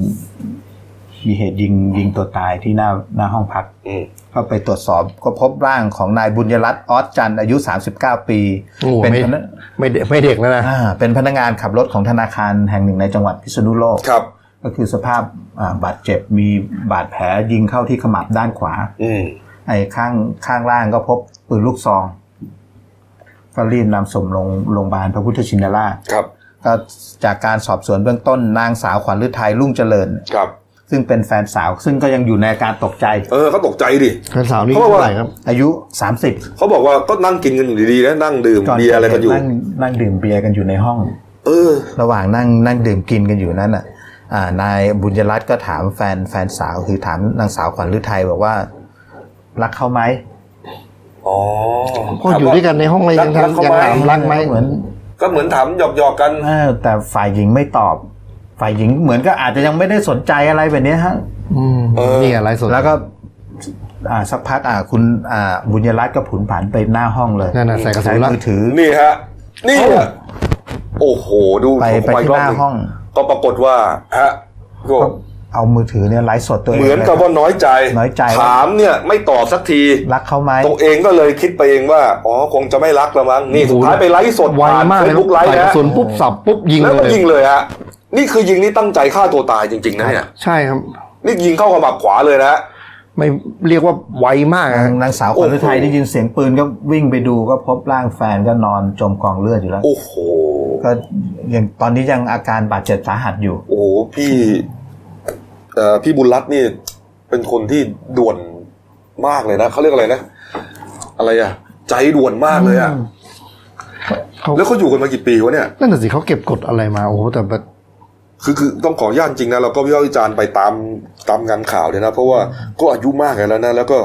[SPEAKER 3] มีเหตุยิงยิงตัวตายที่หน้าหน้าห้องพัก
[SPEAKER 1] อืม
[SPEAKER 3] ก็ไปตรวจสอบก็พบร่างของนายบุญยรัตน์ออสจันทร์อายุ 39 ปี
[SPEAKER 2] โอ้
[SPEAKER 3] เป็น
[SPEAKER 2] ไม่
[SPEAKER 3] พนัก
[SPEAKER 2] ไม่เด็กไม่เด็กแล้วนะ
[SPEAKER 3] อ่าเป็นพนักงานขับรถของธนาคารแห่งหนึ่งในจังหวัดพิษณุโลก
[SPEAKER 1] ครับ
[SPEAKER 3] ก็คือสภาพอ่าบาดเจ็บมีบาดแผลยิงเข้าที่ขมับด้านขวา
[SPEAKER 1] อืม
[SPEAKER 3] ไอ้ข้างข้างล่างก็พบปืนลูกซองก็รีบนำส่งโรงโรงพยาบาลพระพุทธชินราช
[SPEAKER 1] ครับ
[SPEAKER 3] ก็จากการสอบสวนเบื้องต้นนางสาวขวัญฤทัยรุ่งเจริญ
[SPEAKER 1] ครับ
[SPEAKER 3] ซึ่งเป็นแฟนสาว ซึ่งก็ยังอยู่ในอาการตกใจ
[SPEAKER 1] เออเขาตกใจดิ
[SPEAKER 2] แฟนสาวนี่
[SPEAKER 1] เขาบอกว่า
[SPEAKER 2] เท่าไหร่ครับ
[SPEAKER 3] อายุ 30
[SPEAKER 1] เขาบอกว่าก็นั่งกินกันอยู่ดีๆนะนั่งดื่มเบียร์อะไรกันอยู่
[SPEAKER 3] งนั่งดื่มเบียร์กันอยู่ในห้อง
[SPEAKER 1] เออ
[SPEAKER 3] ระหว่างนั่งนั่งดื่มกินกันอยู่นั้นน่ะอ่านายบุญยรัตน์ก็ถามแฟนแฟนสาวคือถามนางสาวขวัญฤทัยบอกว่า รักเขาไหม
[SPEAKER 1] อ๋อ
[SPEAKER 2] ก็อยู่ด้วยกันในห้องอะไร
[SPEAKER 1] รั
[SPEAKER 2] ยั
[SPEAKER 1] ก
[SPEAKER 2] ง
[SPEAKER 1] รักเขาไหม
[SPEAKER 2] ทำยังถามรักไหม
[SPEAKER 3] เหมือน
[SPEAKER 1] ก็เหมือนถามหยอกๆกัน
[SPEAKER 3] เออแต่ฝ่ายหญิงไม่ตอบ ฝ่ายหญิงเหมือนก็อาจจะยังไม่ได้สนใจอะไรแบบเนี้ยฮะ
[SPEAKER 2] อืม
[SPEAKER 1] เออ
[SPEAKER 2] นี่อะไรสด
[SPEAKER 3] แล้วก็อ่าสักพักอ่าคุณอ่าบุญยรัตน์ก็ผุนผันไปหน้าห้องเลย
[SPEAKER 2] นั่นน่ะใส่กระสุ
[SPEAKER 3] ใช้
[SPEAKER 2] นละ
[SPEAKER 3] มือถือ
[SPEAKER 1] นี่ฮะ นี่ฮะโอ้โห ดู
[SPEAKER 3] ไปไปที่
[SPEAKER 1] ร
[SPEAKER 3] หน้า
[SPEAKER 1] บนึ่
[SPEAKER 3] ห้อง
[SPEAKER 1] ก็ปรากฏว่า ฮะก็
[SPEAKER 3] ก็เอามือถือเนี่ยไลฟ์สดตัวเอง
[SPEAKER 1] เหมือนกับ
[SPEAKER 3] ลย
[SPEAKER 1] ว่าน้อยใจ
[SPEAKER 3] น้อยใจ
[SPEAKER 1] ถามเนี่ย ไม่ตอบสักที
[SPEAKER 3] รักเขาไหม
[SPEAKER 1] ตัวเองก็เลยคิดไปเองว่า อ๋อ คงจะไม่รักละมั้ง นี่สุดท้ายไปไลฟ์สด
[SPEAKER 2] ไวมาก
[SPEAKER 1] เฟ
[SPEAKER 2] เล
[SPEAKER 1] ซ
[SPEAKER 2] ย
[SPEAKER 1] บุ๊กไลฟ์
[SPEAKER 2] ใส่ก
[SPEAKER 1] นะ
[SPEAKER 2] ระสุนปุ๊บสับปุ๊บยิง
[SPEAKER 1] แล้ว
[SPEAKER 2] เล
[SPEAKER 1] ก็
[SPEAKER 2] ย
[SPEAKER 1] ยิงเลยฮะ นี่คือยิงนี่ตั้งใจฆ่าตัวตายจริง ๆ นะเนี่ย
[SPEAKER 2] ใช่ครับ
[SPEAKER 1] นี่ยิงเข้าขมับขวาเลยนะฮะ
[SPEAKER 2] ไม่เรียกว่าไวมากอะ
[SPEAKER 3] นางนางสาวขวัญฤทัย
[SPEAKER 1] โอ้โห
[SPEAKER 3] ได้ยินเสียงปืนก็วิ่งไปดูก็พบร่างแฟนก็นอนจมกองเลือดอยู่แล้ว
[SPEAKER 1] โอ้โห
[SPEAKER 3] ก็ยังตอนนี้ยังอาการบาดเจ็บสาหัสอยู่
[SPEAKER 1] โอ้โหพี่เอ่อพี่บุญรัตน์นี่ เป็นคนที่ด่วนมากเลยนะเขาเรียกอะไรนะ อะไรอะใจด่วนมากเลยอะ
[SPEAKER 2] เขา
[SPEAKER 1] แล้วเขาอยู่กันมากี่ปีวะเนี่ย
[SPEAKER 2] นั่นน่ะสิเขาเก็บกดอะไรมาโอ้โหแต่แบบ
[SPEAKER 1] คือคือต้องขออนุญาตจริงนะเราก็วิพากษ์วิจารณ์ไปตามตามงานข่าวเลยนะ เพราะว่าก็อายุมากแล้วนะแล้วก็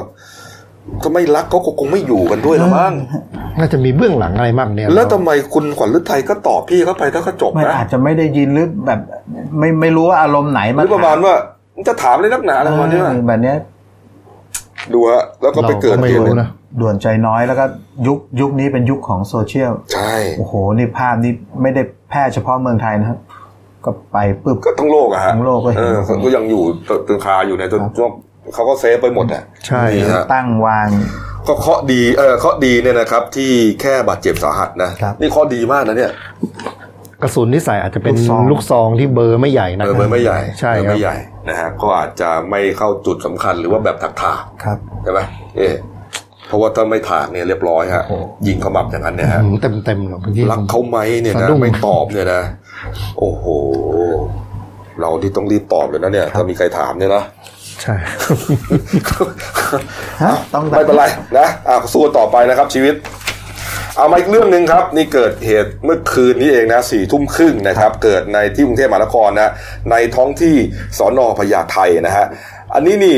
[SPEAKER 1] ก็ไม่รักก็คงไม่อยู่กันด้วยละมั้ง
[SPEAKER 2] น่าจะมีเบื้องหลังอะไรมากเนี่ย
[SPEAKER 1] แล้วทำไมคุณขวัญฤทัยก็ตอบพี่เข้าไปแล้วก็จบ
[SPEAKER 3] ไม่
[SPEAKER 1] นะ
[SPEAKER 3] อาจจะไม่ได้ยินหรือแบบ ไม่ไม่รู้ว่าอารมณ์ไหน
[SPEAKER 1] ห
[SPEAKER 3] มา
[SPEAKER 1] รือประมาณว่ามึงจะถามเลยนักหนาอะไรประมาณนี้
[SPEAKER 3] เอ
[SPEAKER 1] นะ
[SPEAKER 3] อแบบเนี้ย
[SPEAKER 1] ดูฮะแล้วก็
[SPEAKER 2] เรา
[SPEAKER 1] ไปเกิด
[SPEAKER 2] ก็ไม่
[SPEAKER 1] เหตุ
[SPEAKER 2] รู้นะ
[SPEAKER 3] ด่วนใจน้อยแล้วก็ยุคยุคนี้เป็นยุคของโซเชียล
[SPEAKER 1] ใช่
[SPEAKER 3] โอ้โห นี่ภาพนี้ไม่ได้แพร่เฉพาะเมืองไทยนะครับ ก็ไปปุ๊บ
[SPEAKER 1] ก็ทั้งโลกอะฮะ
[SPEAKER 3] ทั้งโลกก็เห็น
[SPEAKER 1] เออก็ยังอยู่ตึงคาอยู่ในยจนจนเขาก็เซฟไปหมดอะ
[SPEAKER 2] ใช่
[SPEAKER 1] นี่ฮะ
[SPEAKER 3] ตั้งวาง
[SPEAKER 1] ก็เคราะห์ดีเออเคราะห์ดีเนี่ยนะครับ ที่แค่บาดเจ็บสาหัสนะครับ นี่เคราะห์ดีมากนะเนี่ย
[SPEAKER 2] กระสุนที่ใส่อาจจะเป็น
[SPEAKER 3] ลูกซอง
[SPEAKER 2] ลูกซองที่เบอร์ไม่ใหญ่นะ
[SPEAKER 1] เออเบอร์ไม่ใหญ่
[SPEAKER 2] ใช่
[SPEAKER 1] เบอร์
[SPEAKER 2] ครับ
[SPEAKER 1] ไม่ใหญ่นะฮะก็อาจจะไม่เข้าจุดสำคัญหรือว่าแบบถักถาง
[SPEAKER 3] ครับ
[SPEAKER 1] ใช่ไหมเออเพราะว่าถ้าไม่ถากเนี่ยเรียบร้อยฮะยิงขมับอย่างนั้นเนี่ยฮะ
[SPEAKER 2] เต็มเต็มๆหรอกเมื่อกี้
[SPEAKER 1] รักเขาไหมเนี่ย
[SPEAKER 2] สะ
[SPEAKER 1] นะ
[SPEAKER 2] ดุ้ง
[SPEAKER 1] ไม่ตอบเนี่ยนะโอ้โห เราที่ต้องรีบตอบเลยนะเนี่ยถ้ามีใครถามเนี่ยนะ
[SPEAKER 2] ใช่
[SPEAKER 3] ฮะต้องแบบ
[SPEAKER 1] ไม่เป็นไรนะอ่ะสู้กันต่อไปนะครับชีวิต เอามาอีกเรื่องหนึ่งครับ นี่เกิดเหตุเมื่อคืนนี้เองนะสี่ทุ่มครึ่งนะครับ เกิดในที่กรุงเทพมหานครนะในท้องที่สอนอพญาไทนะฮะอันนี้นี่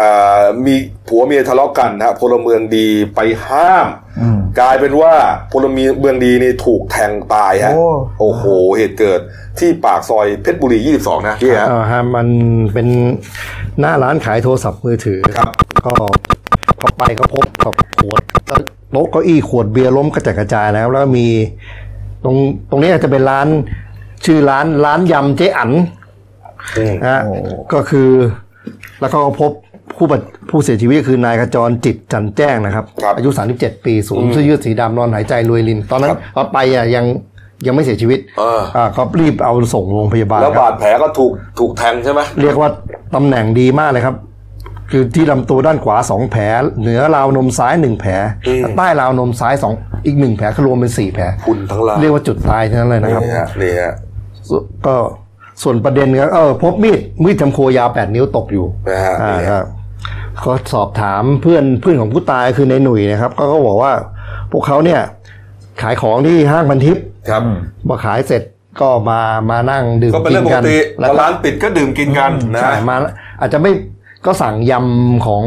[SPEAKER 1] อ่ามีผัวเมียทะเลาะกันนะฮะพลเมืองดีไปห้าม
[SPEAKER 3] อืม
[SPEAKER 1] กลายเป็นว่าพลเมืองดีนี่ถูกแทงตายฮะ
[SPEAKER 3] โอ้
[SPEAKER 1] โอ้โหเหตุเกิดที่ปากซอยเพชรบุรี 22 นะพี่ฮะ
[SPEAKER 2] อ่าฮะมันเป็นหน้าร้านขายโทรศัพท์มือถือ
[SPEAKER 1] ครับ
[SPEAKER 2] ก็พอไปก็พบกับขวดโต๊ะเก้าอี้ขวดเบียร์ล้มกระจัดกระจายแล้ว แล้วมีตรงตรงนี้อาจจะเป็นร้านชื่อร้านร้านยำเจ๊อั๋นนะฮะก็คือแล้วก็พบผู้บาดผู้เสียชีวิตคือนายขจรจิตจันแจ้งนะครับ
[SPEAKER 1] ครับ
[SPEAKER 2] อายุ 37 ปีสวมเสื้อยืดสีดำนอนหายใจรวยริน ตอนนั้น
[SPEAKER 1] ครับ
[SPEAKER 2] ตอนไปอ่ะยังยังไม่เสียชีวิต
[SPEAKER 1] เอออ่
[SPEAKER 2] าก็รีบเอาส่งโรงพยาบาล
[SPEAKER 1] แล้ว
[SPEAKER 2] ครับ
[SPEAKER 1] บาดแผลก็ถูกถูกแทงใช่ไหม
[SPEAKER 2] เรียกว่าตำแหน่งดีมากเลยครับ คือที่ลำตัวด้านขวาสองแผล เหนือราวนมซ้ายหนึ่งแผล
[SPEAKER 1] อืม
[SPEAKER 2] ใต้ราวนมซ้ายสองอีกหนึ่งแผลคือรวมเป็นสี่แผล
[SPEAKER 1] คุณทั้งหลาย
[SPEAKER 2] เรียกว่าจุดตายทั้งนั้นเลยนะครับ
[SPEAKER 1] นี่ฮะนี่ฮะ
[SPEAKER 2] ก็ส่วนประเด็นก็เออพบมีดมีดทำครัวยาวแปดนิ้วตกอยู่
[SPEAKER 1] นะฮะ
[SPEAKER 2] อ่า
[SPEAKER 1] นี่
[SPEAKER 2] ค
[SPEAKER 1] ฮะ
[SPEAKER 2] รับก็สอบถามเพื่อนเพื่อนของผู้ตายคือในหนุ่ยนะครับ ก็ก็บอกว่า พวกเขาเนี่ยขายของที่ห้างพันทิพย์
[SPEAKER 1] ครับ
[SPEAKER 2] มาขายเสร็จก็มามานั่งดื่ม
[SPEAKER 1] ก็เป็นเรื่องป
[SPEAKER 2] กิ
[SPEAKER 1] ก
[SPEAKER 2] น
[SPEAKER 1] ติ
[SPEAKER 2] แล้
[SPEAKER 1] แล้ว ว
[SPEAKER 2] ก็
[SPEAKER 1] ร้านปิดก็ดื่มกินกันนะ
[SPEAKER 2] ใช่มาอาจจะไม่ก็สั่งยำของ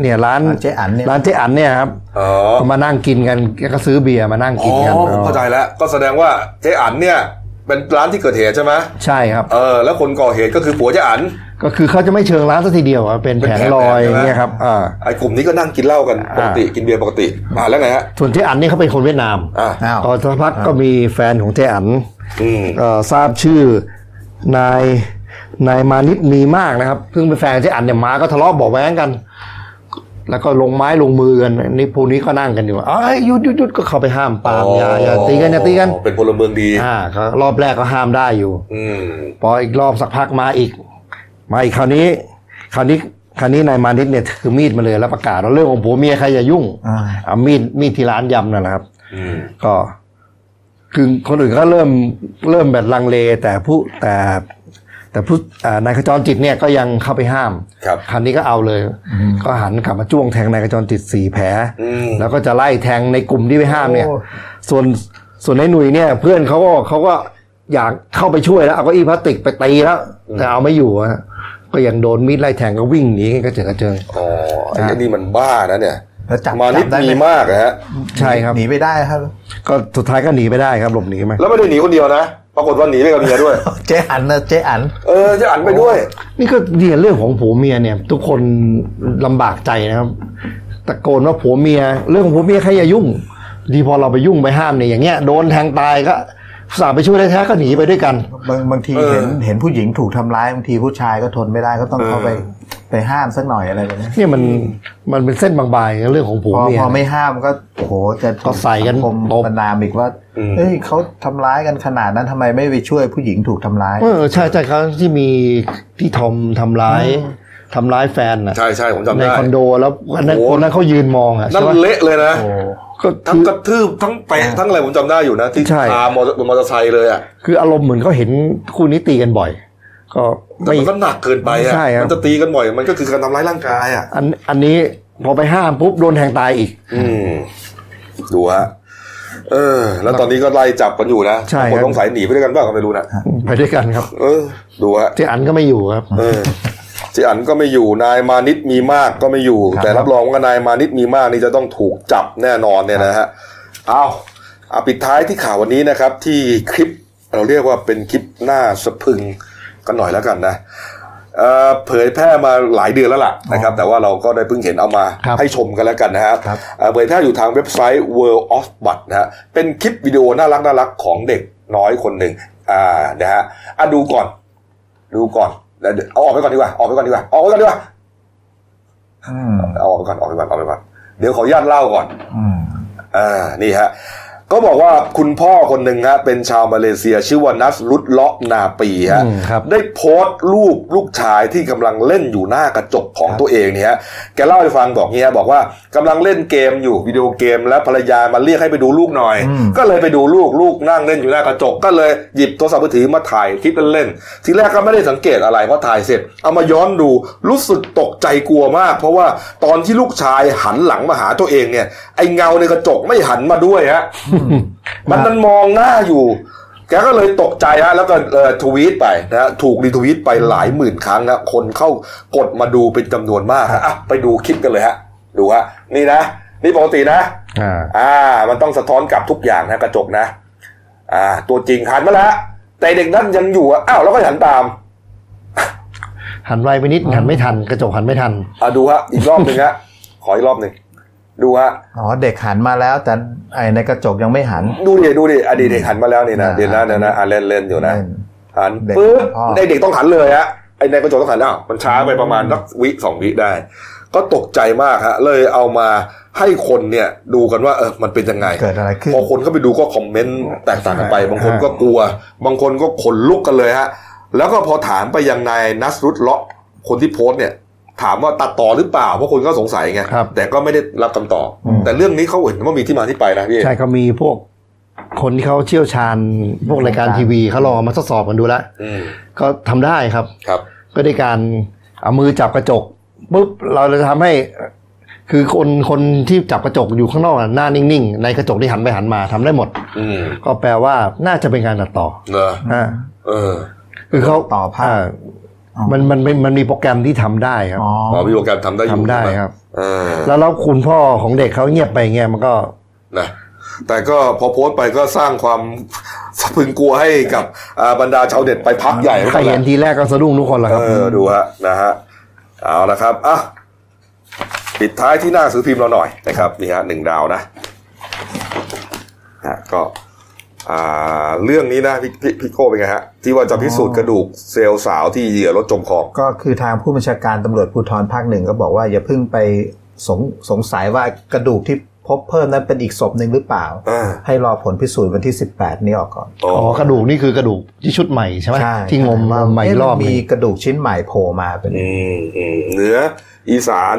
[SPEAKER 2] เนี่ยร้าน
[SPEAKER 3] ร้านเจ๊อั๋นเนี่ย
[SPEAKER 2] ร้านเจ๊อันเนี่ยครับ
[SPEAKER 1] อ๋อ
[SPEAKER 2] ก็มานั่งกินกันแล้วก็ซื้อเบียร์มานั่ง
[SPEAKER 1] อ๋
[SPEAKER 2] กินกัน
[SPEAKER 1] อผมเข้าใจแล้ว ก็แสดงว่าเจ๊อันเนี่ย เป็นร้านที่เกิดเหตุใช่ไหม
[SPEAKER 2] ใช่ครับ
[SPEAKER 1] เออ แล้วคนก่อเหตุก็คือผัวเจ๊อัน
[SPEAKER 2] ก็คือเขาจะไม่เชิงร้านซะทีเดียวอะเป็น
[SPEAKER 1] เป็น
[SPEAKER 2] แผง
[SPEAKER 1] แผง
[SPEAKER 2] ลอย
[SPEAKER 1] แผงใช่ไหม
[SPEAKER 2] เงี้ยครับอ่า
[SPEAKER 1] ไอ้กลุ่มนี้ก็นั่งกินเหล้ากันปก
[SPEAKER 2] อ่า
[SPEAKER 1] ติกินเบียร์ปกติอ่าแล้วไงฮะ
[SPEAKER 2] ส่วนเจ๊อันเนี่ยเขาเป็นคนเวียดนาม
[SPEAKER 1] อ่า
[SPEAKER 3] อ้าว
[SPEAKER 2] ตอนสักพักก็มีแฟนของเจ๊อัน
[SPEAKER 1] อืม
[SPEAKER 2] เอ่อทราบชื่อนายนายมานิดมีมากนะครับซึ่งเป็นแฟนเจ๊อันเนี่ยมาก็ทะเลาะเบอกแว้งกัน แล้วก็ลงไม้ลงมือกันนี่พวกนี้ก็นั่งกันอยู่เอ้ยหยุดหยุดหยุดก็เข้าไปห้ามปรามอย่าอย่าตีกันอย่าตีกัน
[SPEAKER 1] เป็นพลเมืองดี
[SPEAKER 2] อ่าก็รอบแรกก็ห้ามได้อยู่
[SPEAKER 1] อืม
[SPEAKER 2] พออีกรอบสักพักมาอีก มาอีกคราวนี้ คราวนี้คราวนี้นายมานิดเนี่ยถือมีดมาเลยแล้วประกาศว่าเรื่องของผัวเมียใครอย่ายุ่ง
[SPEAKER 3] อ่า
[SPEAKER 2] เอามีดมีดที่ร้านยำนั่นแหละครับ
[SPEAKER 1] อืม
[SPEAKER 2] ก็คือคนอื่นก็เริ่มเริ่มแบบลังเลแต่ผู้แต่แต่ผู้อ่านายขจรจิตเนี่ยก็ยังเข้าไปห้าม
[SPEAKER 1] ครับ
[SPEAKER 2] คราวนี้ก็เอาเลย ก็หันกลับมาจ้วงแทงนายขจรจิตสี่แผล
[SPEAKER 1] อืม
[SPEAKER 2] แล้วก็จะไล่แทงในกลุ่มที่ไปห้ามเนี่ย
[SPEAKER 3] โอ้
[SPEAKER 2] ส่วนส่วนในายหนุ่ยเนี่ย เพื่อนเขาก็เขาก็อยากเข้าไปช่วยแล้วเอาเก็อีพลาสติกไปตีแล้ว แต่เอาไม่อยู่อะก็ยังโดนมีดไล่แทงก็วิ่งหนีกันกระเจิงกระเจิง
[SPEAKER 1] อ๋อไอ้นี่มันบ้านะเนี่ย
[SPEAKER 3] แล้วจับ
[SPEAKER 1] มานิด
[SPEAKER 3] จับได้ไหม
[SPEAKER 1] มีมากนะฮะ
[SPEAKER 2] ใช่ครับ
[SPEAKER 3] หนีไปได้ครับ
[SPEAKER 2] ก็สุดท้ายก็หนีไปได้ครับหลบหนีมา
[SPEAKER 1] แล้วไม่ได้หนีคนเดียวนะ ปรากฏว่าหนีไปกับเมียด้วย
[SPEAKER 3] เจ๊อันนะเจ๊อัน
[SPEAKER 1] เออเจ๊อันไปด้วย
[SPEAKER 2] นี่ก็เนี่ยเรื่องของผัวเมียเนี่ย ทุกคนลำบากใจนะครับตะโกนว่าผัวเมีย เรื่องของผัวเมียใครอย่ายุ่งดีพอเราไปยุ่งไปห้ามเนี่ยอย่างเงี้ยโดนแทงตายก็สาห์ไปช่วยได้แท้ก็หนีไปด้วยกัน
[SPEAKER 3] บางบางที
[SPEAKER 1] เออ
[SPEAKER 3] เห็นเห็นผู้หญิงถูกทำร้ายบางทีผู้ชายก็ทนไม่ได้ก็ต้องเข้าไปไปห้ามสักหน่อยอะไรแบบนี้
[SPEAKER 2] เนี่ยมันมันเป็นเส้นบางๆเรื่องของผัว
[SPEAKER 3] พอ
[SPEAKER 2] เมีย
[SPEAKER 3] พอไม่ห้ามก็โอ้โหจะ
[SPEAKER 2] ก็ใส่กัน
[SPEAKER 3] คม
[SPEAKER 2] ตบ
[SPEAKER 3] ประนามอีกว่าเอ้ยเขาทำร้ายกันขนาดนั้นทำไมไม่ไปช่วยผู้หญิงถูกทำร้าย
[SPEAKER 2] เออใช่ใช่ครับที่มีที่ทอมทำร้ายทำร้ายแฟนน่ะ
[SPEAKER 1] ใช่ใช่ผมจำ
[SPEAKER 2] ใน
[SPEAKER 1] ได้
[SPEAKER 2] คอนโดแล้วอันนั้น
[SPEAKER 1] โอ้โห
[SPEAKER 2] คนนั้นเขายืนมองอ่ะ
[SPEAKER 1] นั่น
[SPEAKER 2] ใช่ปะ
[SPEAKER 1] เละเลยนะ
[SPEAKER 2] ก็
[SPEAKER 1] ทั้ง
[SPEAKER 2] คือ
[SPEAKER 1] กระทืบทั้งเตะทั้งอะไรผมจำได้อยู่นะ ที่
[SPEAKER 2] ใช่
[SPEAKER 1] พามอเตอร์บนมอเตอร์ไซค์เลยอ่ะ
[SPEAKER 2] คืออารมณ์เหมือนเขาเห็นคู่นี้ตีกันบ่อย ก็
[SPEAKER 1] แต่
[SPEAKER 2] ไม่
[SPEAKER 1] มันก็หนักเกินไปอ่ะ
[SPEAKER 2] ใช่ครับ
[SPEAKER 1] มันจะตีกันบ่อยมันก็คือการทำร้ายร่างกายอ่ะ
[SPEAKER 2] อันอันนี้พอไปห้ามปุ๊บโดนแทงตายอีก
[SPEAKER 1] อืมดูฮะเออ แล้วตอนนี้ก็ไล่จับกันอยู่นะ
[SPEAKER 2] ใช่ครับ
[SPEAKER 1] คนต้องสายหนีไปด้วยกันบ้างก็ไม่รู้นะ
[SPEAKER 2] ไปด้วยกันครับ
[SPEAKER 1] เออ ดูฮะ
[SPEAKER 2] เจ๊อันก็ไม่อยู่ครับ
[SPEAKER 1] เออเจีอันก็ไม่อยู่นายมานิดมีมากก็ไม่อยู่ แต่รับรองว่านายมานิดมีมากนี่จะต้องถูกจับแน่นอนเนี่ยนะฮะเอาเอาปิดท้ายที่ข่าววันนี้นะครับ ที่คลิปเราเรียกว่าเป็นคลิปหน้าสะพรึงกันหน่อยแล้วกันนะเอ่อเผยแพร่มาหลายเดือนแล้วล่ะนะครับ แต่ว่าเราก็ได้เพิ่งเห็นเอามา
[SPEAKER 2] ครับ
[SPEAKER 1] ให้ ให้ชมกันแล้วกันนะฮะ
[SPEAKER 3] ครับ
[SPEAKER 1] เอ่อเผยแพร่อยู่ทางเว็บไซต์ World of b u t นะฮะ เป็นคลิปวิดีโอน่ารักน่ารักของเด็กน้อยคนหนึ่งอ่านะฮะอ่ะดูก่อน ดูก่อนแล้วเดี๋ยวเอาออกไปก่อนดีกว่า ออกไปก่อนดีกว่า ออกไปก่อนดีกว่า
[SPEAKER 3] อืม
[SPEAKER 1] เอาออกไปก่อน ออกไปก่อน ออกไปก่อน เดี๋ยวขออนุญาตเล่าก่อน
[SPEAKER 3] อืม
[SPEAKER 1] อ่า นี่ฮะ ก็บอกว่าคุณพ่อคนหนึ่งฮะ เป็นชาวมาเลเซียชื่อว่านัสลุดเลาะนาปีฮะ
[SPEAKER 2] อืมครับ
[SPEAKER 1] ได้โพสต์รูปลูกชายที่กำลังเล่นอยู่หน้ากระจกของตัวเองเนี่ยฮะ แกเล่าให้ฟังบอกเนี่ยบอกว่ากำลังเล่นเกมอยู่วิดีโอเกม แล้วภรรยามาเรียกให้ไปดูลูกหน่อย
[SPEAKER 3] อืม
[SPEAKER 1] ก็เลยไปดูลูกลูกนั่งเล่นอยู่หน้ากระจก ก็เลยหยิบโทรศัพท์มือถือมาถ่ายคลิปเล่นๆทีแรกก็ไม่ได้สังเกตอะไรเพราะถ่ายเสร็จ เอามาย้อนดูรู้สึกตกใจกลัวมาก เพราะว่าตอนที่ลูกชายหันหลังมาหาตัวเองเนี่ยไอเงาในกระจกไม่หันมาด้วยฮะ มันมันมองหน้าอยู่ แกก็เลยตกใจฮะแล้วก็เอ่อทวีตไปนะฮะถูกรีทวีตไปหลายหมื่นครั้งนะคนเข้ากดมาดูเป็นจำนวนมากฮะอ่ะไปดูคลิปกันเลยฮะ ดูฮะนี่นะ นี่ปกตินะ
[SPEAKER 2] อ่า
[SPEAKER 1] อ่า มันต้องสะท้อนกลับทุกอย่างนะกระจกนะ อ่า ตัวจริงหันมาแล้วแต่เด็กนั่นยังอยู่อะอ้าวเราก็หันตาม
[SPEAKER 2] หันไวไปนิดหันไม่ทัน กระจกหันไม่ทัน
[SPEAKER 1] อ่ะดูฮะอีกรอบหนึ่งฮะ ขออีกรอบหนึ่งดูฮะ
[SPEAKER 3] อ๋อเด็กหันมาแล้วแต่ไอ้ในกระจกยังไม่หัน
[SPEAKER 1] ดูดิดูดิอดีตเด็กหันมาแล้วนี่นะ
[SPEAKER 3] อ่า
[SPEAKER 1] เดี๋ยวนะเดี๋ยวนะอ่ะเล่นเล่นอยู่นะ
[SPEAKER 3] เล่น
[SPEAKER 1] หัน
[SPEAKER 3] เด็ก
[SPEAKER 1] ปึ๊บ
[SPEAKER 3] พ่อ
[SPEAKER 1] ไอเด็กต้องหันเลยฮะไอในกระจกต้องหันอ้าวมันช้าไปประมาณสักวิสองวิได้ ก็ตกใจมากฮะ เลยเอามาให้คนเนี่ยดูกันว่าเออมันเป็นยังไง
[SPEAKER 3] เกิดอะไรขึ้น
[SPEAKER 1] พอคนเข้าไปดูก็คอมเมนต์แตกต่างกันไป บางคนก็กลัว บางคนก็ขนลุกกันเลยฮะ แล้วก็พอถามไปยังนายนัสรุตเลาะคนที่โพสต์เนี่ย ถามว่าตัดต่อหรือเปล่า เพราะคนก็สงสัยไง
[SPEAKER 2] ครับ
[SPEAKER 1] แต่ก็ไม่ได้รับคำตอบ แต่เรื่องนี้เขาเห็นว่ามีที่มาที่ไปนะพี่
[SPEAKER 2] ใช่เขามีพวกคนที่เขาเชี่ยวชาญพวกรายการทีวีเขาลองมาทดสอบกันดูแล้ว
[SPEAKER 1] อืม
[SPEAKER 2] ก็ทำได้ครับ
[SPEAKER 1] ครับ
[SPEAKER 2] ก็ด้วยการเอามือจับกระจกปุ๊บเราจะทำให้คือคนคนที่จับกระจกอยู่ข้างนอกน่ะหน้านิ่งๆ ในกระจกที่หันไปหันมาทำได้หมด
[SPEAKER 1] อืม
[SPEAKER 2] ก็แปลว่าน่าจะเป็นการตัดต่อ
[SPEAKER 1] เนอะ
[SPEAKER 2] อ่า
[SPEAKER 1] เออ
[SPEAKER 2] คือเขา
[SPEAKER 3] ต่อภาพ
[SPEAKER 2] ามันมันมันมันมีโปรแกรมที่ทำได้ครับ
[SPEAKER 3] อ๋อ
[SPEAKER 1] หมอพิโรกรรมทำได้อยู่
[SPEAKER 2] ทำได้
[SPEAKER 1] ใช่หม
[SPEAKER 2] ครับ
[SPEAKER 1] เออ
[SPEAKER 2] แล้วแล้วคุณพ่อของเด็กเขาเงียบไปเงี้ยมันก็
[SPEAKER 1] นะแต่ก็พอโพสต์ไปก็สร้างความ สะพรึงกลัวให้กับอ่าบรรดาชาวเด็ดไปพักใหญ่หมือ
[SPEAKER 2] ใคร
[SPEAKER 1] กัแหละ
[SPEAKER 2] เห็นทีแรกก็สะดุ้งทุกคนแหละครับ
[SPEAKER 1] เออดูฮะนะฮะเอาละครับอ่ะปิดท้ายที่หน้าซื้อพิมพ์เราหน่อยนะครับนี่ฮะหนึ่งดาวนะนะก็อ่าเรื่องนี้นะพี่พี่พี่โก้เป็นไงฮะ ที่ว่าจะพิสูจน์กระดูกเซลล์สาวที่เหยื่อรถจมคลอง
[SPEAKER 3] ก็คือทางผู้บัญชาการตำรวจภูธรภาคหนึ่งก็บอกว่าอย่าเพิ่งไปสงสงสัยว่ากระดูกที่พบเพิ่มนั้นเป็นอีกศพหนึ่งหรือเปล่า
[SPEAKER 1] อ่า
[SPEAKER 3] ให้รอผลพิสูจน์วันที่ 18 นี้ออกก่อน
[SPEAKER 2] อ๋อกระดูกนี่คือกระดูกที่ชุดใหม่ใช่ไหม
[SPEAKER 3] ใช่
[SPEAKER 2] ที่งมมาใหม่
[SPEAKER 3] เะ
[SPEAKER 2] รอบห
[SPEAKER 3] มี
[SPEAKER 2] นึ่ง
[SPEAKER 3] กระดูกชิ้นใหม่โผล่มาเป็น
[SPEAKER 1] อืมอืมเหนืออีสาน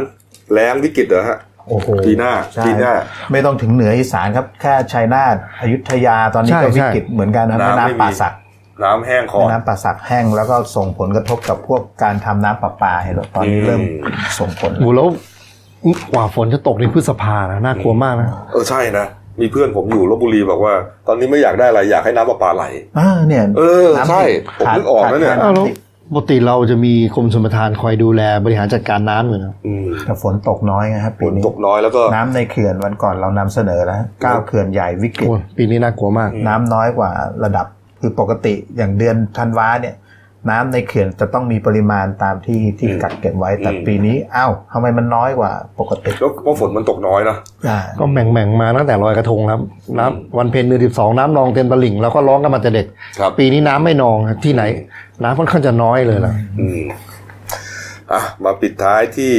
[SPEAKER 1] แรงวิกฤตเหรอฮะ
[SPEAKER 3] โอ้โห
[SPEAKER 1] ปีหน้า
[SPEAKER 3] ใช่
[SPEAKER 1] ปีหน้า
[SPEAKER 3] ไม่ต้องถึงเหนืออีสานครับ แค่ชัยนาทอยุธยาตอนนี้ก็วิกฤตเหมือนกันนะแม่
[SPEAKER 1] น้ำไม่มี
[SPEAKER 3] น้ำป่าสัก
[SPEAKER 1] น้ำแห้งคอ
[SPEAKER 3] แม่
[SPEAKER 1] ด
[SPEAKER 3] น้ำป่าสักแห้งแล้วก็ส่งผลกระทบกับพวกการทำน้ำประปาเห็นหรอตอนนี้เริ่ม
[SPEAKER 1] อืม
[SPEAKER 3] ส่งผล
[SPEAKER 2] โอ้โหแล้วกว่าฝนจะตกในพฤษภานะน่ากลัวมากนะ
[SPEAKER 1] เออใช่นะมีเพื่อนผมอยู่ลบบุรีบอกว่า ตอนนี้ไม่อยากได้อะไรอยากให้น้ำประปาไหล
[SPEAKER 3] อ่าเนี่ย
[SPEAKER 1] เออ
[SPEAKER 3] น้ำ
[SPEAKER 1] ใช่ผม
[SPEAKER 3] ขาด
[SPEAKER 1] นึกออกแล้วเนี่ย
[SPEAKER 3] ขาดแคล
[SPEAKER 2] อ้าวแล้วปกติเราจะมีกรมชลประทานคอยดูแลบริหารจัดการน้ำอยู่นะ
[SPEAKER 1] อืม
[SPEAKER 3] แต่ฝนตกน้อยไงครับ
[SPEAKER 1] ฝ
[SPEAKER 3] ปี
[SPEAKER 1] น
[SPEAKER 3] นี้
[SPEAKER 1] ตกน้อยแล้วก็
[SPEAKER 3] น้ำในเขื่อนวันก่อนเรานำเสนอแล้วเก้าเขื่อนใหญ่วิกฤต
[SPEAKER 2] โอ้ยปีนี้น่ากลัวมาก
[SPEAKER 3] น้ำน้อยกว่าระดับคือปกติอย่างเดือนธันวาเนี่ย น้ำในเขื่อนจะต้องมีปริมาณตามที่ที่กักเก็บไว้แต่
[SPEAKER 1] อืม
[SPEAKER 3] ปีนี้อ้าวทำไมมันน้อยกว่าปกติ
[SPEAKER 1] แล้วเพราะฝนมันตกน้อยนะ
[SPEAKER 3] อ่า
[SPEAKER 2] ก็แหม่งแม่งๆมาตั้งแต่ลอยกระทงครับน้ำวันเพ็ญเดือนสิบสองน้ำนองเต็มตลิ่งแล้วก็ร้องกันมาแต่เด็ก
[SPEAKER 1] ครับ
[SPEAKER 2] ปีนี้น้ำไม่นองครับที่ไหน น้ำค่อนข้างจะน้อยเลยล่ะ
[SPEAKER 1] อืมอ่ะมาปิดท้ายที่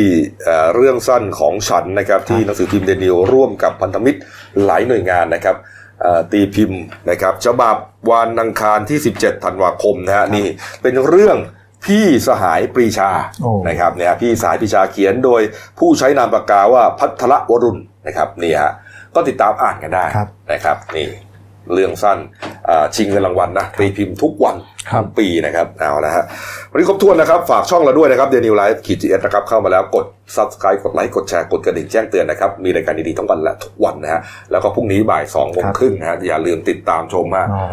[SPEAKER 1] เอ่อเรื่องสั้นของฉันนะครับ ที่หนังสือพิมพ์เดนิวร่วมกับพันธมิตรหลายหน่วยงานนะครับเอ่อตีพิมพ์นะครับฉบับวันอังคารที่ 17ธันวาคมนะฮะนี่เป็นเรื่องพี่สหายปรีชานะครับเนี่ยฮะพี่สหายปรีชาเขียนโดยผู้ใช้นามปากกาว่าพัทรวรุณนะครับนี่ฮะก็ติดตามอ่านกันได้นะครับ นี่เรื่องสั้นอ่าชิงเงินรางวัลนะตีพิมพ์ทุกวัน
[SPEAKER 2] ครับ
[SPEAKER 1] ปีนะครับเอาละฮะวันนี้ครบถ้วนนะครับ ฝากช่องเราด้วยนะครับเดนิวไลฟ์ขีดจีเอสนะครับเข้ามาแล้วกด subscribe กดไลค์กดแชร์กดกระดิ่งแจ้งเตือนนะครับ มีรายการดีๆทั้งวันและทุกวันนะฮะแล้วก็พรุ่งนี้บ่ายสองโมงครึ่งนะฮะอย่าลืมติดตามชมฮะ
[SPEAKER 3] อ๋อ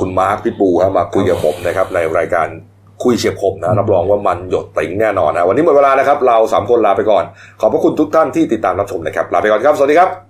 [SPEAKER 1] คุณมาร์คพี่ปูฮะมาคุยกับผมนะครับในรายการคุยเฉียบคมนะรับรองว่ามันหยดติ๋งแน่นอนนะวันนี้หมดเวลานะครับเราสามคนลาไปก่อน ขอบพระคุณทุกท่านที่ติดตามรับชมนะครับลาไปก่อนครับสวัสดีครับ